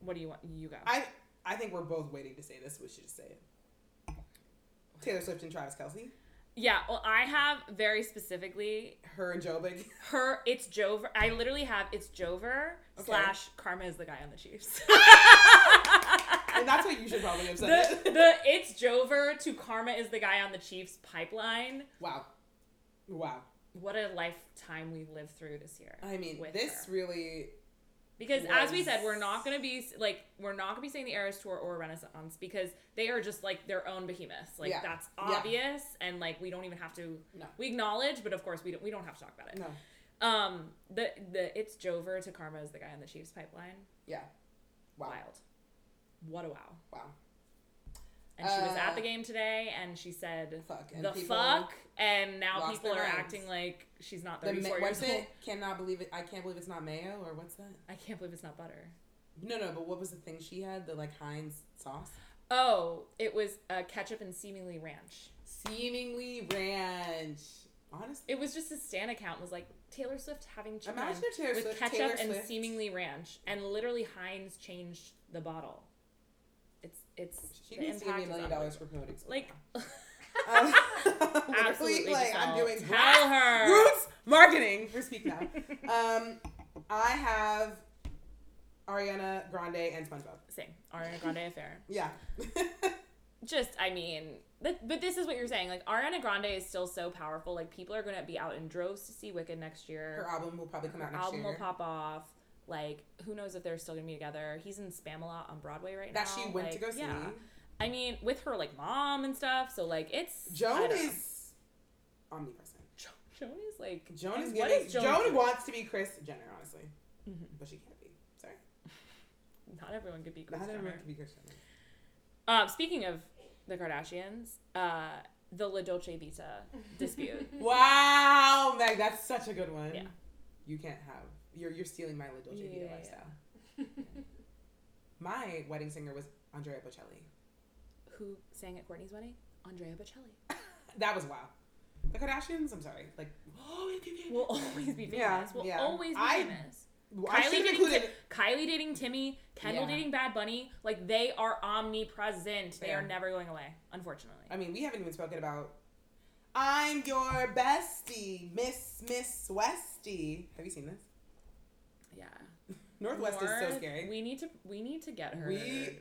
Speaker 2: what do you want? You go.
Speaker 3: I I think we're both waiting to say this. We should just say it. Taylor Swift and Travis Kelsey.
Speaker 2: yeah. Well, I have very specifically
Speaker 3: Her and Joe Big.
Speaker 2: her. It's Jover. I literally have it's Jover
Speaker 3: Okay.
Speaker 2: slash Karma is the guy on the Chiefs.
Speaker 3: And that's what you should probably have
Speaker 2: the,
Speaker 3: said. it.
Speaker 2: the it's Jover to Karma is the guy on the Chiefs pipeline.
Speaker 3: wow. Wow.
Speaker 2: What a lifetime we've lived through this year.
Speaker 3: I mean,
Speaker 2: with
Speaker 3: this
Speaker 2: her.
Speaker 3: really.
Speaker 2: because as we
Speaker 3: was-
Speaker 2: said, we're not gonna be like we're not gonna be saying the Eras Tour or Renaissance because they are just like their own behemoths. Like
Speaker 3: Yeah.
Speaker 2: that's
Speaker 3: Yeah.
Speaker 2: obvious, and like we don't even have to.
Speaker 3: No.
Speaker 2: We acknowledge, but of course we don't. We don't have to talk about it.
Speaker 3: No.
Speaker 2: Um, the the it's Jover to Karma is the guy on the Chiefs pipeline.
Speaker 3: Yeah. Wow.
Speaker 2: Wild. What a wow.
Speaker 3: Wow.
Speaker 2: and she was
Speaker 3: Uh,
Speaker 2: at the game today and she said
Speaker 3: Fuck, and
Speaker 2: the
Speaker 3: people
Speaker 2: fuck and now
Speaker 3: lost
Speaker 2: people are
Speaker 3: their minds.
Speaker 2: acting like she's not
Speaker 3: The ma-
Speaker 2: 34
Speaker 3: what's
Speaker 2: years old
Speaker 3: it? Cannot believe it. I can't believe it's not mayo or what's that?
Speaker 2: i can't believe it's not butter
Speaker 3: No, no. But what was the thing she had? The like Heinz sauce.
Speaker 2: oh it was uh, ketchup and seemingly ranch
Speaker 3: Seemingly ranch. Honestly,
Speaker 2: it was just his stan account was like taylor swift having chicken
Speaker 3: Imagine if Taylor
Speaker 2: with
Speaker 3: Swift-
Speaker 2: ketchup
Speaker 3: Taylor
Speaker 2: and
Speaker 3: Swift-
Speaker 2: seemingly ranch and literally heinz changed the bottle it's it's
Speaker 3: she
Speaker 2: the
Speaker 3: needs to give me a
Speaker 2: impact is
Speaker 3: million dollars for promoting.
Speaker 2: unbelievable. like
Speaker 3: Um, literally,
Speaker 2: absolutely
Speaker 3: like I'm
Speaker 2: Giselle.
Speaker 3: doing
Speaker 2: tell her
Speaker 3: Roots marketing for Speak Now. um, I have Ariana Grande and SpongeBob.
Speaker 2: same ariana grande affair
Speaker 3: Yeah.
Speaker 2: just I mean, th- but this is what you're saying. Like Ariana Grande is still so powerful. Like people are gonna be out in droves to see Wicked next
Speaker 3: Her
Speaker 2: year.
Speaker 3: album will probably come out next
Speaker 2: album
Speaker 3: year.
Speaker 2: will pop off. Like who knows if they're still gonna be together? He's in Spamalot on Broadway right
Speaker 3: that
Speaker 2: now.
Speaker 3: she went to
Speaker 2: Like,
Speaker 3: go see.
Speaker 2: Yeah, I mean, with her like mom and stuff. So like it's I
Speaker 3: Joan
Speaker 2: don't know.
Speaker 3: is omnipresent.
Speaker 2: Jo- Joan is like
Speaker 3: Joan is
Speaker 2: and what
Speaker 3: giving.
Speaker 2: is
Speaker 3: Joan,
Speaker 2: Joan doing?
Speaker 3: wants to be Chris Jenner, honestly,
Speaker 2: Mhm.
Speaker 3: but she can't be. Sorry,
Speaker 2: not everyone could be. Kris
Speaker 3: not everyone
Speaker 2: Jenner.
Speaker 3: can be Chris Jenner.
Speaker 2: Um, speaking of the Kardashians, uh, the La Dolce Vita dispute.
Speaker 3: Wow, Meg, that's such a good one.
Speaker 2: Yeah.
Speaker 3: You can't have. You're you're stealing my little JV
Speaker 2: Yeah, yeah.
Speaker 3: lifestyle. My wedding singer was Andrea Bocelli.
Speaker 2: who sang at Courtney's wedding? Andrea Bocelli.
Speaker 3: That was wow. The Kardashians, I'm sorry. Like,
Speaker 2: Oh, We'll always be famous.
Speaker 3: Yeah,
Speaker 2: we'll
Speaker 3: yeah.
Speaker 2: always be
Speaker 3: I-
Speaker 2: famous.
Speaker 5: Well, I
Speaker 2: Kylie
Speaker 5: should have
Speaker 2: dating,
Speaker 5: included.
Speaker 2: Ti- Kylie dating Timmy, Kendall
Speaker 3: Yeah.
Speaker 2: dating Bad Bunny, like they are omnipresent. They
Speaker 3: Fair.
Speaker 2: are never going away, unfortunately.
Speaker 5: I mean, we haven't even spoken about. I'm your bestie, Miss Miss Westie. Have you seen this?
Speaker 2: yeah.
Speaker 5: Northwest is so
Speaker 2: North,
Speaker 5: scary.
Speaker 2: We need to we need to get her.
Speaker 5: We-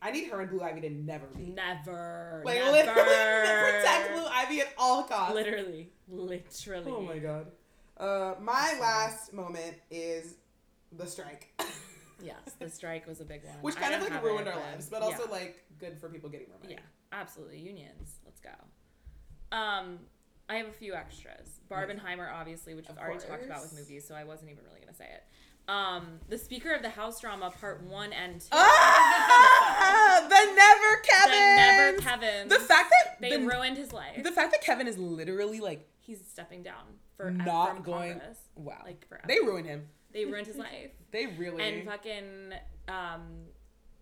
Speaker 5: I need her and Blue Ivy to never meet.
Speaker 2: never
Speaker 5: Like
Speaker 2: never.
Speaker 5: literally protect Blue Ivy at all costs.
Speaker 2: Literally. Literally.
Speaker 5: Oh my god. Uh, my last moment is the strike,
Speaker 2: Yes, the strike was a big one.
Speaker 5: which
Speaker 2: I
Speaker 5: kind of
Speaker 2: don't
Speaker 5: like
Speaker 2: have it,
Speaker 5: ruined our lives, but also
Speaker 2: yeah.
Speaker 5: like good for people getting more money.
Speaker 2: Yeah, absolutely. Unions. Let's go. Um, I have a few extras. Barbenheimer, obviously, which
Speaker 5: Of
Speaker 2: we've already talked about with
Speaker 5: course.
Speaker 2: movies, so I wasn't even really gonna say it. Um, the Speaker of the House drama, part one and two.
Speaker 3: Ah, the never
Speaker 2: The
Speaker 3: Kevin.
Speaker 2: Never Kevin.
Speaker 3: The fact that
Speaker 2: they
Speaker 3: the,
Speaker 2: ruined his life.
Speaker 3: the fact that Kevin is literally like
Speaker 2: He's stepping down for
Speaker 3: not
Speaker 2: from
Speaker 3: going.
Speaker 2: Congress.
Speaker 3: Wow.
Speaker 2: Like forever.
Speaker 3: they ruined him.
Speaker 2: They ruined his life.
Speaker 3: They really.
Speaker 2: and fucking um,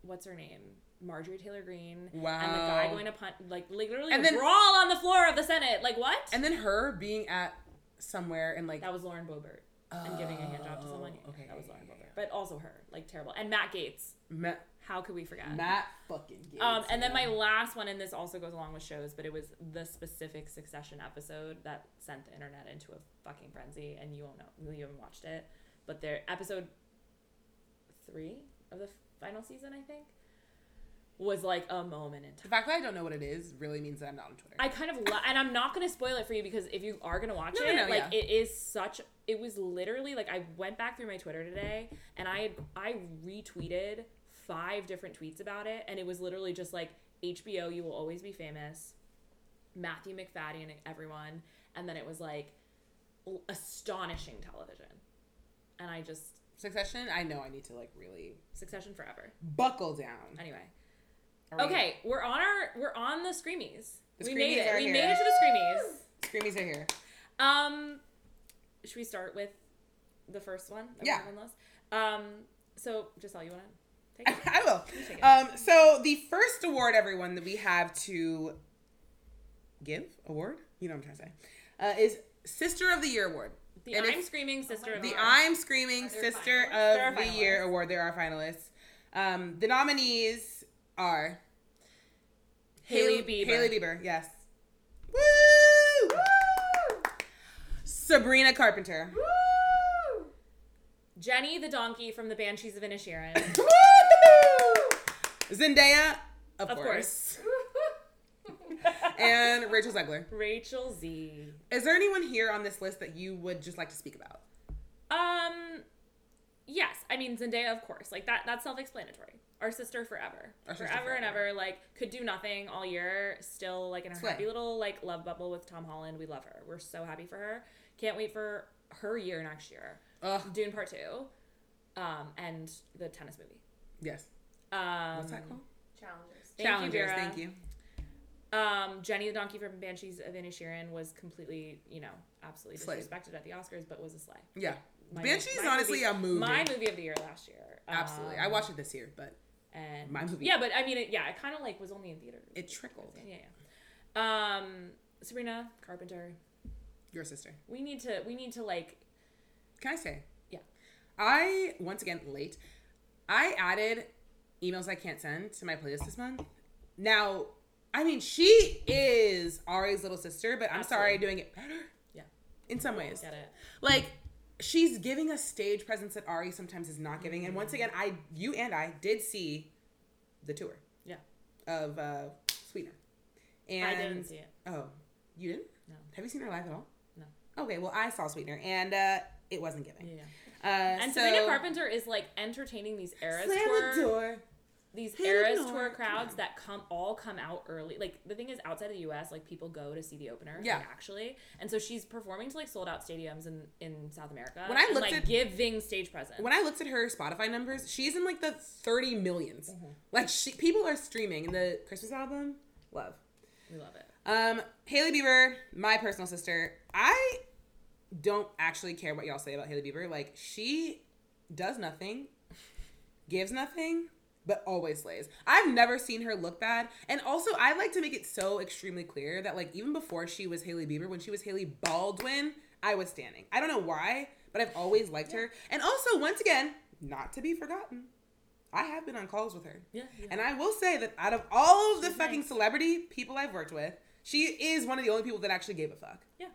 Speaker 2: what's her name? Marjorie Taylor Greene. And the
Speaker 3: Wow.
Speaker 2: guy going to punt like literally
Speaker 3: Oh. And
Speaker 2: a
Speaker 3: then-
Speaker 2: brawl on the floor of the Senate. Like what?
Speaker 3: and then her being at somewhere and like
Speaker 2: That was Lauren Boebert. and giving a hand job to someone.
Speaker 3: Oh, okay,
Speaker 2: that was
Speaker 3: yeah,
Speaker 2: Lauren
Speaker 3: yeah,
Speaker 2: Boebert.
Speaker 3: yeah.
Speaker 2: But also her, like terrible. And Matt Gates.
Speaker 3: Matt,
Speaker 2: How could we forget?
Speaker 3: Matt fucking. Gates,
Speaker 2: um, and then my
Speaker 3: man.
Speaker 2: last one, and this also goes along with shows, but it was the specific Succession episode that sent the internet into a fucking frenzy, and you won't know, you haven't watched it, but their episode three of the final season, I think, was like a moment in time.
Speaker 3: The fact that I don't know what it is really means that I'm not on Twitter.
Speaker 2: I kind of lo- and I'm not gonna spoil it for you because if you are gonna watch
Speaker 3: No, no,
Speaker 2: it,
Speaker 3: no,
Speaker 2: like it is such. It was literally like I went back through my Twitter today and I had I retweeted five different tweets about it and it was literally just like HBO, you will always be famous, Matthew McFadden and everyone, and then it was like l- astonishing television, and I just
Speaker 3: Succession. I know I need to like really
Speaker 2: Succession forever.
Speaker 3: buckle down.
Speaker 2: Anyway,
Speaker 3: All right.
Speaker 2: okay, we're on our we're on the Screamies.
Speaker 3: The
Speaker 2: we made
Speaker 3: Screamies
Speaker 2: it.
Speaker 3: are
Speaker 2: We
Speaker 3: here.
Speaker 2: made it to the Screamies.
Speaker 3: Screamies are here.
Speaker 2: Um, should we start with the first one? that we
Speaker 3: Yeah.
Speaker 2: have on the list? Um, so Giselle, you want to take it?
Speaker 3: I will.
Speaker 2: take it.
Speaker 3: Um, so the first award, everyone, that we have to give award, you know what I'm trying to say, uh, is Sister of the Year award.
Speaker 2: The
Speaker 3: and
Speaker 2: I'm
Speaker 3: if-
Speaker 2: screaming sister of
Speaker 3: The
Speaker 2: ours.
Speaker 3: I'm Screaming
Speaker 4: there
Speaker 3: Sister
Speaker 4: finalists?
Speaker 2: There
Speaker 3: of
Speaker 2: are
Speaker 3: the
Speaker 2: finalists.
Speaker 3: Year award. There are finalists. Um, the nominees are
Speaker 2: Hailey Bieber.
Speaker 3: Haley Bieber, yes. Woo! Sabrina Carpenter.
Speaker 2: Jenny the donkey from the Banshees of Inisherin.
Speaker 3: Woo! Zendaya, of,
Speaker 2: Of
Speaker 3: course.
Speaker 2: course.
Speaker 3: and Rachel Zegler.
Speaker 2: Rachel Z.
Speaker 3: Is there anyone here on this list that you would just like to speak about?
Speaker 2: Um, yes, I mean Zendaya, of course. Like that. That's self-explanatory. Our sister forever,
Speaker 3: Our sister
Speaker 2: forever, and
Speaker 3: forever.
Speaker 2: ever. Like could do nothing all year. Still like in her
Speaker 3: Slay.
Speaker 2: happy little like love bubble with Tom Holland. We love her. We're so happy for her. Can't wait for her year next year.
Speaker 3: Ugh,
Speaker 2: Dune Part Two, um, and the tennis movie.
Speaker 3: yes.
Speaker 2: Um,
Speaker 3: What's that called?
Speaker 4: Challengers.
Speaker 2: Thank you, Vera.
Speaker 3: Thank you.
Speaker 2: Um, Jenny the Donkey from Banshees of Inisherin was completely, you know, absolutely
Speaker 3: Slay.
Speaker 2: disrespected at the Oscars, but was a slay.
Speaker 3: Yeah.
Speaker 2: My-
Speaker 3: Banshee's
Speaker 2: my
Speaker 3: honestly
Speaker 2: movie-
Speaker 3: a movie.
Speaker 2: My movie of the year last year.
Speaker 3: Absolutely.
Speaker 2: Um,
Speaker 3: I watched it this year, but
Speaker 2: and
Speaker 3: my movie.
Speaker 2: Yeah, but I mean, it, yeah, it kind of like was only in theaters.
Speaker 3: It trickled.
Speaker 2: Yeah, yeah. Um, Sabrina Carpenter.
Speaker 3: Your sister.
Speaker 2: We need to. We need to like.
Speaker 3: Can I say?
Speaker 2: Yeah.
Speaker 3: I once again late. I added emails I can't send to my playlist this month. Now, I mean, she is Ari's little sister, but I'm sorry, doing it better.
Speaker 2: Yeah.
Speaker 3: In some ways,
Speaker 2: Get it.
Speaker 3: like she's giving a stage presence that Ari sometimes is not giving. And once again, I, you and I did see the tour
Speaker 2: Yeah.
Speaker 3: of uh, Sweetener. And
Speaker 2: I didn't see it.
Speaker 3: Oh, you didn't?
Speaker 2: No.
Speaker 3: Have you seen her live at all?
Speaker 2: No.
Speaker 3: Okay, well, I saw Sweetener, and uh, it wasn't giving.
Speaker 2: Yeah.
Speaker 3: Uh,
Speaker 2: And
Speaker 3: so,
Speaker 2: Sabrina Carpenter is like entertaining these eras
Speaker 3: Slam
Speaker 2: tour.
Speaker 3: the door.
Speaker 2: these
Speaker 3: Hit
Speaker 2: eras
Speaker 3: ignore,
Speaker 2: tour
Speaker 3: come
Speaker 2: crowds
Speaker 3: on.
Speaker 2: that come all come out early. Like the thing is, outside of the U.S., like people go to see the opener. like,
Speaker 3: Yeah.
Speaker 2: actually, and so she's performing to like sold out stadiums in in South America.
Speaker 3: When I
Speaker 2: and,
Speaker 3: looked
Speaker 2: like
Speaker 3: at-
Speaker 2: giving stage presence.
Speaker 3: When I looked at her Spotify numbers, she's in like the 30 millions. Like, she, people are streaming in the Christmas album. Love.
Speaker 2: we love it.
Speaker 3: Um, Haley Bieber, my personal sister. I don't actually care what y'all say about Haley Bieber. Like, she does nothing, gives nothing, but always slays. I've never seen her look bad. And also, I like to make it so extremely clear that, like, even before she was Haley Bieber, when she was Haley Baldwin, I was standing. I don't know why, but I've always liked her. And also, once again, not to be forgotten, I have been on calls with her.
Speaker 2: Yeah. yeah.
Speaker 3: And I will say that out of all of the
Speaker 2: She's
Speaker 3: fucking
Speaker 2: nice.
Speaker 3: celebrity people I've worked with, she is one of the only people that actually gave a fuck.
Speaker 2: Yeah.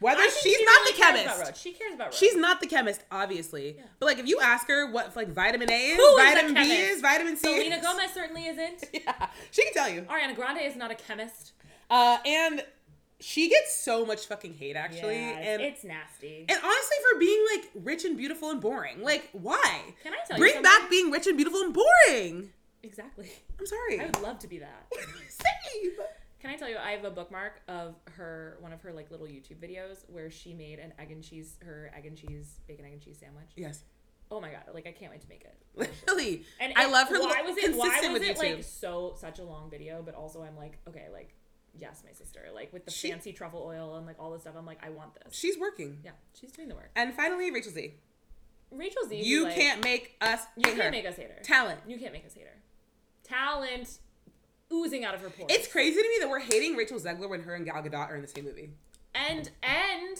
Speaker 3: Whether
Speaker 2: I think
Speaker 3: she's
Speaker 2: she
Speaker 3: not
Speaker 2: really
Speaker 3: the
Speaker 2: cares about
Speaker 3: chemist.
Speaker 2: Roach. She cares about Roach.
Speaker 3: She's not the chemist, obviously.
Speaker 2: Yeah.
Speaker 3: But like, if you ask her what like vitamin A is,
Speaker 2: Who is the
Speaker 3: vitamin B
Speaker 2: chemist?
Speaker 3: is, vitamin C,
Speaker 2: Selena
Speaker 3: is,
Speaker 2: Gomez certainly isn't.
Speaker 3: yeah, she can tell you.
Speaker 2: Ariana Grande is not a chemist.
Speaker 3: Uh, and she gets so much fucking hate actually,
Speaker 2: Yes,
Speaker 3: and
Speaker 2: it's nasty.
Speaker 3: and honestly for being like rich and beautiful and boring. Like, why?
Speaker 2: Can I tell you
Speaker 3: Bring
Speaker 2: something?
Speaker 3: back being rich and beautiful and boring.
Speaker 2: Exactly.
Speaker 3: I'm sorry.
Speaker 2: I would love to be that.
Speaker 3: Same.
Speaker 2: Can I tell you, I have a bookmark of her, one of her like little YouTube videos where she made an egg and cheese, her egg and cheese, bacon, egg and cheese sandwich.
Speaker 3: Yes,
Speaker 2: Oh my God. Like, I can't wait to make it.
Speaker 3: literally.
Speaker 2: And
Speaker 3: I
Speaker 2: it-
Speaker 3: love her.
Speaker 2: Why
Speaker 3: little,
Speaker 2: was it,
Speaker 3: consistent
Speaker 2: why was
Speaker 3: with
Speaker 2: it
Speaker 3: YouTube.
Speaker 2: like so, such a long video? But also, I'm like, okay, like, yes, my sister. Like, with the
Speaker 3: She-
Speaker 2: fancy truffle oil and like all this stuff, I'm like, I want this.
Speaker 3: She's working.
Speaker 2: yeah, she's doing the work.
Speaker 3: And finally, Rachel Z.
Speaker 2: Rachel Z. who,
Speaker 3: You
Speaker 2: like-
Speaker 3: can't make us
Speaker 2: You
Speaker 3: hate
Speaker 2: can't
Speaker 3: her.
Speaker 2: make us hate her.
Speaker 3: Talent.
Speaker 2: You can't make us hate her. Talent oozing out of her pores.
Speaker 3: It's crazy to me that we're hating Rachel Zegler when her and Gal Gadot are in the same movie.
Speaker 2: and and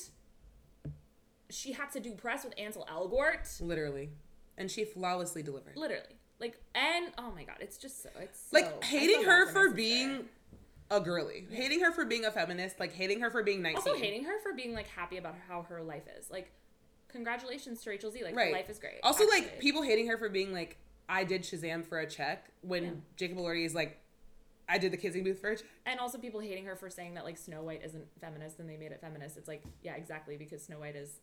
Speaker 2: she had to do press with Ansel Elgort.
Speaker 3: Literally. And she flawlessly delivered.
Speaker 2: Literally. Like and oh my god, it's just so it's
Speaker 3: Like
Speaker 2: so- I
Speaker 3: hating
Speaker 2: feel
Speaker 3: her
Speaker 2: bad
Speaker 3: for
Speaker 2: my sister.
Speaker 3: being a girly, hating her for being a feminist, like hating her for being 19.
Speaker 2: also hating her for being like happy about how her life is. Like congratulations to Rachel Z. Like
Speaker 3: Right.
Speaker 2: life is great.
Speaker 3: Also, like
Speaker 2: actually.
Speaker 3: people hating her for being like, I did Shazam for a check when
Speaker 2: Yeah.
Speaker 3: Jacob Elordi is like, I did the kissing booth for a check.
Speaker 2: and also people hating her for saying that like Snow White isn't feminist and they made it feminist. It's like, yeah, exactly, because Snow White is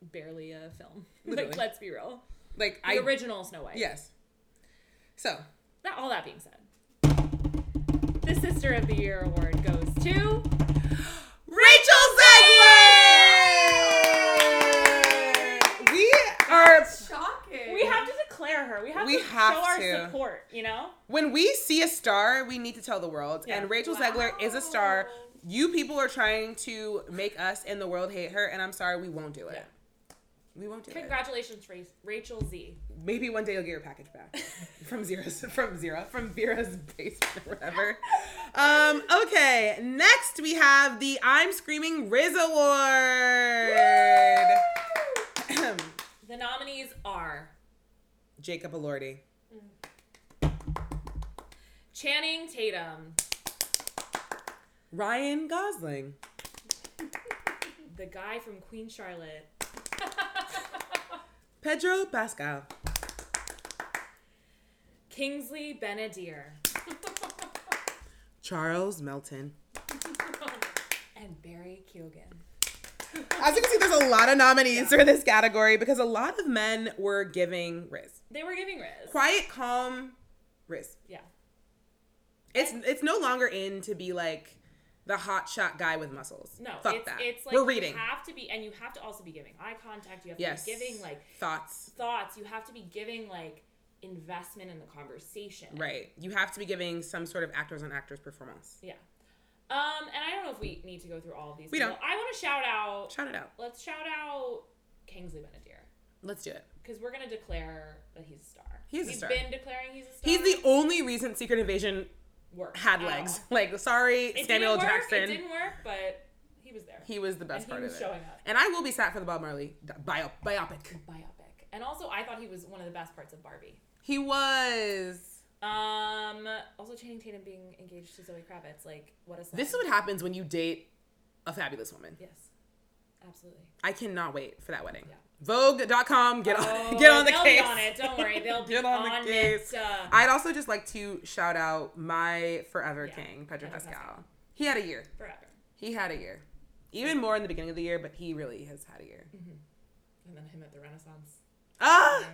Speaker 2: barely a film.
Speaker 3: Literally.
Speaker 2: like let's be real.
Speaker 3: Like
Speaker 2: The
Speaker 3: I
Speaker 2: original Snow White.
Speaker 3: yes. So
Speaker 2: That, all that being said, the Sister of the Year award goes to.
Speaker 3: Rachel Zegler. We are
Speaker 4: Shocking.
Speaker 2: We have to declare her. We have
Speaker 3: We
Speaker 2: to
Speaker 3: have
Speaker 2: show our
Speaker 3: to.
Speaker 2: support. You know.
Speaker 3: when we see a star, we need to tell the world.
Speaker 2: Yeah.
Speaker 3: And Rachel Zegler is a star. You people are trying to make us and the world hate her, and I'm sorry, we won't do it.
Speaker 2: Yeah.
Speaker 3: We won't do it.
Speaker 2: Congratulations, Ra- Rachel Z.
Speaker 3: Maybe one day you'll get your package back from Zero's from Zero from Vera's basement, or whatever. Um, okay, next we have the I'm Screaming Riz Award.
Speaker 2: The nominees are
Speaker 3: Jacob Elordi,
Speaker 2: Channing Tatum,
Speaker 3: Ryan Gosling,
Speaker 2: the guy from Queen Charlotte,
Speaker 3: Pedro Pascal,
Speaker 2: Kingsley Benadire,
Speaker 3: Charles Melton.
Speaker 2: and Barry Keoghan.
Speaker 3: As you can see, there's a lot of nominees for this category because a lot of men were giving Riz.
Speaker 2: They were giving Riz.
Speaker 3: Quiet, calm Riz.
Speaker 2: Yeah.
Speaker 3: It's it's no longer in to be like the hot shot guy with muscles.
Speaker 2: No,
Speaker 3: Fuck
Speaker 2: it's,
Speaker 3: that.
Speaker 2: it's like
Speaker 3: we're reading
Speaker 2: you have to be, and you have to also be giving eye contact. You have to
Speaker 3: Yes.
Speaker 2: be giving like
Speaker 3: thoughts.
Speaker 2: thoughts. You have to be giving like investment in the conversation.
Speaker 3: Right. You have to be giving some sort of actors on actors performance.
Speaker 2: Yeah. Um, and I don't know if we need to go through all of these.
Speaker 3: We
Speaker 2: people.
Speaker 3: don't.
Speaker 2: I want to shout out.
Speaker 3: Shout it out.
Speaker 2: Let's shout out Kingsley Benadire
Speaker 3: Let's do it.
Speaker 2: because we're gonna declare that he's a star.
Speaker 3: He's a
Speaker 2: We've
Speaker 3: star.
Speaker 2: been declaring he's a star.
Speaker 3: He's the only reason Secret Invasion
Speaker 2: work
Speaker 3: had
Speaker 2: at
Speaker 3: legs.
Speaker 2: all.
Speaker 3: Like, sorry,
Speaker 2: It
Speaker 3: Samuel
Speaker 2: didn't work,
Speaker 3: Jackson.
Speaker 2: It didn't work, but he was there.
Speaker 3: he was the best
Speaker 2: And he
Speaker 3: part
Speaker 2: was
Speaker 3: of it.
Speaker 2: showing up.
Speaker 3: And I will be sat for the Bob Marley bio- biopic.
Speaker 2: Biopic, and also I thought he was one of the best parts of Barbie.
Speaker 3: He was.
Speaker 2: Um, also Channing Tatum being engaged to Zoe Kravitz, like what is
Speaker 3: This is what happens when you date a fabulous woman.
Speaker 2: Yes, absolutely.
Speaker 3: I cannot wait for that wedding.
Speaker 2: Yeah.
Speaker 3: Vogue.com, get on,
Speaker 2: Oh,
Speaker 3: get on the
Speaker 2: they'll
Speaker 3: case.
Speaker 2: Be on it. Don't worry, they'll be
Speaker 3: Get on
Speaker 2: on,
Speaker 3: the case.
Speaker 2: it. Uh,
Speaker 3: I'd also just like to shout out my forever
Speaker 2: Yeah,
Speaker 3: king, Pedro
Speaker 2: Pedro
Speaker 3: Pascal.
Speaker 2: Pascal.
Speaker 3: He had a year.
Speaker 2: forever.
Speaker 3: He had a year. Even more in the beginning of the year, but he really has had a year.
Speaker 2: Mm-hmm. And then him at the Renaissance.
Speaker 3: Ah,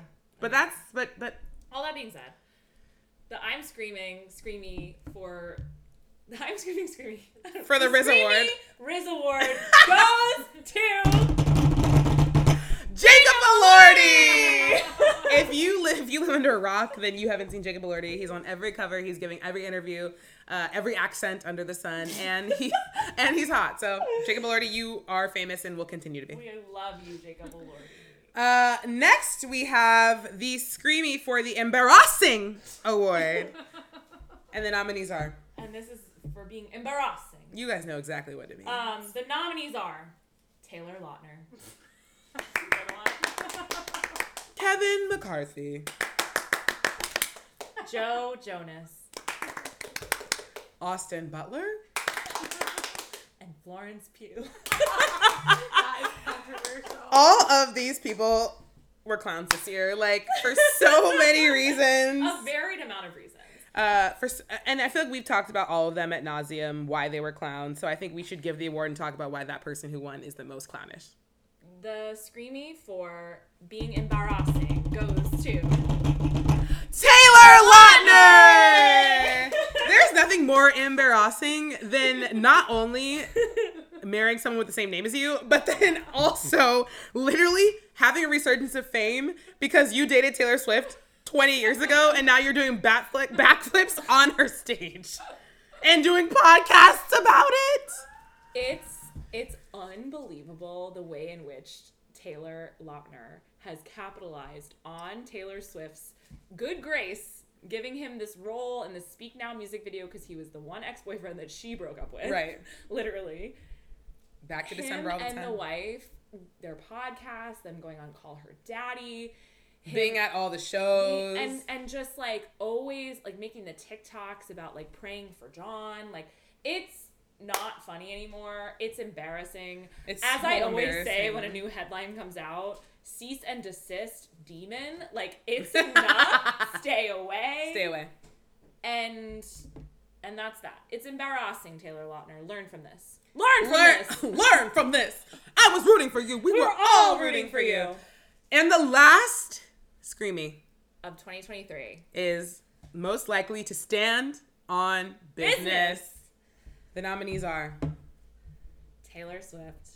Speaker 3: but that's but but
Speaker 2: All that being said, the I'm screaming, screamy for the I'm screaming, screamy
Speaker 3: For the Riz
Speaker 2: Screamy
Speaker 3: Award.
Speaker 2: Riz Award goes to
Speaker 3: Jacob Elordi. if you live if you live under a rock, then you haven't seen Jacob Elordi. He's on every cover. He's giving every interview, uh, every accent under the sun, and he and he's hot. So Jacob Elordi, you are famous and will continue to be.
Speaker 2: we love you, Jacob Elordi.
Speaker 3: Uh, next, we have the Screamy for the Embarrassing Award. and the nominees are
Speaker 2: And this is for being embarrassing.
Speaker 3: you guys
Speaker 4: Uh,
Speaker 3: know exactly what it means.
Speaker 2: Um, the nominees are Taylor Lautner.
Speaker 3: Kevin McCarthy.
Speaker 2: Joe Jonas
Speaker 3: Austin Butler.
Speaker 2: and Florence Pugh.
Speaker 4: That is controversial.
Speaker 3: All of these people were clowns this year, like for so many reasons.
Speaker 2: A varied amount of reasons.
Speaker 3: Uh, for s- and I feel like we've talked about all of them at nauseum why they were clowns. So I think we should give the award and talk about why that person who won is the most clownish.
Speaker 2: The Screamy for being embarrassing goes to
Speaker 3: Taylor Lautner. There's nothing more embarrassing than not only marrying someone with the same name as you, but then also literally having a resurgence of fame because you dated Taylor Swift 20 years ago and now you're doing backflip backflips on her stage and doing podcasts about it.
Speaker 2: It's it's unbelievable the way in which Taylor Lautner has capitalized on Taylor Swift's good grace, giving him this role in the Speak Now music video because he was the one ex-boyfriend that she broke up with.
Speaker 3: Right.
Speaker 2: Literally.
Speaker 3: Back to
Speaker 2: Him
Speaker 3: December all the
Speaker 2: and
Speaker 3: time.
Speaker 2: the wife, their podcast, them going on Call Her Daddy.
Speaker 3: Being at all the shows.
Speaker 2: and and just like always like making the TikToks about like praying for John. Like it's not funny anymore. It's embarrassing.
Speaker 3: It's
Speaker 2: As
Speaker 3: so
Speaker 2: I always say
Speaker 3: embarrassing.
Speaker 2: when a new headline comes out, cease and desist demon. Like it's not stay away.
Speaker 3: Stay away.
Speaker 2: And and that's that. It's embarrassing, Taylor Lautner. Learn from this. Learn from
Speaker 3: learn,
Speaker 2: this.
Speaker 3: learn from this. I was rooting for you. We
Speaker 2: We're
Speaker 3: were all rooting for you. And the last Screamy
Speaker 2: Of 2023.
Speaker 3: is most likely to stand on business.
Speaker 2: Business.
Speaker 3: The nominees are
Speaker 2: Taylor Swift.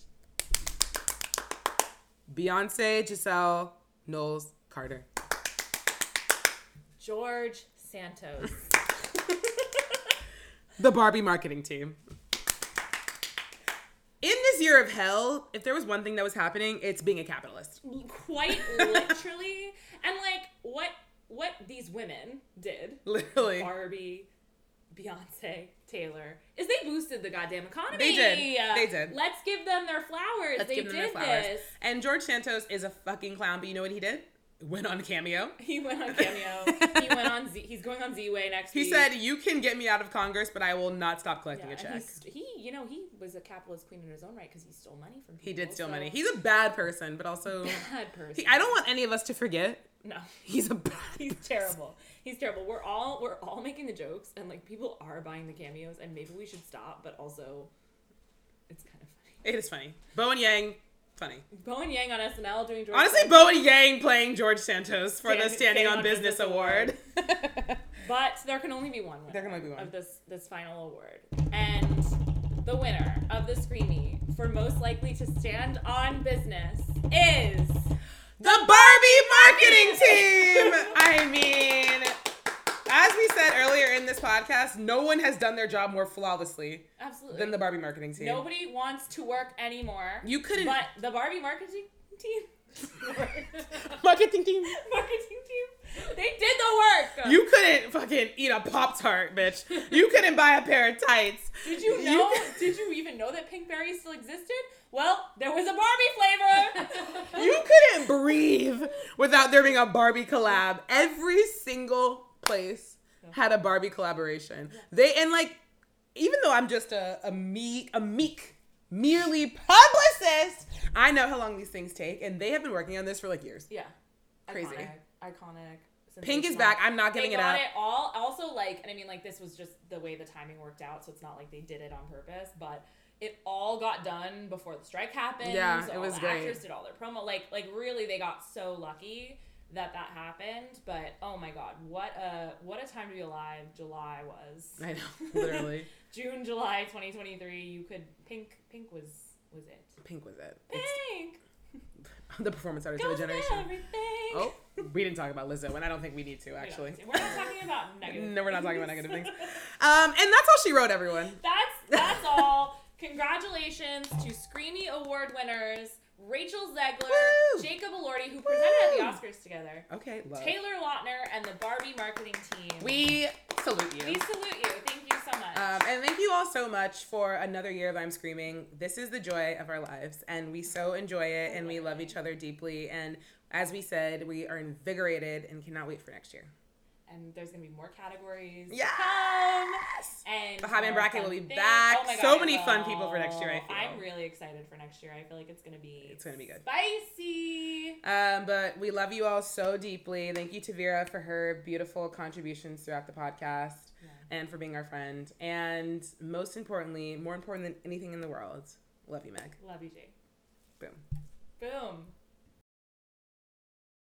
Speaker 3: Beyonce, Giselle, Knowles, Carter.
Speaker 2: George Santos.
Speaker 3: The Barbie marketing team. In this year of hell, if there was one thing that was happening, it's being a capitalist.
Speaker 2: quite literally and like what what these women did
Speaker 3: Literally.
Speaker 2: barbie beyonce taylor is they boosted the goddamn economy
Speaker 3: They did. They did.
Speaker 2: let's give them their flowers
Speaker 3: Let's
Speaker 2: they
Speaker 3: give them their
Speaker 2: did
Speaker 3: flowers.
Speaker 2: this
Speaker 3: And George Santos is a fucking clown, but you know what he did? Went on cameo.
Speaker 2: he went on cameo he went on z he's going on z-way next
Speaker 3: He
Speaker 2: week
Speaker 3: said, "You can get me out of Congress, but I will not stop collecting
Speaker 2: yeah,
Speaker 3: a check."
Speaker 2: and he's- he you know he was a capitalist queen in his own right because he stole money from people
Speaker 3: He did steal
Speaker 2: so-
Speaker 3: money. He's a bad person, but also
Speaker 2: bad person
Speaker 3: he, I don't want any of us to forget
Speaker 2: no
Speaker 3: he's a bad.
Speaker 2: He's terrible. He's terrible. We're all we're all making the jokes and like people are buying the cameos and maybe we should stop, but also it's kind of funny.
Speaker 3: It is funny. Bowen Yang, funny.
Speaker 2: Bowen Yang on SNL doing George
Speaker 3: Honestly, Bowen Yang playing George Santos for the
Speaker 2: Stand-
Speaker 3: Standing on Business Award.
Speaker 2: but there can only be one winner.
Speaker 3: There can only be one.
Speaker 2: of this this final award. And the winner of the Screamy for most likely to stand on business is
Speaker 3: the Barbie marketing team. I mean, as we said earlier in this podcast, no one has done their job more flawlessly
Speaker 2: absolutely
Speaker 3: than the Barbie marketing team.
Speaker 2: Nobody wants to work anymore.
Speaker 3: You couldn't-
Speaker 2: But the Barbie marketing team.
Speaker 3: marketing team.
Speaker 2: marketing team. They did the work.
Speaker 3: You couldn't fucking eat a Pop Tart, bitch. You couldn't buy a pair of tights.
Speaker 2: did you know? did you even know that Pinkberry still existed? Well, there was a Barbie flavor.
Speaker 3: You couldn't breathe without there being a Barbie collab. Every single place had a Barbie collaboration. They and like, even though I'm just a, a meek, a meek, merely publicist, I know how long these things take, and they have been working on this for like years.
Speaker 2: yeah.
Speaker 3: Crazy.
Speaker 2: Iconic. Iconic.
Speaker 3: Pink is
Speaker 2: Sensational.
Speaker 3: back. I'm not giving
Speaker 2: They
Speaker 3: it
Speaker 2: got
Speaker 3: up.
Speaker 2: it all. Also, like, and I mean, like, this was just the way the timing worked out, so it's not like they did it on purpose, but it all got done before the strike happened.
Speaker 3: Yeah,
Speaker 2: so
Speaker 3: it
Speaker 2: all
Speaker 3: was
Speaker 2: the
Speaker 3: great.
Speaker 2: Actors did all their promo. Like, like really, they got so lucky that that happened. But oh my god, what a what a time to be alive! July was.
Speaker 3: I know, literally.
Speaker 2: June, July, 2023. You could pink. Pink was was it.
Speaker 3: Pink was it. It's
Speaker 2: Pink
Speaker 3: the performance artist of
Speaker 2: goes
Speaker 3: the
Speaker 2: for
Speaker 3: generation.
Speaker 2: everything.
Speaker 3: Oh, we didn't talk about Lizzo, and I don't think we need to
Speaker 2: We don't
Speaker 3: actually.
Speaker 2: need to. we're not talking about negative.
Speaker 3: No, we're not talking about
Speaker 2: things.
Speaker 3: negative things. Um, and that's all she wrote, everyone.
Speaker 2: That's that's all. Congratulations to Screamy Award winners Rachel Zegler,
Speaker 3: Woo!
Speaker 2: Jacob Elordi, who presented
Speaker 3: Woo!
Speaker 2: at the Oscars together,
Speaker 3: Okay, love.
Speaker 2: Taylor Lautner, and the Barbie marketing team.
Speaker 3: we salute you.
Speaker 2: We salute you. Thank you so so much.
Speaker 3: Um, and thank you all so much for another year of I'm Screaming. This is the joy of our lives, and we so enjoy it, and we love each other deeply. And as we said, we are invigorated and cannot wait for next year.
Speaker 2: and there's gonna be more categories. to
Speaker 3: Yes!
Speaker 2: come. And
Speaker 3: The Hotman
Speaker 2: more
Speaker 3: bracket
Speaker 2: fun
Speaker 3: will be
Speaker 2: things.
Speaker 3: back.
Speaker 2: my
Speaker 3: So
Speaker 2: it
Speaker 3: many fun people for next year, I feel.
Speaker 2: I'm really excited for next year. I feel like it's gonna be.
Speaker 3: It's gonna be good.
Speaker 2: Spicy.
Speaker 3: Um, but we love you all so deeply. Thank you to Vera for her beautiful contributions throughout the podcast
Speaker 2: Yeah.
Speaker 3: and for being our friend. And most importantly, more important than anything in the world, love you, Meg.
Speaker 2: Love you, Jay.
Speaker 3: Boom.
Speaker 2: Boom.